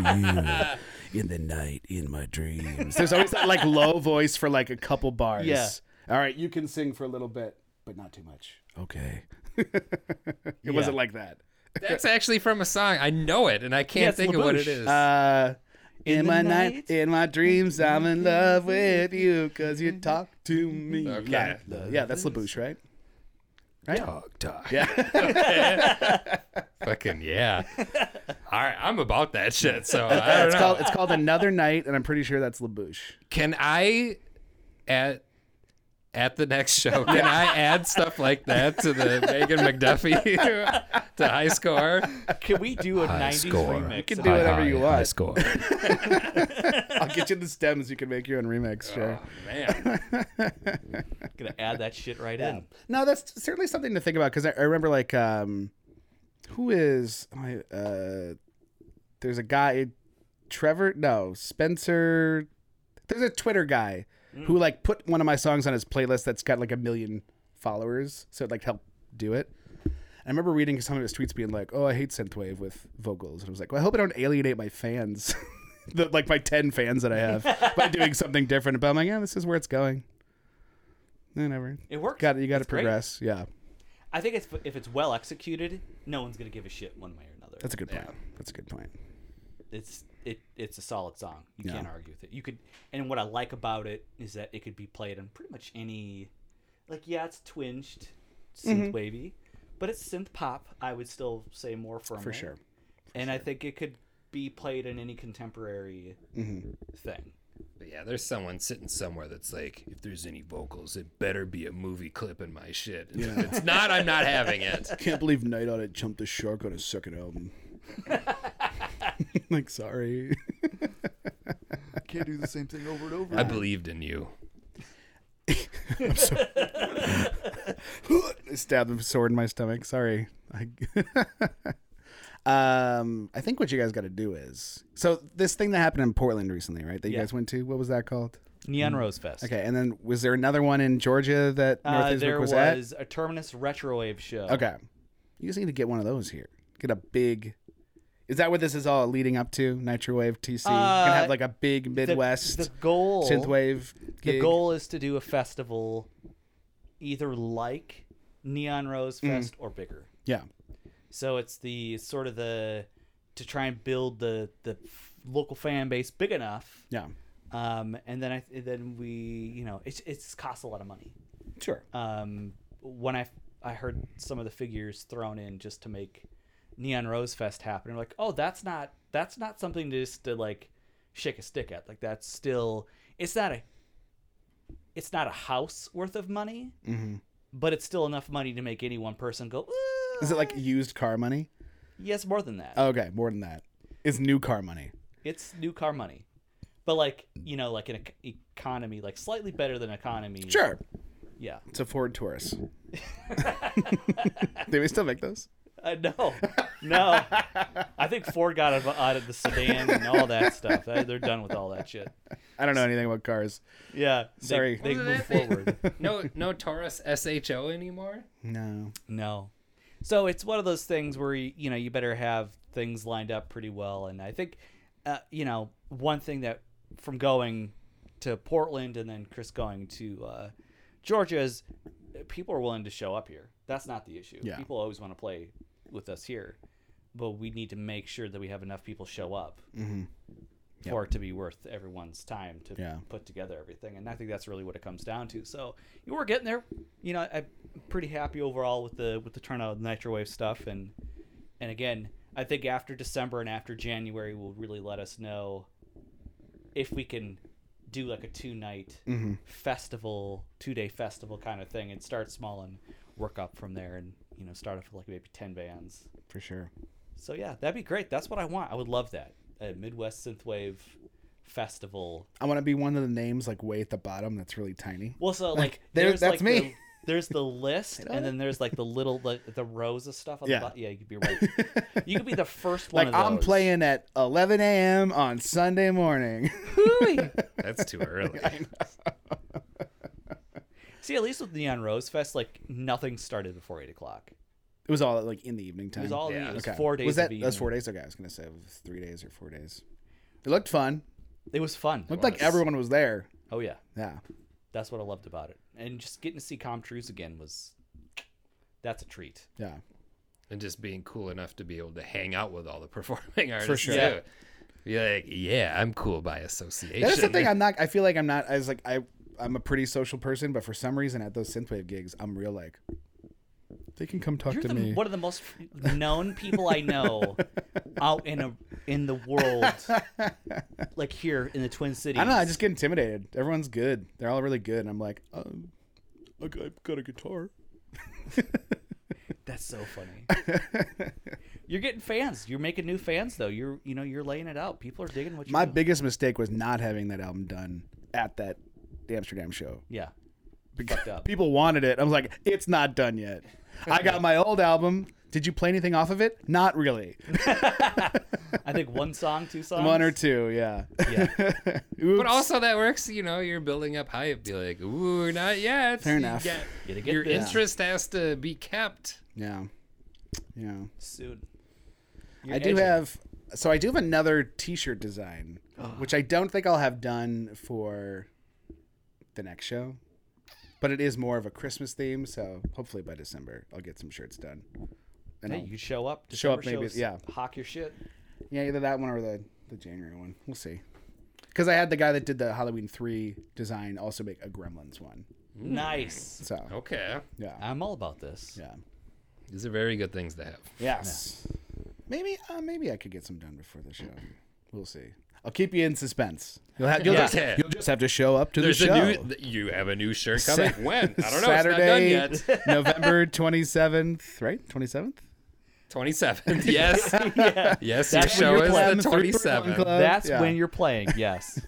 Speaker 1: you in the night, in my dreams. There's always that like low voice for like a couple bars.
Speaker 4: Yeah.
Speaker 1: All right, you can sing for a little bit, but not too much. Okay. it wasn't like that.
Speaker 5: That's actually from a song. I know it, and I can't
Speaker 4: it's
Speaker 5: think of what
Speaker 4: LaBouche.
Speaker 5: it is.
Speaker 1: Uh, in,
Speaker 4: the
Speaker 1: my night,
Speaker 4: night.
Speaker 1: in my dreams, I'm in love with you because you talk to me.
Speaker 5: Okay.
Speaker 1: Yeah, yeah, that's LaBouche, right?
Speaker 5: Dog, dog.
Speaker 1: Yeah.
Speaker 5: Fucking yeah. All right, I'm about that shit. So I don't
Speaker 1: it's
Speaker 5: know.
Speaker 1: called it's called Another Night, and I'm pretty sure that's LaBouche.
Speaker 5: can I at at the next show? Can I add stuff like that to the Megan McDuffie to high score?
Speaker 4: Can we do a '90s
Speaker 5: score.
Speaker 4: remix?
Speaker 5: You
Speaker 1: can
Speaker 4: of
Speaker 1: do
Speaker 4: that?
Speaker 1: it. whatever you
Speaker 5: High
Speaker 1: want.
Speaker 5: score.
Speaker 1: I'll get you the stems. You can make your own remix. Sure.
Speaker 5: Man,
Speaker 4: Gonna add that shit right in.
Speaker 1: No, that's certainly something to think about because I, I remember like um, who is my uh, there's a guy, Trevor no Spencer, there's a Twitter guy who like put one of my songs on his playlist that's got like a million followers, so it like helped do it. I remember reading some of his tweets being like, "Oh, I hate synthwave with vocals," and I was like, "Well, I hope I don't alienate my fans." The, like my 10 fans that I have by doing something different, but I'm like, yeah, this is where it's going. Whatever.
Speaker 4: It works.
Speaker 1: Got you. Got to
Speaker 4: It's great.
Speaker 1: progress. Yeah,
Speaker 4: I think it's if it's well executed, no one's gonna give a shit one way or another.
Speaker 1: that's a good point. That's a good point.
Speaker 4: it's it it's a solid song. You can't argue with it. You could, and what I like about it is that it could be played on pretty much any, like yeah, it's twinged, synth
Speaker 1: Mm-hmm.
Speaker 4: wavy, but it's synth pop. I would still say more firmly
Speaker 1: For sure.
Speaker 4: and I think it could be played in any contemporary
Speaker 1: Mm-hmm.
Speaker 4: thing.
Speaker 5: But yeah, there's someone sitting somewhere that's like, if there's any vocals, it better be a movie clip in my shit. And if it's not, I'm not having it.
Speaker 1: Can't believe Night Audit jumped the shark on his second album. like, sorry.
Speaker 6: Can't do the same thing over and over.
Speaker 5: I believed in you.
Speaker 1: I stabbed a sword in my stomach. Sorry. I... um, I think what you guys got to do is so this thing that happened in Portland recently, right? That you
Speaker 4: Yeah.
Speaker 1: guys went to. What was that called?
Speaker 4: Neon Rose Fest.
Speaker 1: Mm-hmm. Okay, and then was there another one in Georgia that North
Speaker 4: Uh,
Speaker 1: Eastwick
Speaker 4: there
Speaker 1: was,
Speaker 4: was,
Speaker 1: at?
Speaker 4: a Terminus Retrowave show.
Speaker 1: Okay. You just need to get one of those here. Get a big. Is that what this is all leading up to? Nitrowave TC. Gonna have like a big
Speaker 4: Uh, The-
Speaker 1: Midwest
Speaker 4: The, goal.
Speaker 1: synthwave.
Speaker 4: The
Speaker 1: gig?
Speaker 4: goal is to do a festival, either like Neon Rose
Speaker 1: Mm-hmm.
Speaker 4: Fest or bigger.
Speaker 1: Yeah.
Speaker 4: So it's the sort of the to try and build the the local fan base big enough.
Speaker 1: Yeah.
Speaker 4: Um, and then I then we you know it's it's costs a lot of money.
Speaker 1: Sure.
Speaker 4: um, when I I heard some of the figures thrown in just to make Neon Rose Fest happen, I'm like, oh, that's not that's not something to just to like shake a stick at. Like that's still it's not a it's not a house worth of money, but it's still enough money to make any one person go. "Ooh."
Speaker 1: Is it like used car money? Oh,
Speaker 4: yes, more than that.
Speaker 1: Okay, more than that. It's new car money.
Speaker 4: It's new car money, but like you know, like an ec- economy, like slightly better than economy.
Speaker 1: Sure.
Speaker 4: Yeah.
Speaker 1: It's a Ford Taurus. Do we still make those?
Speaker 4: Uh, no, no. I think Ford got out of, out of the sedan and all that stuff. Uh, They're done with all that shit.
Speaker 1: I don't know anything about cars.
Speaker 4: Yeah. they-
Speaker 1: Sorry.
Speaker 4: They,
Speaker 5: Wasn't
Speaker 4: move
Speaker 5: that thing-
Speaker 4: forward.
Speaker 5: No, no Taurus SHO anymore.
Speaker 1: No.
Speaker 4: No. So it's one of those things where you know you better have things lined up pretty well, and I think uh, you know, one thing that from going to Portland and then Chris going to uh, Georgia is uh, people are willing to show up here. That's not the issue.
Speaker 1: Yeah.
Speaker 4: People always want to play with us here, but we need to make sure that we have enough people show up for it to be worth everyone's time to
Speaker 1: Mm-hmm. Yeah.
Speaker 4: put together everything. And I think that's really what it comes down to. So you were getting there. You know, I'm pretty happy overall with the with the turnout of the Nitrowave stuff and and again, I think after December and after January will really let us know if we can do like a two night
Speaker 1: Mm-hmm.
Speaker 4: festival, two day festival kind of thing and start small and work up from there and, you know, start off with like maybe ten bands.
Speaker 1: for sure.
Speaker 4: So yeah, that'd be great. That's what I want. I would love that. A Midwest Synthwave festival.
Speaker 1: I want to be one of the names like way at the bottom that's really tiny.
Speaker 4: Well, so like
Speaker 1: there-
Speaker 4: there's
Speaker 1: that's
Speaker 4: like the-
Speaker 1: me.
Speaker 4: there's the list, and then there's like the little the, the rows of stuff on
Speaker 1: Yeah.
Speaker 4: the bottom. Yeah, you could be right. You could be the first one.
Speaker 1: Like
Speaker 4: of
Speaker 1: I'm
Speaker 4: those.
Speaker 1: playing at 11 a.m. on Sunday morning.
Speaker 5: That's too early.
Speaker 4: See, at least with Neon Rose Fest, like nothing started before eight o'clock.
Speaker 1: it was all like in the evening time.
Speaker 4: It was all
Speaker 5: Yeah.
Speaker 4: it was
Speaker 1: Mm, Okay.
Speaker 4: four days.
Speaker 1: Was that
Speaker 4: of
Speaker 1: that was four
Speaker 4: evening.
Speaker 1: days? Okay, I was gonna say it was three days or four days. It looked fun.
Speaker 4: It was fun.
Speaker 1: Looked like everyone was there.
Speaker 4: Oh yeah,
Speaker 1: Yeah,
Speaker 4: that's what I loved about it. And just getting to see Com Trues again was that's a treat.
Speaker 1: yeah.
Speaker 5: and just being cool enough to be able to hang out with all the performing artists
Speaker 1: sure.
Speaker 5: too.
Speaker 4: Yeah.
Speaker 5: Be like, yeah, I'm cool by association.
Speaker 1: That's the thing. I'm not. I feel like I'm not. I was like I. I'm a pretty social person, but for some reason at those synthwave gigs, I'm real like. They can come talk
Speaker 4: You're
Speaker 1: to
Speaker 4: the,
Speaker 1: me.
Speaker 4: one of the most known people I know out in a in the world, like here in the Twin Cities.
Speaker 1: I don't know. I just get intimidated. Everyone's good. They're all really good, and I'm like,
Speaker 4: Uh,
Speaker 1: um, okay, I've got a guitar.
Speaker 4: that's so funny. you're getting fans. You're making new fans though. You're you know you're laying it out. People are digging what you.
Speaker 1: My
Speaker 4: do.
Speaker 1: biggest mistake was not having that album done at that Amsterdam show.
Speaker 4: yeah.
Speaker 1: Because
Speaker 4: up.
Speaker 1: people wanted it. I was like, it's not done yet. I got my old album. Did you play anything off of it? Not really.
Speaker 4: I think one song, two songs.
Speaker 1: One or two, yeah.
Speaker 4: Yeah.
Speaker 1: Oops.
Speaker 5: But also that works, you know, you're building up hype. Be like, ooh, not yet.
Speaker 1: Fair
Speaker 5: You
Speaker 1: enough.
Speaker 5: get-
Speaker 4: Gotta get
Speaker 5: your
Speaker 4: this
Speaker 5: interest has to be kept.
Speaker 1: yeah, yeah.
Speaker 4: soon.
Speaker 1: I do have. So I do have another T-shirt design, which I don't think I'll have done for the next show, but it is more of a Christmas theme. So hopefully by December I'll get some shirts done. And
Speaker 4: Hey,
Speaker 1: I'll-
Speaker 4: you show up.
Speaker 1: Show up,
Speaker 4: December
Speaker 1: maybe-
Speaker 4: shows,
Speaker 1: yeah.
Speaker 4: Hawk your shit.
Speaker 1: yeah, either that one or the the January one. We'll see. Because I had the guy that did the Halloween three design also make a Gremlins one.
Speaker 4: Nice.
Speaker 1: So
Speaker 5: Okay.
Speaker 1: yeah,
Speaker 4: I'm all about this.
Speaker 1: yeah,
Speaker 5: These are very good things to have.
Speaker 1: yes. Maybe uh, maybe I could get some done before the show. We'll see. I'll keep you in suspense. You'll have you'll,
Speaker 5: Yeah.
Speaker 1: just, you'll just have to show up to
Speaker 5: There's
Speaker 1: the show.
Speaker 5: a new th- you have a new shirt coming.
Speaker 1: Sa-
Speaker 5: when? I don't know.
Speaker 1: Saturday,
Speaker 5: It's not done yet.
Speaker 1: November 27th, right? 27th?
Speaker 5: 27th. Yes. Yes, your
Speaker 4: That's when
Speaker 5: show
Speaker 4: you're
Speaker 5: is
Speaker 1: playing the
Speaker 5: the
Speaker 1: Three Bird One
Speaker 5: 27th.
Speaker 1: Club. Uh,
Speaker 4: That's
Speaker 1: yeah.
Speaker 4: when you're playing. Yes.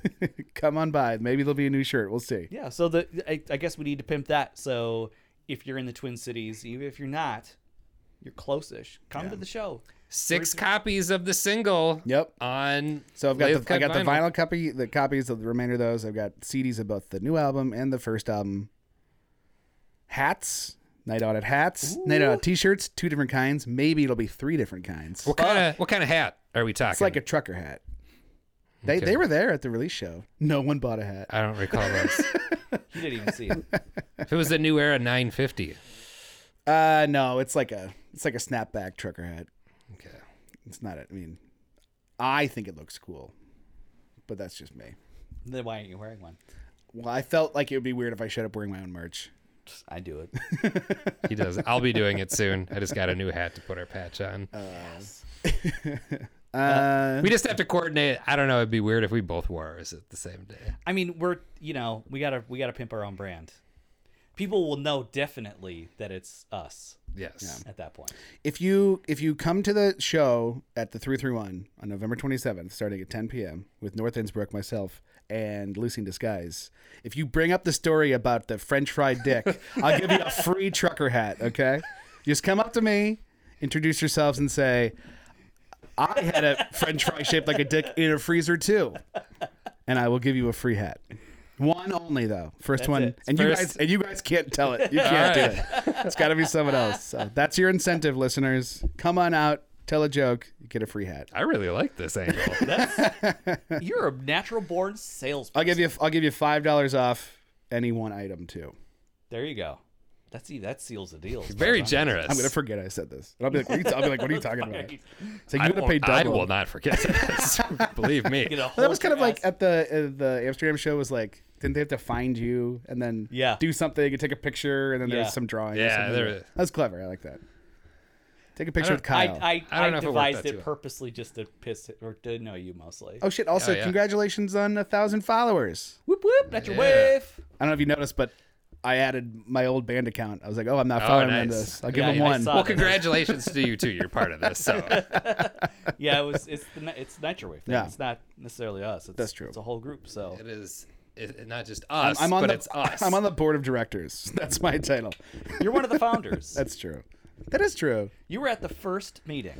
Speaker 1: Come on by. Maybe there'll be a new shirt. We'll see.
Speaker 4: Yeah, so the I, I guess we need to pimp that. So if you're in the Twin Cities, even if you're not, you're close-ish. Come to the show.
Speaker 5: Six copies of the single.
Speaker 1: Yep.
Speaker 5: On
Speaker 1: So I've got
Speaker 5: Lathe
Speaker 1: the, I
Speaker 5: Cut
Speaker 1: got the vinyl copy, the copies of the remainder of those. I've got CDs of both the new album and the first album. Hats, night audit hats, night audit t-shirts, two different kinds. Maybe it'll be three different kinds.
Speaker 5: What kind of what kind of hat are we talking?
Speaker 1: It's like a trucker hat. They
Speaker 5: Okay.
Speaker 1: they were there at the release show. No one bought a hat.
Speaker 5: I don't recall those.
Speaker 4: You didn't even see it.
Speaker 5: if it was the new era 950.
Speaker 1: Uh no, it's like a it's like a snapback trucker hat.
Speaker 5: Okay.
Speaker 1: It's not. I mean, I think it looks cool, but that's just me.
Speaker 4: then why aren't you wearing one?
Speaker 1: Well, I felt like it would be weird if I showed up wearing my own merch.
Speaker 4: I do it.
Speaker 5: He does. I'll be doing it soon. I just got a new hat to put our patch on.
Speaker 1: Uh,
Speaker 5: we just have to coordinate. I don't know. It'd be weird if we both wore ours at the same day.
Speaker 4: I mean, we're you know we gotta we gotta pimp our own brand. People will know definitely that it's us
Speaker 5: Yes.
Speaker 4: at that point.
Speaker 1: if you if you come to the show at the three three one on November twenty seventh, starting at ten p.m. with North Innsbruck, myself, and Lucy in Disguise, if you bring up the story about the French fried dick, I'll give you a free trucker hat. Okay, just come up to me, introduce yourselves, and say. I had a French fry shaped like a dick in a freezer too, and I will give you a free hat. One only though. First one,
Speaker 4: it.
Speaker 1: and you
Speaker 5: First-
Speaker 1: guys and you guys can't tell it. You can't do it. It's got to be someone else. So that's your incentive, listeners. Come on out, Tell a joke, you get a free hat.
Speaker 5: I really like this angle.
Speaker 4: You're a natural born salesman.
Speaker 1: I'll give you I'll give you five dollars off any one item too.
Speaker 4: There you go. That's e- that seals the deal.
Speaker 5: Very generous.
Speaker 1: I'm gonna forget I said this, and I'll be like, what are you, I'll be like, what are you talking about? It's like
Speaker 5: I
Speaker 1: you're gonna pay
Speaker 5: won't- I
Speaker 1: double.
Speaker 5: will not forget this. Believe me.
Speaker 4: Get a
Speaker 1: Well, that was kind
Speaker 4: hold
Speaker 1: of
Speaker 4: your
Speaker 1: like
Speaker 4: ass-
Speaker 1: at the uh, the Amsterdam show was like, didn't they have to find you and then
Speaker 4: Yeah.
Speaker 1: do something and take a picture and then
Speaker 4: Yeah.
Speaker 1: there's some drawing.
Speaker 5: Yeah,
Speaker 1: or
Speaker 5: there-
Speaker 1: something. that's clever. I like that. Take a picture with
Speaker 4: I
Speaker 1: Kyle.
Speaker 4: I,
Speaker 5: I don't know
Speaker 4: I,
Speaker 5: if it worked
Speaker 4: devised
Speaker 5: out
Speaker 4: it
Speaker 5: too well.
Speaker 4: purposely just to piss or to know you mostly.
Speaker 1: oh shit! Also,
Speaker 5: Oh, yeah.
Speaker 1: congratulations on a thousand followers.
Speaker 4: Whoop whoop! That's your
Speaker 5: Yeah.
Speaker 4: wave.
Speaker 1: I don't know if you noticed, but I added my old band account. I was like, oh, I'm not
Speaker 5: Oh,
Speaker 1: following him on
Speaker 5: nice.
Speaker 1: this. I'll give
Speaker 4: Yeah,
Speaker 1: him
Speaker 4: yeah, I
Speaker 1: one.
Speaker 4: saw
Speaker 5: Well,
Speaker 4: that.
Speaker 5: congratulations to you too. You're part of this. So
Speaker 4: Yeah, it was. It's the ni- it's Nitro Wave. Thing.
Speaker 1: Yeah.
Speaker 4: It's not necessarily us. It's,
Speaker 1: That's true.
Speaker 4: It's a whole group. So
Speaker 5: it is it, not just us,
Speaker 1: I'm on
Speaker 5: but
Speaker 1: the
Speaker 5: it's us.
Speaker 1: I'm on the board of directors. That's my title.
Speaker 4: you're one of the founders.
Speaker 1: That's true. That is true.
Speaker 4: you were at the first meeting.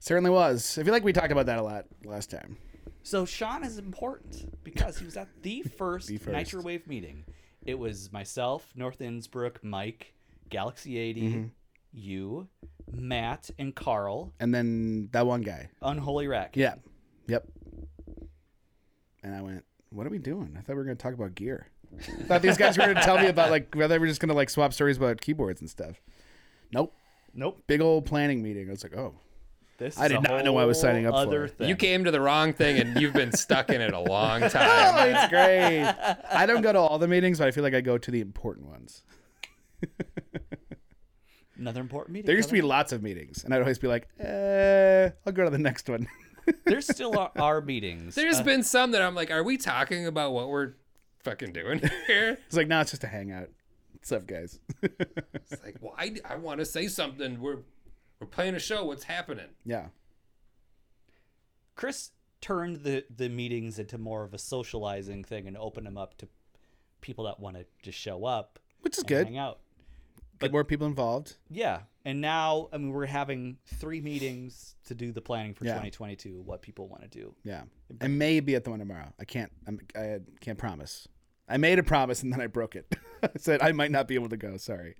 Speaker 1: Certainly was. I feel like we talked about that a lot last time.
Speaker 4: So Sean is important because he was at the first,
Speaker 1: The first.
Speaker 4: Nitro Wave meeting. It was myself, North Innsbruck, Mike, Galaxy 80,
Speaker 1: Mm-hmm.
Speaker 4: you, Matt, and Carl,
Speaker 1: And then that one guy.
Speaker 4: Unholy Rack.
Speaker 1: Yeah. Yep. And I went, "What are we doing? I thought we were going to talk about gear. I thought these guys were going to tell me about like whether we're just going to like swap stories about keyboards and stuff. Nope.
Speaker 4: Nope.
Speaker 1: Big old planning meeting. I was like, oh,
Speaker 4: This
Speaker 1: I
Speaker 4: is
Speaker 1: did
Speaker 4: a
Speaker 1: not know I was
Speaker 4: whole
Speaker 1: signing up for
Speaker 4: other
Speaker 1: it.
Speaker 4: Thing.
Speaker 5: You came to the wrong thing, and you've been stuck in it a long time.
Speaker 1: oh, it's great. I don't go to all the meetings, but I feel like I go to the important ones.
Speaker 4: Another important meeting.
Speaker 1: There used to be lots of meetings, and I'd always be like, eh, I'll go to the next one.
Speaker 4: There still are, are meetings.
Speaker 5: There's
Speaker 1: Uh,
Speaker 5: been some that I'm like, are we talking about what we're fucking doing here?
Speaker 1: It's like, no, it's just a hangout. What's up, guys?
Speaker 5: It's like, well, I, I want to say something. We're we're playing a show. What's happening?
Speaker 1: yeah.
Speaker 4: Chris turned the the meetings into more of a socializing thing and opened them up to people that want to just show up,
Speaker 1: Which is
Speaker 4: and
Speaker 1: good.
Speaker 4: hang out.
Speaker 1: Get more people involved.
Speaker 4: Yeah. And now, I mean, we're having three meetings to do the planning for
Speaker 1: Yeah.
Speaker 4: 2022, what people want to do.
Speaker 1: Yeah. I may be at the one tomorrow. I can't. I'm, I can't promise. I made a promise and then I broke it. I said I might not be able to go. Sorry.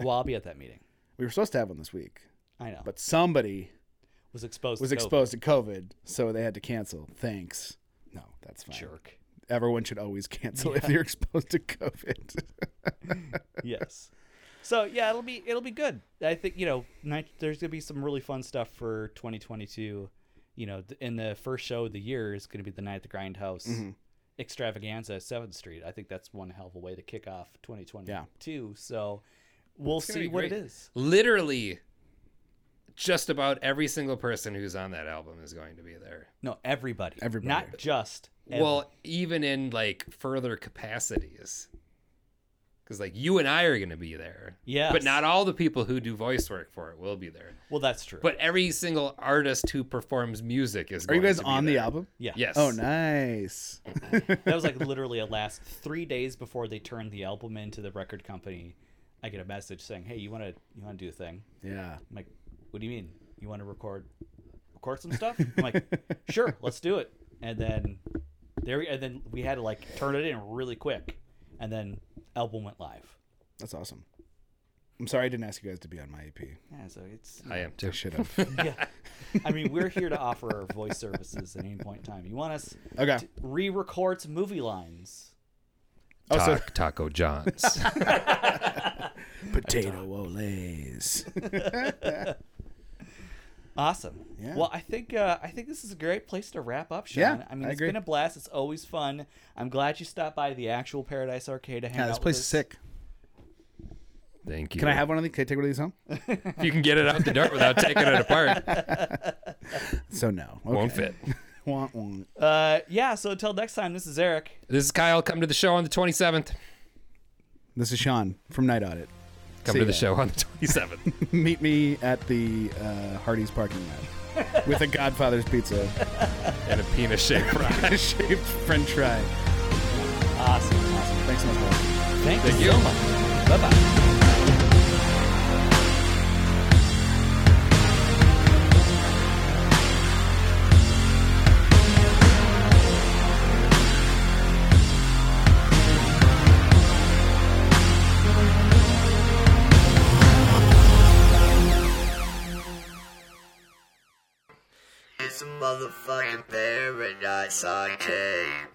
Speaker 4: well, I'll be at that meeting.
Speaker 1: We were supposed to have one this week,
Speaker 4: I know.
Speaker 1: but somebody
Speaker 4: was exposed.
Speaker 1: was
Speaker 4: to COVID.
Speaker 1: exposed to COVID, so they had to cancel. Thanks. No, that's fine.
Speaker 4: Jerk.
Speaker 1: Everyone should always cancel if you're exposed to COVID.
Speaker 4: yes. So yeah, it'll be it'll be good. I think you know ni- there's gonna be some really fun stuff for 2022. You know, th- and the first show of the year is gonna be the night at the Grindhouse extravaganza, at Seventh Street. I think that's one hell of a way to kick off 2022. So we'll
Speaker 5: gonna
Speaker 4: see
Speaker 5: be
Speaker 4: what it
Speaker 5: great.
Speaker 4: is.
Speaker 5: Literally, just about every single person who's on that album is going to be there.
Speaker 4: No, everybody,
Speaker 1: Everybody.
Speaker 4: not just ev-
Speaker 5: Well, even in like further capacities. Because like you and I are going to be there.
Speaker 4: Yes.
Speaker 5: But not all the people who do voice work for it will be there.
Speaker 4: Well, that's true.
Speaker 5: But every single artist who performs music is
Speaker 1: Are you
Speaker 5: going
Speaker 1: guys
Speaker 5: to be
Speaker 1: on the
Speaker 5: there.
Speaker 1: album?
Speaker 4: yeah,
Speaker 5: Yes.
Speaker 1: Oh, nice.
Speaker 4: that was like literally a last three days before they turned the album into the record company. I get a message saying, "Hey, you want to you want to do a thing?"
Speaker 1: Yeah.
Speaker 4: I'm like, what do you mean? You want to record record some stuff? I'm like, sure, let's do it. And then there and then we had to like turn it in really quick. And then album went live.
Speaker 1: That's awesome. I'm sorry I didn't ask you guys to be on my E EP.
Speaker 4: Yeah, so it's
Speaker 5: I am too.
Speaker 1: I should have.
Speaker 4: yeah. I mean, we're here to offer our voice services at any point in time. You want us
Speaker 1: Okay.
Speaker 4: to re-record some movie lines?
Speaker 1: Oh, so
Speaker 5: Talk Taco John's.
Speaker 1: potato olays.
Speaker 4: Awesome.
Speaker 1: Yeah.
Speaker 4: Well, I think uh, I think this is a great place to wrap up, Sean.
Speaker 1: Yeah,
Speaker 4: I mean,
Speaker 1: I
Speaker 4: it's
Speaker 1: agree.
Speaker 4: been a blast. It's always fun. I'm glad you stopped by the actual Paradise Arcade to hang
Speaker 1: Yeah,
Speaker 4: out.
Speaker 1: this
Speaker 4: with
Speaker 1: place is
Speaker 4: us.
Speaker 1: sick.
Speaker 5: Thank you.
Speaker 1: Can I have one of these? Can I take one of these home?
Speaker 5: If you can get it out the door without taking it apart,
Speaker 1: So no.
Speaker 5: won't
Speaker 1: Okay.
Speaker 5: fit.
Speaker 1: Won't, won't.
Speaker 4: Uh, yeah. So until next time, this is Eric.
Speaker 5: This is Kyle. Come to the show on the 27th.
Speaker 1: This is Sean from Night Audit.
Speaker 5: Come
Speaker 1: See
Speaker 5: to the
Speaker 1: ya.
Speaker 5: show on the 27th.
Speaker 1: Meet me at the uh, Hardy's parking lot with a Godfather's pizza
Speaker 5: and a penis shaped fry.
Speaker 1: shaped French fry.
Speaker 4: Awesome. awesome.
Speaker 1: Thanks so much. guys.
Speaker 4: Thank,
Speaker 5: Thank
Speaker 4: you.
Speaker 5: you.
Speaker 4: So much. Bye bye.
Speaker 2: motherfucking Paradise Arcade.